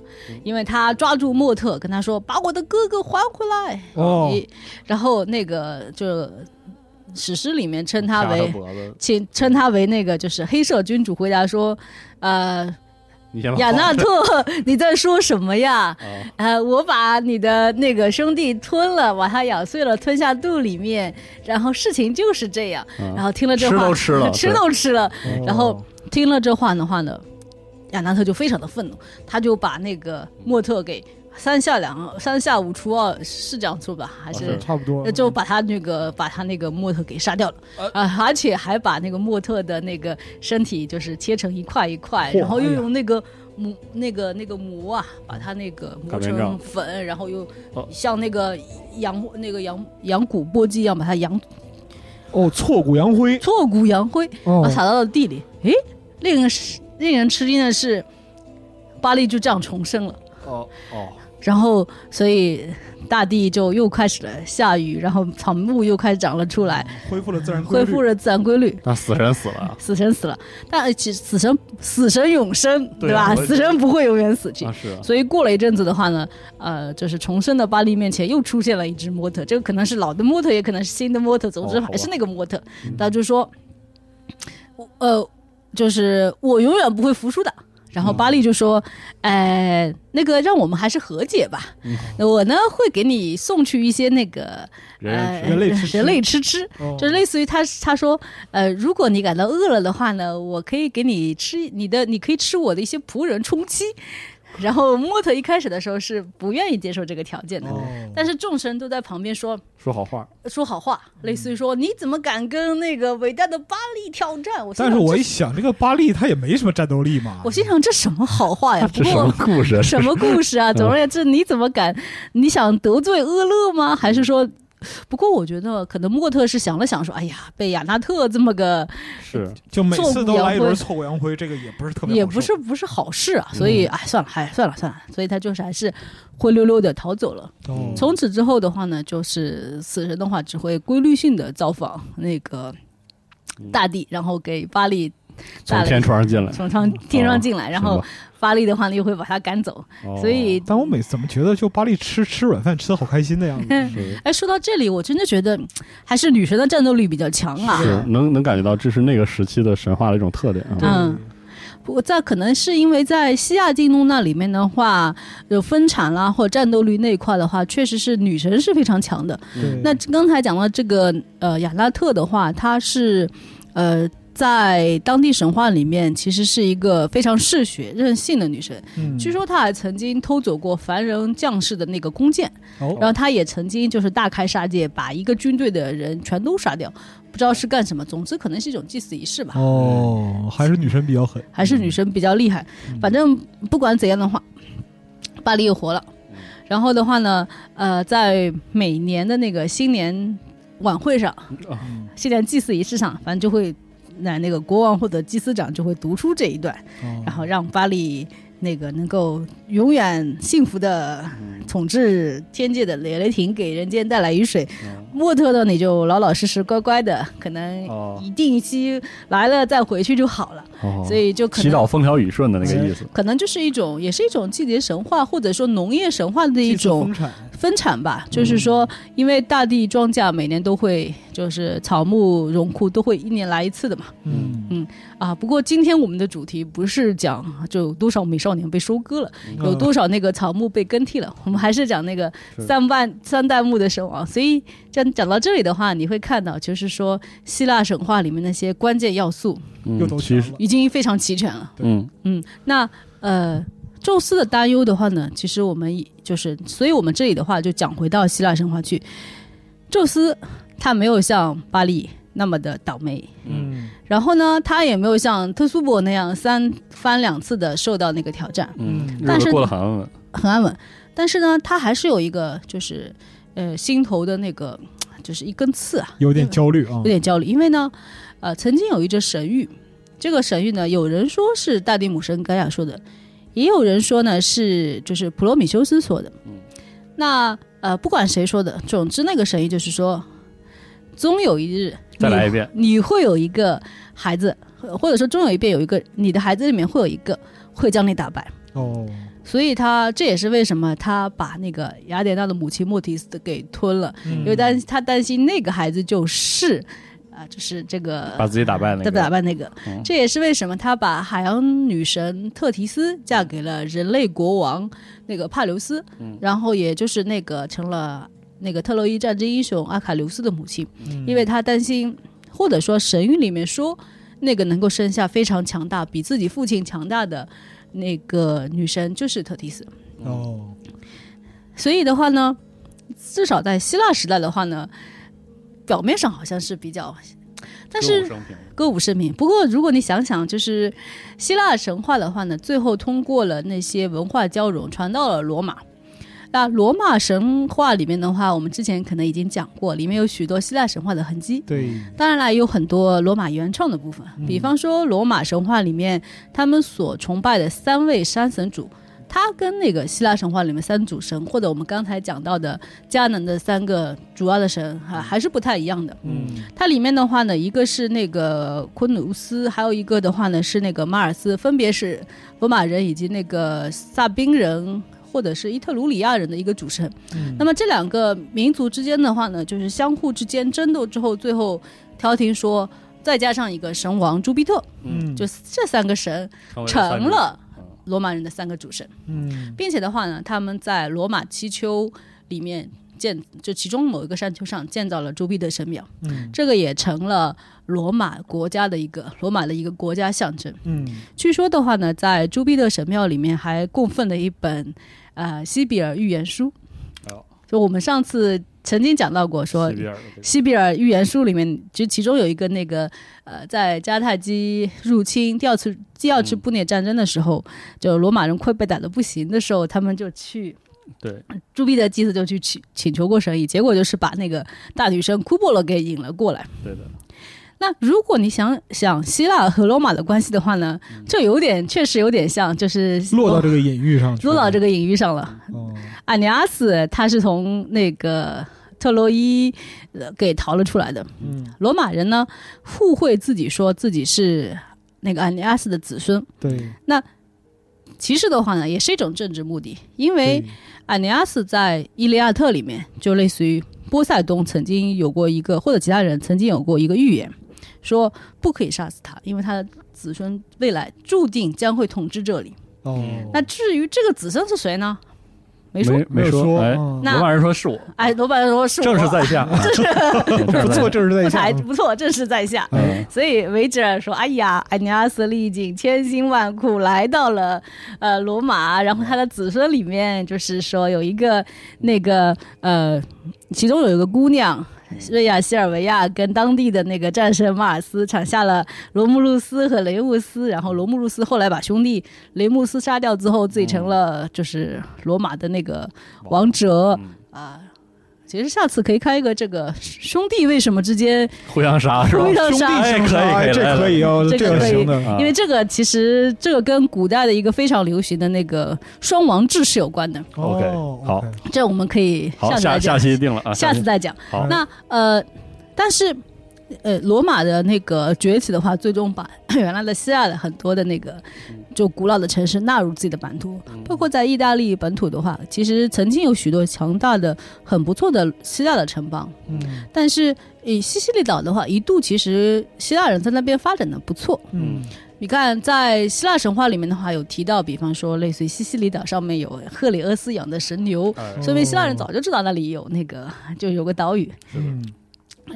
Speaker 4: 因为他抓住莫特，跟他说：“把我的哥哥还回来。
Speaker 3: 哦，
Speaker 4: 一然后那个就史诗里面称他
Speaker 2: 掐着
Speaker 4: 为，
Speaker 2: 脖子，
Speaker 4: 请称他为那个就是黑社君主回答说：“呃，
Speaker 2: 你先把
Speaker 4: 雅纳特， (laughs) 你在说什么呀？”
Speaker 2: 啊，
Speaker 4: 呃，我把你的那个兄弟吞了，把他咬碎了，吞下肚里面，然后事情就是这样。
Speaker 2: 嗯
Speaker 4: 然后听了这
Speaker 2: 吃
Speaker 4: 话，
Speaker 2: 都吃
Speaker 4: (laughs)
Speaker 2: 了
Speaker 4: 吃
Speaker 2: 对
Speaker 4: 都吃了。
Speaker 3: 哦
Speaker 4: 然后听了这话的话呢，亚纳特就非常的愤怒，他就把那个莫特给三下两三下五除二，是这样说吧？还是
Speaker 2: 哦是
Speaker 3: 差不多
Speaker 4: 呃，就把他那个把他那个莫特给杀掉了，啊，而且还把那个莫特的那个身体就是切成一块一块，
Speaker 3: 嚯哎
Speaker 4: 然后又用那个磨那个那个磨啊，把它那个
Speaker 2: 擀
Speaker 4: 磨
Speaker 2: 面杖
Speaker 4: 成粉，然后又
Speaker 2: 哦
Speaker 4: 像那个羊那个羊羊骨簸箕一样把它扬
Speaker 3: 哦，挫骨扬灰，
Speaker 4: 挫啊骨扬灰，然
Speaker 3: 哦
Speaker 4: 后撒到了地里。诶，令人吃令人吃惊的是，巴利就这样重生了。
Speaker 2: 哦哦，
Speaker 4: 然后，所以大地就又开始了下雨，然后草木又开始长了出来，
Speaker 3: 恢复了自然规
Speaker 4: 恢
Speaker 3: 律，
Speaker 4: 复了自然规律。
Speaker 2: 那死神死了啊
Speaker 4: 死神死了，但呃其实死神死神永生，
Speaker 2: 对
Speaker 4: 对
Speaker 2: 啊
Speaker 4: 吧？
Speaker 2: 我也
Speaker 4: 死神不会永远死去。
Speaker 2: 啊是啊，
Speaker 4: 所以过了一阵子的话呢，呃，就是重生的巴利面前又出现了一只模特，这个可能是老的模特，也可能是新的模特，总之
Speaker 2: 哦好吧
Speaker 4: 还是那个模特。嗯他就说，我呃，就是我永远不会服输的。然后巴利就说：“哎、那个让我们还是和解吧。
Speaker 2: 嗯
Speaker 4: 那我呢会给你送去一些那个
Speaker 2: 人人
Speaker 4: 呃
Speaker 2: 吃
Speaker 3: 人类吃吃
Speaker 4: 人类吃吃，
Speaker 3: 哦
Speaker 4: 就是类似于他他说，呃，如果你感到饿了的话呢，我可以给你吃你的，你可以吃我的一些仆人
Speaker 3: (laughs)
Speaker 4: 充饥。然后莫特一开始的时候是不愿意接受这个条件的，
Speaker 3: 哦
Speaker 4: 但是众神都在旁边说
Speaker 2: 说好话，
Speaker 4: 说好话，类似于说你怎么敢跟那个伟大的巴利挑战？我心
Speaker 3: 但是
Speaker 4: 想
Speaker 3: 我
Speaker 4: 这
Speaker 3: 一想，这个巴利他也没什么战斗力嘛。
Speaker 4: 我心想这什么好话呀？不
Speaker 2: 这什么
Speaker 3: (laughs)
Speaker 4: 过。
Speaker 2: 故事？
Speaker 4: 什么故事
Speaker 3: 嗯
Speaker 4: 啊？总而言之，你怎么敢？你想得罪阿勒吗？还是说？不过我觉得，可能莫特是想了想，说：“哎呀，被亚纳特这么个
Speaker 2: 是
Speaker 3: 就每次都来一轮
Speaker 4: 挫
Speaker 3: 挫骨扬灰，这个也不是特别好
Speaker 4: 也不
Speaker 3: 受
Speaker 4: 是不是好事啊，所以哎算了，哎算了算了，所以他就是还是灰溜溜的逃走了。
Speaker 3: 哦
Speaker 4: 从此之后的话呢，就是死神的话只会规律性的造访那个大地，然后给巴利
Speaker 2: 从
Speaker 4: 带来
Speaker 2: 天窗上进来，
Speaker 4: 从上天上进来，然
Speaker 2: 行
Speaker 4: 后
Speaker 2: 吧
Speaker 4: 巴利的话呢又会把他赶走，
Speaker 2: 哦
Speaker 4: 所以
Speaker 3: 但我每次怎么觉得就巴利吃吃软饭吃的好开心的样子？
Speaker 2: 哦嗯
Speaker 4: (laughs)
Speaker 2: 是
Speaker 4: 哎，说到这里，我真的觉得嗯还是女神的战斗力比较强啊。
Speaker 2: 是能能感觉到这是那个时期的神话的一种特点
Speaker 3: (laughs)
Speaker 2: 啊。
Speaker 4: 嗯，不过在可能是因为在西亚进入那里面的话，有分产啦或者战斗力那一块的话，确实是女神是非常强的。
Speaker 3: 对，
Speaker 4: 嗯那刚才讲到这个呃雅纳特的话，她是呃在当地神话里面其实是一个非常嗜血任性的女神。
Speaker 3: 嗯
Speaker 4: 据说她还曾经偷走过凡人将士的那个弓箭，
Speaker 3: 哦
Speaker 4: 然后她也曾经就是大开杀戒，把一个军队的人全都杀掉，不知道是干什么。总之可能是一种祭祀仪式吧。
Speaker 3: 哦，还是女生比较狠，
Speaker 4: 还是女生比较厉害。
Speaker 3: 嗯
Speaker 4: 反正不管怎样的话，巴黎又活了。
Speaker 3: 嗯
Speaker 4: 然后的话呢，呃，在每年的那个新年晚会上
Speaker 2: 啊，
Speaker 4: 新年祭祀仪式上，反正就会那那个国王或者祭司长就会读出这一段，
Speaker 3: 哦
Speaker 4: 然后让巴黎那个能够永远幸福的
Speaker 2: 嗯
Speaker 4: 统治天界的雷雷霆，给人间带来雨水。
Speaker 3: 嗯
Speaker 4: 莫特呢，你就老老实实乖乖的，可能
Speaker 2: 哦
Speaker 4: 一定期来了再回去就好了。
Speaker 2: 哦
Speaker 4: 所以就可
Speaker 2: 祈
Speaker 4: 能
Speaker 2: 祷风调雨顺的那
Speaker 3: 哎
Speaker 2: 个意思。
Speaker 4: 可能就是一种，也是一种季节神话或者说农业神话的一种
Speaker 3: 丰产，
Speaker 4: 分产吧。就是说，因为大地庄稼每年都会，就是草木荣枯都会一年来一次的嘛。
Speaker 3: 嗯，
Speaker 4: 啊，不过今天我们的主题不是讲就有多少美少年被收割了，嗯
Speaker 3: 嗯
Speaker 4: 有多少那个草木被更替了，我们还是讲那个
Speaker 2: 是
Speaker 4: 三万三代目的神王。所以讲讲到这里的话，你会看到，就是说希腊神话里面那些关键要素
Speaker 2: 嗯
Speaker 3: 又都
Speaker 2: 其
Speaker 3: 强
Speaker 2: 实
Speaker 3: 了，
Speaker 4: 已经非常齐全了。
Speaker 2: 嗯
Speaker 4: 嗯，那呃，宙斯的担忧的话呢，其实我们以就是，所以我们这里的话就讲回到希腊神话去。宙斯他没有像巴利那么的倒霉，
Speaker 3: 嗯，
Speaker 4: 然后呢，他也没有像特苏伯那样三番两次的受到那个挑战，
Speaker 2: 嗯，日
Speaker 4: 但
Speaker 2: 子
Speaker 4: 是
Speaker 2: 过得很安稳。
Speaker 4: 很安稳。但是呢，他还是有一个就是呃心头的那个就是一根刺啊，
Speaker 3: 有点焦虑啊
Speaker 4: 有，点焦虑，因为呢，呃，曾经有一只神谕，这个神谕呢，有人说是大地母神盖亚说的，也有人说呢是就是普罗米修斯说的。
Speaker 2: 嗯
Speaker 4: 那呃，不管谁说的，总之那个神谕就是说，终有一日，
Speaker 2: 再来一
Speaker 4: 你
Speaker 2: 遍
Speaker 4: 你会有一个孩子，或或者说终有一遍有一个你的孩子里面会有一个会将你打败。
Speaker 3: 哦，
Speaker 4: 所以他这也是为什么他把那个雅典娜的母亲莫提斯给吞了，
Speaker 3: 嗯
Speaker 4: 因为担他担心那个孩子就是，啊、就是这个
Speaker 2: 把自己打败那个
Speaker 4: 对打败那个，
Speaker 2: 嗯
Speaker 4: 这也是为什么他把海洋女神特提斯嫁给了人类国王那个帕留斯，
Speaker 2: 嗯
Speaker 4: 然后也就是那个成了那个特洛伊战争英雄阿卡琉斯的母亲，
Speaker 2: 嗯
Speaker 4: 因为他担心或者说神谕里面说那个能够生下非常强大比自己父亲强大的那个女神就是特提斯，
Speaker 3: 哦，
Speaker 4: 所以的话呢，至少在希腊时代的话呢，表面上好像是比较但是
Speaker 2: 歌舞升平
Speaker 4: 歌舞升平。不过，如果你想想，就是希腊神话的话呢，最后通过了那些文化交融，传到了罗马。那罗马神话里面的话，我们之前可能已经讲过，里面有许多希腊神话的痕迹。
Speaker 3: 对，
Speaker 4: 当然啦，也有很多罗马原创的部分，啊比方说罗马神话里面他们所崇拜的三位山神主，他跟那个希腊神话里面三主神，或者我们刚才讲到的迦南的三个主要的神，哈、还是不太一样的。
Speaker 3: 嗯，
Speaker 4: 它里面的话呢，一个是那个昆努斯，还有一个的话呢是那个马尔斯，分别是罗马人以及那个萨宾人或者是伊特鲁里亚人的一个主神。
Speaker 3: 嗯
Speaker 4: 那么这两个民族之间的话呢，就是相互之间争斗之后，最后调停说，再加上一个神王朱庇特，
Speaker 3: 嗯，
Speaker 4: 就这三个神
Speaker 2: 成为哦三
Speaker 4: 成
Speaker 2: 个
Speaker 4: 了
Speaker 2: 嗯
Speaker 4: 罗马人的三个主神，
Speaker 3: 嗯，
Speaker 4: 并且的话呢，他们在罗马七丘里面建，就其中某一个山丘上建造了朱庇特神庙。
Speaker 3: 嗯，
Speaker 4: 这个也成了罗马国家的一个罗马的一个国家象征。
Speaker 3: 嗯，
Speaker 4: 据说的话呢，在朱庇特神庙里面还供奉了一本呃西比尔预言书
Speaker 2: 哦。
Speaker 4: 就我们上次曾经讲到过说。
Speaker 2: 西比尔的这个
Speaker 4: 西比尔预言书里面，就其中有一个那个，呃，在迦太基入侵第二次第二次
Speaker 2: 嗯
Speaker 4: 布匿战争的时候，就罗马人快被打得不行的时候，他们就去
Speaker 2: 对，
Speaker 4: 朱庇特祭司就去请请求过神谕，结果就是把那个大女神库珀罗给引了过来。
Speaker 2: 对的，
Speaker 4: 那如果你想想希腊和罗马的关系的话呢，这有点确实有点像，就是
Speaker 3: 嗯
Speaker 4: 哦
Speaker 3: 落到这个隐喻上去了，
Speaker 4: 落到这个隐喻上了。
Speaker 3: 哦，
Speaker 4: 阿尼阿斯他是从那个特洛伊呃给逃了出来的，
Speaker 3: 嗯，
Speaker 4: 罗马人呢互惠自己说自己是那个阿尼阿斯的子孙，
Speaker 3: 对，
Speaker 4: 其实的话呢也是一种政治目的，因为
Speaker 3: 对，
Speaker 4: 安尼阿斯在《伊利亚特》里面，就类似于波塞冬曾经有过一个，或者其他人曾经有过一个预言，说不可以杀死他，因为他的子孙未来注定将会统治这里。
Speaker 2: 嗯
Speaker 3: 哦，
Speaker 4: 嗯那至于这个子孙是谁呢？没说。
Speaker 2: 没
Speaker 3: 没有
Speaker 2: 说，哎，
Speaker 3: 哦
Speaker 4: 那
Speaker 2: 罗马人说是我，
Speaker 4: 哎，老板说 (laughs) 是我，
Speaker 2: 正是在下，嗯正是
Speaker 3: 不
Speaker 2: 在
Speaker 3: 错，
Speaker 2: 下，
Speaker 3: 这是在
Speaker 4: 不才
Speaker 3: 想，
Speaker 4: 不错，正是在下。
Speaker 2: 嗯，
Speaker 4: 所以维吉尔说：“哎呀，安尼阿斯历尽千辛万苦来到了呃罗马，然后他的子孙里面就是说有一个那个呃，其中有一个姑娘。”瑞亚西尔维亚跟当地的那个战神马尔斯产下了罗慕路斯和雷穆斯，然后罗慕路斯后来把兄弟雷穆斯杀掉之后，自己成了就是罗马的那个王者
Speaker 2: 嗯
Speaker 4: 啊、其实下次可以开一个这个兄弟为什么之间
Speaker 2: 互相杀是吧？
Speaker 4: 互相
Speaker 3: 兄弟
Speaker 4: 杀
Speaker 2: 哎
Speaker 3: 相
Speaker 2: 可以
Speaker 3: 杀，
Speaker 2: 可以来
Speaker 3: 这可以哦，
Speaker 4: 这个
Speaker 3: 个
Speaker 4: 可以
Speaker 3: 行的，
Speaker 2: 啊
Speaker 4: 因为这个其实这个跟古代的一个非常流行的那个双王制是有关的，
Speaker 2: OK，
Speaker 3: 哦
Speaker 2: 好
Speaker 3: ，OK，
Speaker 4: 这我们可以
Speaker 2: 好，
Speaker 4: 次
Speaker 2: 下
Speaker 4: 再
Speaker 2: 下
Speaker 4: 讲，
Speaker 2: 期定了啊，
Speaker 4: 下次
Speaker 2: 期
Speaker 4: 再讲。
Speaker 2: 好
Speaker 4: 那呃，但是呃，罗马的那个崛起的话，最终把呃原来的希腊的很多的那个就古老的城市纳入自己的版图，包括在意大利本土的话，其实曾经有许多强大的、很不错的希腊的城邦，
Speaker 3: 嗯
Speaker 4: 但是以西西里岛的话，一度其实希腊人在那边发展的不错，
Speaker 3: 嗯
Speaker 4: 你看，在希腊神话里面的话，有提到，比方说，类似于西西里岛上面有赫里俄斯养的神牛，
Speaker 2: 哎
Speaker 4: 说明希腊人早就知道那里有那个，就有个岛屿。
Speaker 2: 是的，
Speaker 3: 嗯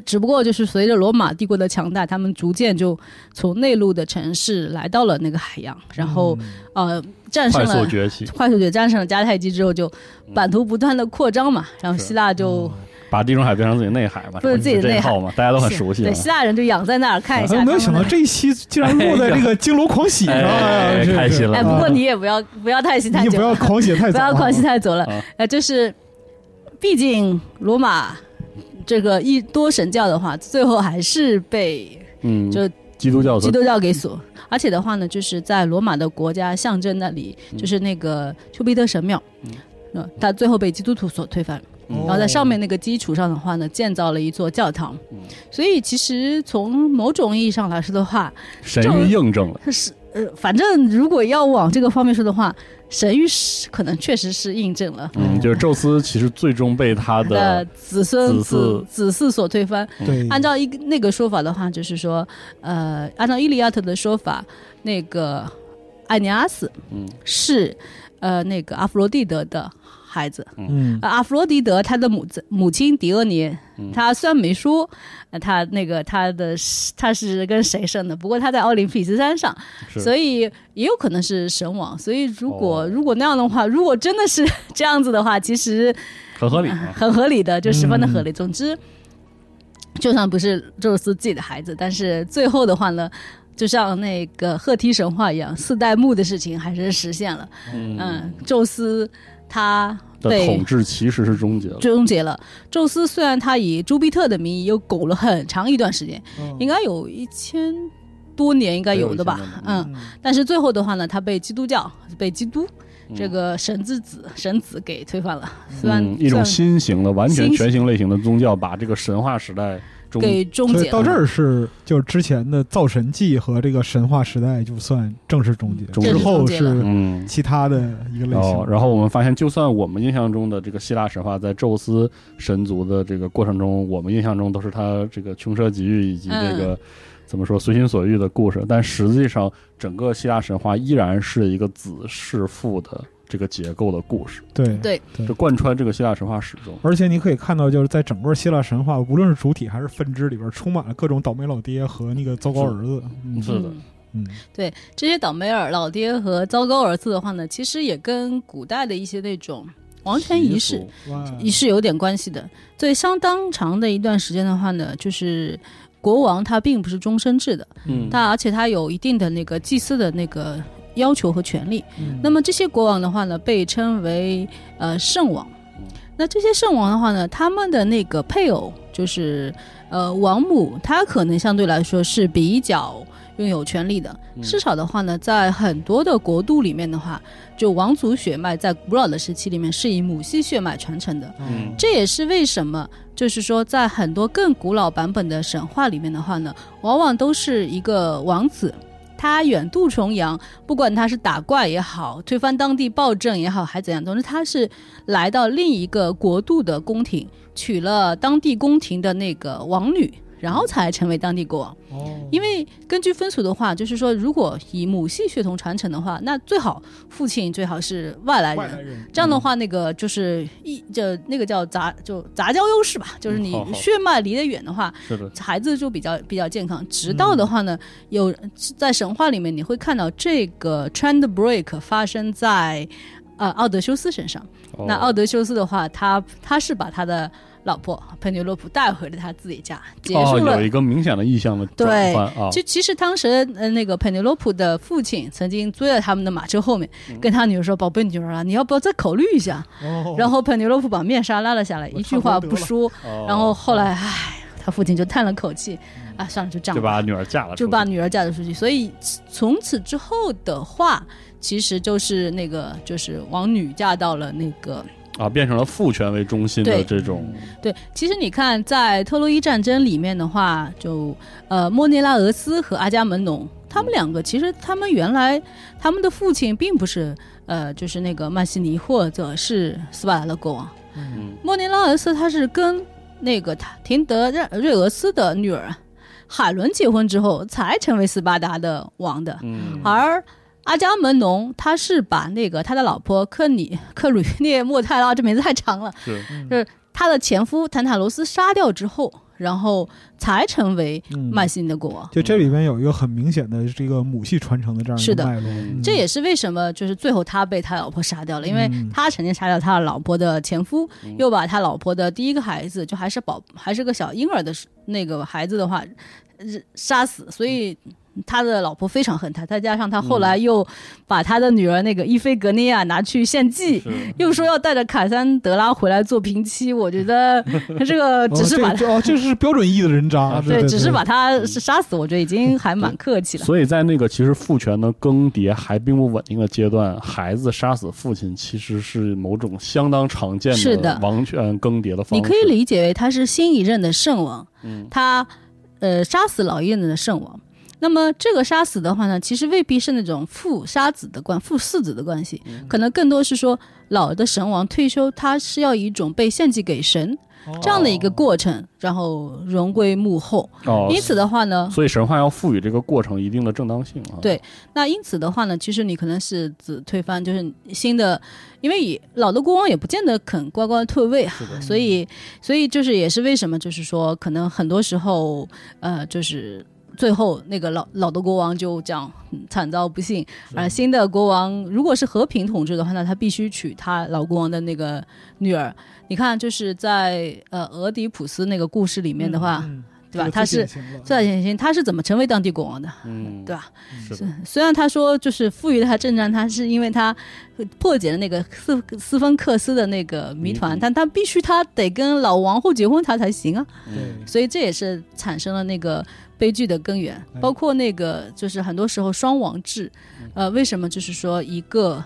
Speaker 4: 只不过就是随着罗马帝国的强大，他们逐渐就从内陆的城市来到了那个海洋，然后、呃战胜
Speaker 2: 快
Speaker 4: 了
Speaker 2: 速崛起，
Speaker 4: 快速决战胜了迦太基之后，就版图不断的扩张嘛，然后
Speaker 2: 是
Speaker 4: 希腊就、
Speaker 3: 嗯
Speaker 2: 把地中海变成自己内海嘛，
Speaker 4: 不是
Speaker 2: 这
Speaker 4: 自己的
Speaker 2: 这
Speaker 4: 内
Speaker 2: 一
Speaker 4: 海
Speaker 2: 套嘛，大家都很熟悉啊
Speaker 4: 对
Speaker 2: 了。
Speaker 4: 希腊人就养在那儿看一下
Speaker 3: 哎
Speaker 4: 他
Speaker 3: 我
Speaker 4: 们
Speaker 3: 没
Speaker 4: 的。
Speaker 3: 有想到这一期竟然落在这个《金锣狂喜》上，啊
Speaker 2: 哎
Speaker 3: 呀，是啊
Speaker 2: 开心了
Speaker 4: 哎，不过你也不要不要太心太
Speaker 3: 你
Speaker 4: 久，
Speaker 3: 不要狂喜太
Speaker 4: 不
Speaker 3: 早，
Speaker 4: 要狂喜太走了
Speaker 2: 啊。
Speaker 4: 呃，就是，毕竟罗马这个一多神教的话，最后还是被
Speaker 2: 嗯，
Speaker 4: 就
Speaker 2: 基督教
Speaker 4: 基
Speaker 2: 徒
Speaker 4: 督教给锁。而且的话呢，就是在罗马的国家象征那里，
Speaker 2: 嗯
Speaker 4: 就是那个丘比特神庙
Speaker 2: 嗯。
Speaker 4: 呃，它最后被基督徒所推翻，
Speaker 2: 嗯
Speaker 4: 然后在上面那个基础上的话呢，建造了一座教堂
Speaker 2: 嗯。
Speaker 4: 所以其实从某种意义上来说的话，
Speaker 2: 神谕印证了，
Speaker 4: 它是呃，反正如果要往这个方面说的话，神谕是可能确实是印证了。
Speaker 2: 嗯，就是宙斯其实最终被他
Speaker 4: 的
Speaker 2: 的
Speaker 4: 子孙
Speaker 2: 子嗣嗯
Speaker 4: 子子嗣所推翻。
Speaker 3: 嗯对，
Speaker 4: 按照一个那个说法的话，就是说，呃，按照伊利亚特的说法，那个艾尼阿斯
Speaker 2: 嗯
Speaker 4: 是呃那个阿弗罗狄德的孩子。
Speaker 3: 嗯
Speaker 4: 呃阿弗罗狄德她的母子母亲狄俄尼
Speaker 2: 嗯，
Speaker 4: 她虽然没说，呃她那个她的她是跟谁生的，不过她在奥林匹斯山上，
Speaker 2: 是
Speaker 4: 所以也有可能是神王。所以如果、
Speaker 2: 哦
Speaker 4: 如果那样的话，如果真的是这样子的话，其实
Speaker 2: 很合理啊。
Speaker 4: 很合理的，就十分的合理。总之，就算不是宙斯自己的孩子，但是最后的话呢，就像那个赫梯神话一样，四代目的事情还是实现了。嗯，宙斯他
Speaker 2: 的
Speaker 4: 被
Speaker 2: 统治其实是终结了。
Speaker 4: 终结了。宙斯虽然他以朱庇特的名义又苟了很长一段时间，
Speaker 3: 嗯
Speaker 4: 应该有一千多年，应该有的吧
Speaker 2: 没有一千？多
Speaker 4: 嗯，但是最后的话呢，他被基督教被基督
Speaker 2: 嗯
Speaker 4: 这个神之子神子给推翻了，虽然
Speaker 2: 嗯，一种
Speaker 4: 算
Speaker 2: 新型的、完全
Speaker 4: 新
Speaker 2: 全新类型的宗教，把这个神话时代中
Speaker 4: 给终
Speaker 3: 嗯所
Speaker 4: 结
Speaker 3: 以到
Speaker 4: 了。
Speaker 3: 这儿是就是之前的造神记和这个神话时代就算正式终结，
Speaker 2: 正式
Speaker 3: 之后
Speaker 4: 嗯终结了哦
Speaker 3: 是
Speaker 2: 嗯，
Speaker 3: 其他的一个类
Speaker 2: 然
Speaker 3: 型
Speaker 2: 哦后，。然后我们发现，就算我们印象中的这个希腊神话，在宙斯神族的这个过程中，我们印象中都是他这个穷奢极欲以及
Speaker 4: 嗯
Speaker 2: 这个、怎么说随心所欲的故事，但实际上整个希腊神话依然是一个子弑父的这个结构的故事，
Speaker 3: 对
Speaker 4: 对
Speaker 2: 这贯穿这个希腊神话始终。
Speaker 3: 而且你可以看到，就是在整个希腊神话，无论是主体还是分支里边，充满了各种倒霉老爹和那个糟糕儿子。嗯
Speaker 2: 是的
Speaker 4: 嗯
Speaker 3: 嗯，
Speaker 4: 对这些倒霉儿老爹和糟糕儿子的话呢，其实也跟古代的一些那种王权仪式
Speaker 2: 习俗，啊
Speaker 3: 哇
Speaker 4: 也是有点关系的。所以相当长的一段时间的话呢，就是国王他并不是终身制的，
Speaker 2: 嗯，
Speaker 4: 他而且他有一定的那个祭祀的那个要求和权利。
Speaker 3: 嗯
Speaker 4: 那么这些国王的话呢，被称为呃圣王
Speaker 2: 嗯。
Speaker 4: 那这些圣王的话呢，他们的那个配偶就是呃王母，她可能相对来说是比较拥有权利的。
Speaker 2: 嗯
Speaker 4: 至少的话呢，在很多的国度里面的话，就王族血脉在古老的时期里面是以母系血脉传承
Speaker 3: 哦
Speaker 4: 的。
Speaker 2: 嗯
Speaker 4: 这也是为什么，就是说，在很多更古老版本的神话里面的话呢，往往都是一个王子，他远渡重洋，不管他是打怪也好，推翻当地暴政也好，还怎样，总之他是来到另一个国度的宫廷，娶了当地宫廷的那个王女，然后才成为当地国王。
Speaker 3: 哦
Speaker 4: 因为根据分属的话，就是说，如果以母系血统传承的话，那最好父亲最好是外来
Speaker 3: 外
Speaker 4: 人
Speaker 3: 来。人
Speaker 4: 这样的话，那个就是一就那个叫杂就杂交优势吧，就是
Speaker 2: 嗯
Speaker 4: 你
Speaker 2: 好好
Speaker 4: 血脉离得远的话，
Speaker 2: 是的，
Speaker 4: 孩子就比较比较健康。直到的话呢，有在神话里面你会看到这个 trend break 发生在呃奥德修斯身上。那奥
Speaker 2: 哦
Speaker 4: 德修斯的话，他他是把他的老婆佩涅洛普带回了他自己家，结
Speaker 2: 哦，
Speaker 4: 束了
Speaker 2: 有一个明显的意向的转
Speaker 4: 对
Speaker 2: 换啊，
Speaker 4: 就其实当时呃那个佩内洛普的父亲曾经追在他们的马车后面，
Speaker 2: 嗯
Speaker 4: 跟他女儿说：“宝贝女儿啊，你要不要再考虑一下？”
Speaker 3: 哦
Speaker 4: 然后佩内洛普把面纱拉了下来，
Speaker 3: 我
Speaker 4: 一句话不说。
Speaker 2: 哦嗯
Speaker 4: 然后后来，唉，他父亲就叹了口气，啊，算了，就这
Speaker 2: 就
Speaker 4: 样
Speaker 2: 把
Speaker 4: 吧，
Speaker 2: 女儿嫁了出去，
Speaker 4: 就把女儿嫁了出去。所以从此之后的话，其实就是那个就是王女嫁到了那个
Speaker 2: 啊变成了父权为中心的
Speaker 4: 对
Speaker 2: 这种
Speaker 4: 对，其实你看，在特洛伊战争里面的话，就呃莫涅拉俄斯和阿伽门农，他们两个其实他们原来他们的父亲并不是呃就是那个曼西尼或者是斯巴达的国王，
Speaker 2: 嗯
Speaker 4: 莫涅拉俄斯他是跟那个塔廷德瑞瑞俄斯的女儿海伦结婚之后才成为斯巴达的王的，
Speaker 2: 嗯
Speaker 4: 而阿伽门农他是把那个他的老婆克里克吕涅莫泰拉这名字太长了。
Speaker 2: 是
Speaker 4: 就是她的前夫坦塔罗斯杀掉之后，然后才成为曼西尼的国王。
Speaker 3: 嗯就这里边有一个很明显的这个母系传承的这样一
Speaker 4: 是
Speaker 3: 个
Speaker 4: 的
Speaker 3: 脉络，
Speaker 2: 嗯
Speaker 4: 这也是为什么，就是最后他被他老婆杀掉了，因为
Speaker 3: 嗯
Speaker 4: 他曾经杀掉他的老婆的前夫，又把他老婆的第一个孩子，就还是宝还是个小婴儿的时那个孩子的话，呃杀死，所以。他的老婆非常恨他，再加上他后来又把他的女儿那个伊菲格涅亚拿去献祭，
Speaker 2: 是
Speaker 4: 又说要带着凯撒德拉回来做平妻，我觉得这个
Speaker 3: 哦
Speaker 4: 只是
Speaker 3: 这
Speaker 4: 把他
Speaker 3: 这哦，这是标准意义的人渣，
Speaker 2: 啊
Speaker 4: 对，
Speaker 3: 对，
Speaker 4: 只是把他杀死，我觉得已经还蛮客气了。
Speaker 2: 所以在那个其实父权的更迭还并不稳定的阶段，孩子杀死父亲其实是某种相当常见
Speaker 4: 是的
Speaker 2: 王权更迭的方式。
Speaker 4: 你可以理解为他是新一任的圣王，
Speaker 2: 嗯
Speaker 4: 他呃杀死老一任的圣王。那么这个杀死的话呢，其实未必是那种父杀子的关父嗣子的关系，可能更多是说老的神王退休，他是要以一种被献祭给神
Speaker 3: 哦
Speaker 4: 这样的一个过程，然后荣归幕后。
Speaker 3: 嗯
Speaker 2: 哦，
Speaker 4: 因此的话呢，
Speaker 2: 所以神话要赋予这个过程一定的正当性啊。
Speaker 4: 对那因此的话呢，其实你可能是子推翻，就是新的，因为以老的国王也不见得肯乖乖退位啊，所
Speaker 3: 嗯
Speaker 4: 以所以就是也是为什么就是说，可能很多时候呃就是。最后，那个老老的国王就这样嗯惨遭不幸，而新的国王如果是和平统治的话，那他必须娶他老国王的那个女儿。你看，就是在呃俄狄浦斯那个故事里面的话，
Speaker 3: 嗯
Speaker 4: 对吧？他是最大典型，他是怎么成为当地国王的，
Speaker 2: 嗯，
Speaker 4: 对啊吧？
Speaker 2: 是的，
Speaker 4: 是虽然他说就是赋予他正战，他是因为他破解了那个斯斯芬克斯的那个谜团，
Speaker 2: 谜
Speaker 4: 但他必须他得跟老王后结婚，他才行啊。
Speaker 2: 嗯，
Speaker 4: 所以这也是产生了那个悲剧的根源
Speaker 3: 哎，
Speaker 4: 包括那个就是很多时候双王制，
Speaker 2: 嗯
Speaker 4: 呃，为什么就是说一个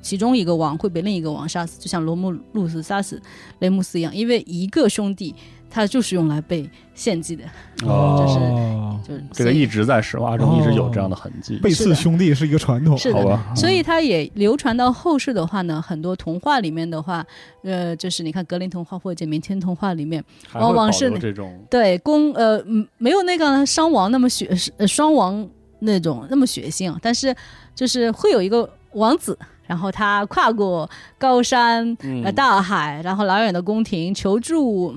Speaker 4: 其中一个王会被另一个王杀死，就像罗姆路斯杀死雷姆斯一样，因为一个兄弟他就是用来被献祭的，
Speaker 2: 哦，
Speaker 4: 就是
Speaker 3: 哦
Speaker 4: 就是
Speaker 2: 这个一直在神话中一直有这样的痕迹，
Speaker 3: 贝
Speaker 4: 是
Speaker 3: 氏
Speaker 4: 的
Speaker 3: 兄弟是一个传统，
Speaker 4: 是的
Speaker 2: 好吧？嗯
Speaker 4: 所以它也流传到后世的话呢，很多童话里面的话，呃，就是你看格林童话或者简明天童话里面，
Speaker 2: 还会
Speaker 4: 往往
Speaker 2: 保
Speaker 4: 是
Speaker 2: 留
Speaker 4: 那
Speaker 2: 这种
Speaker 4: 对公呃嗯没有那个伤亡那么血呃伤亡那种那么血腥啊，但是就是会有一个王子，然后他跨过高山呃
Speaker 2: 嗯
Speaker 4: 大海，然后老远的宫廷求助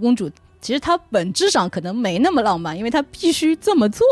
Speaker 4: 公主。其实他本质上可能没那么浪漫，因为他必须这么做，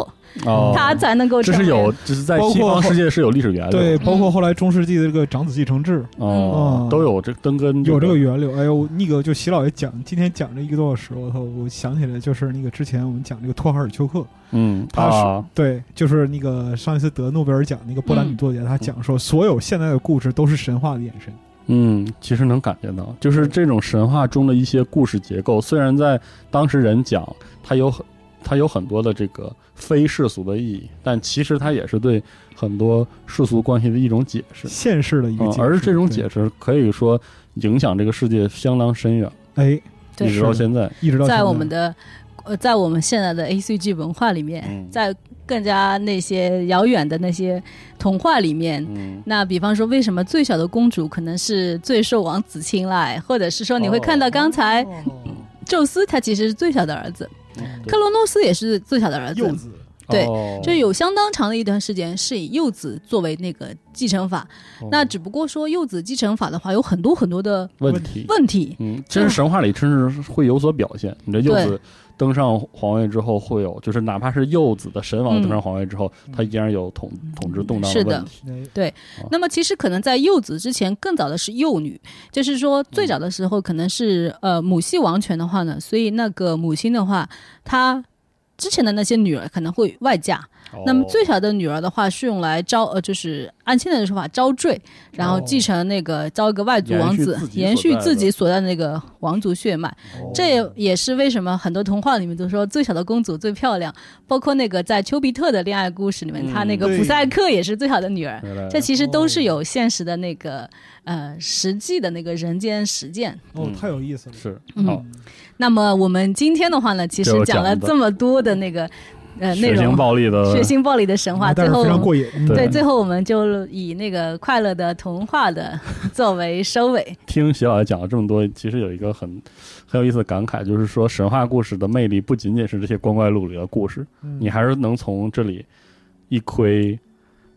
Speaker 2: 哦，
Speaker 4: 他才能够
Speaker 2: 这
Speaker 4: 成
Speaker 2: 是
Speaker 4: 为
Speaker 2: 有，这是在
Speaker 3: 包括
Speaker 2: 西方世界是有历史
Speaker 4: 嗯
Speaker 2: 源流
Speaker 3: 对，
Speaker 2: 的，
Speaker 3: 包括后来中世纪的这个长子继承制
Speaker 2: 哦
Speaker 3: 嗯，
Speaker 2: 都有这登根
Speaker 3: 有这
Speaker 2: 个
Speaker 3: 个源流。哎呦，那个就席老爷讲，今天讲了一个多小时，我操，我想起来就是那个之前我们讲这个托卡尔丘克，
Speaker 2: 嗯，
Speaker 3: 他是
Speaker 2: 啊
Speaker 3: 对，就是那个上一次得诺贝尔奖那个波
Speaker 4: 嗯
Speaker 3: 兰女作家，她讲说所有现代的故事都是神话的延伸。
Speaker 2: 嗯，其实能感觉到，就是这种神话中的一些故事结构，虽然在当时人讲它有很它有很多的这个非世俗的意义，但其实它也是对很多世俗关系的一种解释，
Speaker 3: 现世的一个
Speaker 2: 嗯
Speaker 3: 解释，
Speaker 2: 而这种
Speaker 3: 对
Speaker 2: 解释可以说影响这个世界相当深远，
Speaker 3: 哎，
Speaker 4: 对
Speaker 2: 一直到现在，
Speaker 3: 一直到现
Speaker 4: 在我们的呃，在我们现在的 A C G 文化里面，
Speaker 2: 嗯
Speaker 4: 在更加那些遥远的那些童话里面。
Speaker 2: 嗯，
Speaker 4: 那比方说，为什么最小的公主可能是最受王子青睐，或者是说你会看到刚才宙斯他其实是最小的儿子，克罗诺斯也是最小的儿
Speaker 3: 柚
Speaker 4: 子，
Speaker 3: 子，
Speaker 4: 对
Speaker 2: 哦
Speaker 4: 就有相当长的一段时间是以幼子作为那个继承法。那只不过说幼子继承法的话，有很多很多的
Speaker 2: 哦问题，
Speaker 4: 问题，
Speaker 2: 嗯，其实神话里真是会有所表现。你这幼子登上皇位之后，会有就是哪怕是幼子的神王
Speaker 4: 嗯
Speaker 2: 登上皇位之后，他依然有统统治动荡
Speaker 4: 是的
Speaker 2: 问题。
Speaker 3: 哎
Speaker 4: 那么其实可能在幼子之前，更早的是幼女，就是说
Speaker 2: 嗯
Speaker 4: 最早的时候可能是呃母系王权的话呢，所以那个母亲的话，她之前的那些女儿可能会外嫁，
Speaker 2: 哦
Speaker 4: 那么最小的女儿的话是用来招呃，就是按现在的说法招赘，然后继承那个招一个外族王子，
Speaker 2: 哦延
Speaker 4: 延
Speaker 2: 续自己所在的
Speaker 4: 续自己所在的那个王族血脉。
Speaker 2: 哦
Speaker 4: 这也也是为什么很多童话里面都说最小的公主最漂亮，包括那个在丘比特的恋爱故事里面，
Speaker 2: 嗯
Speaker 4: 她那个
Speaker 3: 对
Speaker 4: 普赛克也是最小的女儿。
Speaker 2: 原来
Speaker 4: 这其实都
Speaker 2: 哦
Speaker 4: 是有现实的那个呃实际的那个人间实践。
Speaker 3: 哦
Speaker 2: 嗯，
Speaker 3: 太有意思了。
Speaker 2: 是
Speaker 4: 嗯
Speaker 2: 好
Speaker 4: 那么我们今天的话呢，其实
Speaker 2: 就
Speaker 4: 讲了
Speaker 2: 讲的
Speaker 4: 这么多的那个呃内
Speaker 2: 血
Speaker 4: 容
Speaker 2: 腥，暴力的
Speaker 4: 血腥暴力的神话，
Speaker 3: 但
Speaker 4: 最
Speaker 3: 是
Speaker 4: 后
Speaker 3: 非
Speaker 4: 我
Speaker 3: 常
Speaker 4: 们
Speaker 3: 过瘾。嗯
Speaker 4: 对，最后我们就以那个快乐的童话
Speaker 2: (laughs)
Speaker 4: 的作为收尾。
Speaker 2: 听徐老师讲了这么多，其实有一个很很有意思的感慨，就是说神话故事的魅力不仅仅是这些光怪陆离的故事，
Speaker 3: 嗯
Speaker 2: 你还是能从这里一窥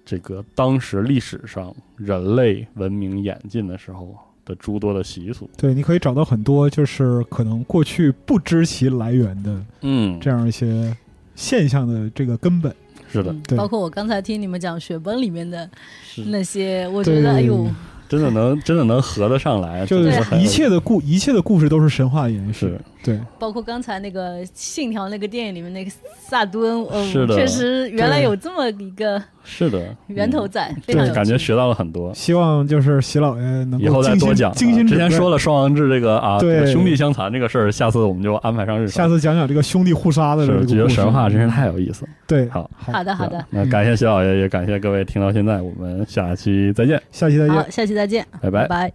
Speaker 2: 这个当时历史上人类文明演进的时候的诸多的习俗。
Speaker 3: 对，你可以找到很多就是可能过去不知其来源的
Speaker 2: 嗯
Speaker 3: 这样一些现象的这个根本。
Speaker 2: 是的，嗯
Speaker 4: 嗯
Speaker 3: 对
Speaker 4: 包括我刚才听你们讲血崩里面的
Speaker 2: 是
Speaker 4: 那些，我觉得
Speaker 3: 对
Speaker 4: 哎呦，
Speaker 2: 真的能真的能合得上来，
Speaker 3: 就
Speaker 2: 真的
Speaker 3: 是
Speaker 2: 很
Speaker 3: 一
Speaker 2: 有
Speaker 3: 切的故一切的故事都是神话延续
Speaker 2: 是。
Speaker 3: 对，
Speaker 4: 包括刚才那个《信条》那个电影里面那个萨杜恩，哦，
Speaker 2: 是的
Speaker 4: 确实原来
Speaker 3: 对
Speaker 4: 有这么一个
Speaker 2: 是的
Speaker 4: 源头
Speaker 2: 嗯
Speaker 4: 在，非常有
Speaker 2: 对感觉
Speaker 4: 趣
Speaker 2: 学到了很多。
Speaker 3: 希望就是席老爷能
Speaker 2: 以后
Speaker 3: 够
Speaker 2: 再
Speaker 3: 精
Speaker 2: 多
Speaker 3: 心
Speaker 2: 讲啊。
Speaker 3: 精心
Speaker 2: 之
Speaker 3: 准
Speaker 2: 前
Speaker 3: 备
Speaker 2: 说了双王制这个啊，
Speaker 3: 对
Speaker 2: 这个兄弟相残这个事儿，下次我们就安排上日程。
Speaker 3: 下次讲讲这个兄弟互杀的这个
Speaker 2: 是
Speaker 3: 故
Speaker 2: 觉
Speaker 3: 事。
Speaker 2: 得神话真是太有意思了。
Speaker 3: 对，
Speaker 2: 好
Speaker 4: 好的，好的，
Speaker 2: 那感谢徐老爷，也感谢各位听到现在，我们下期再见，
Speaker 3: 下期再见
Speaker 4: 好，。下期再见，
Speaker 2: 拜拜
Speaker 4: 拜。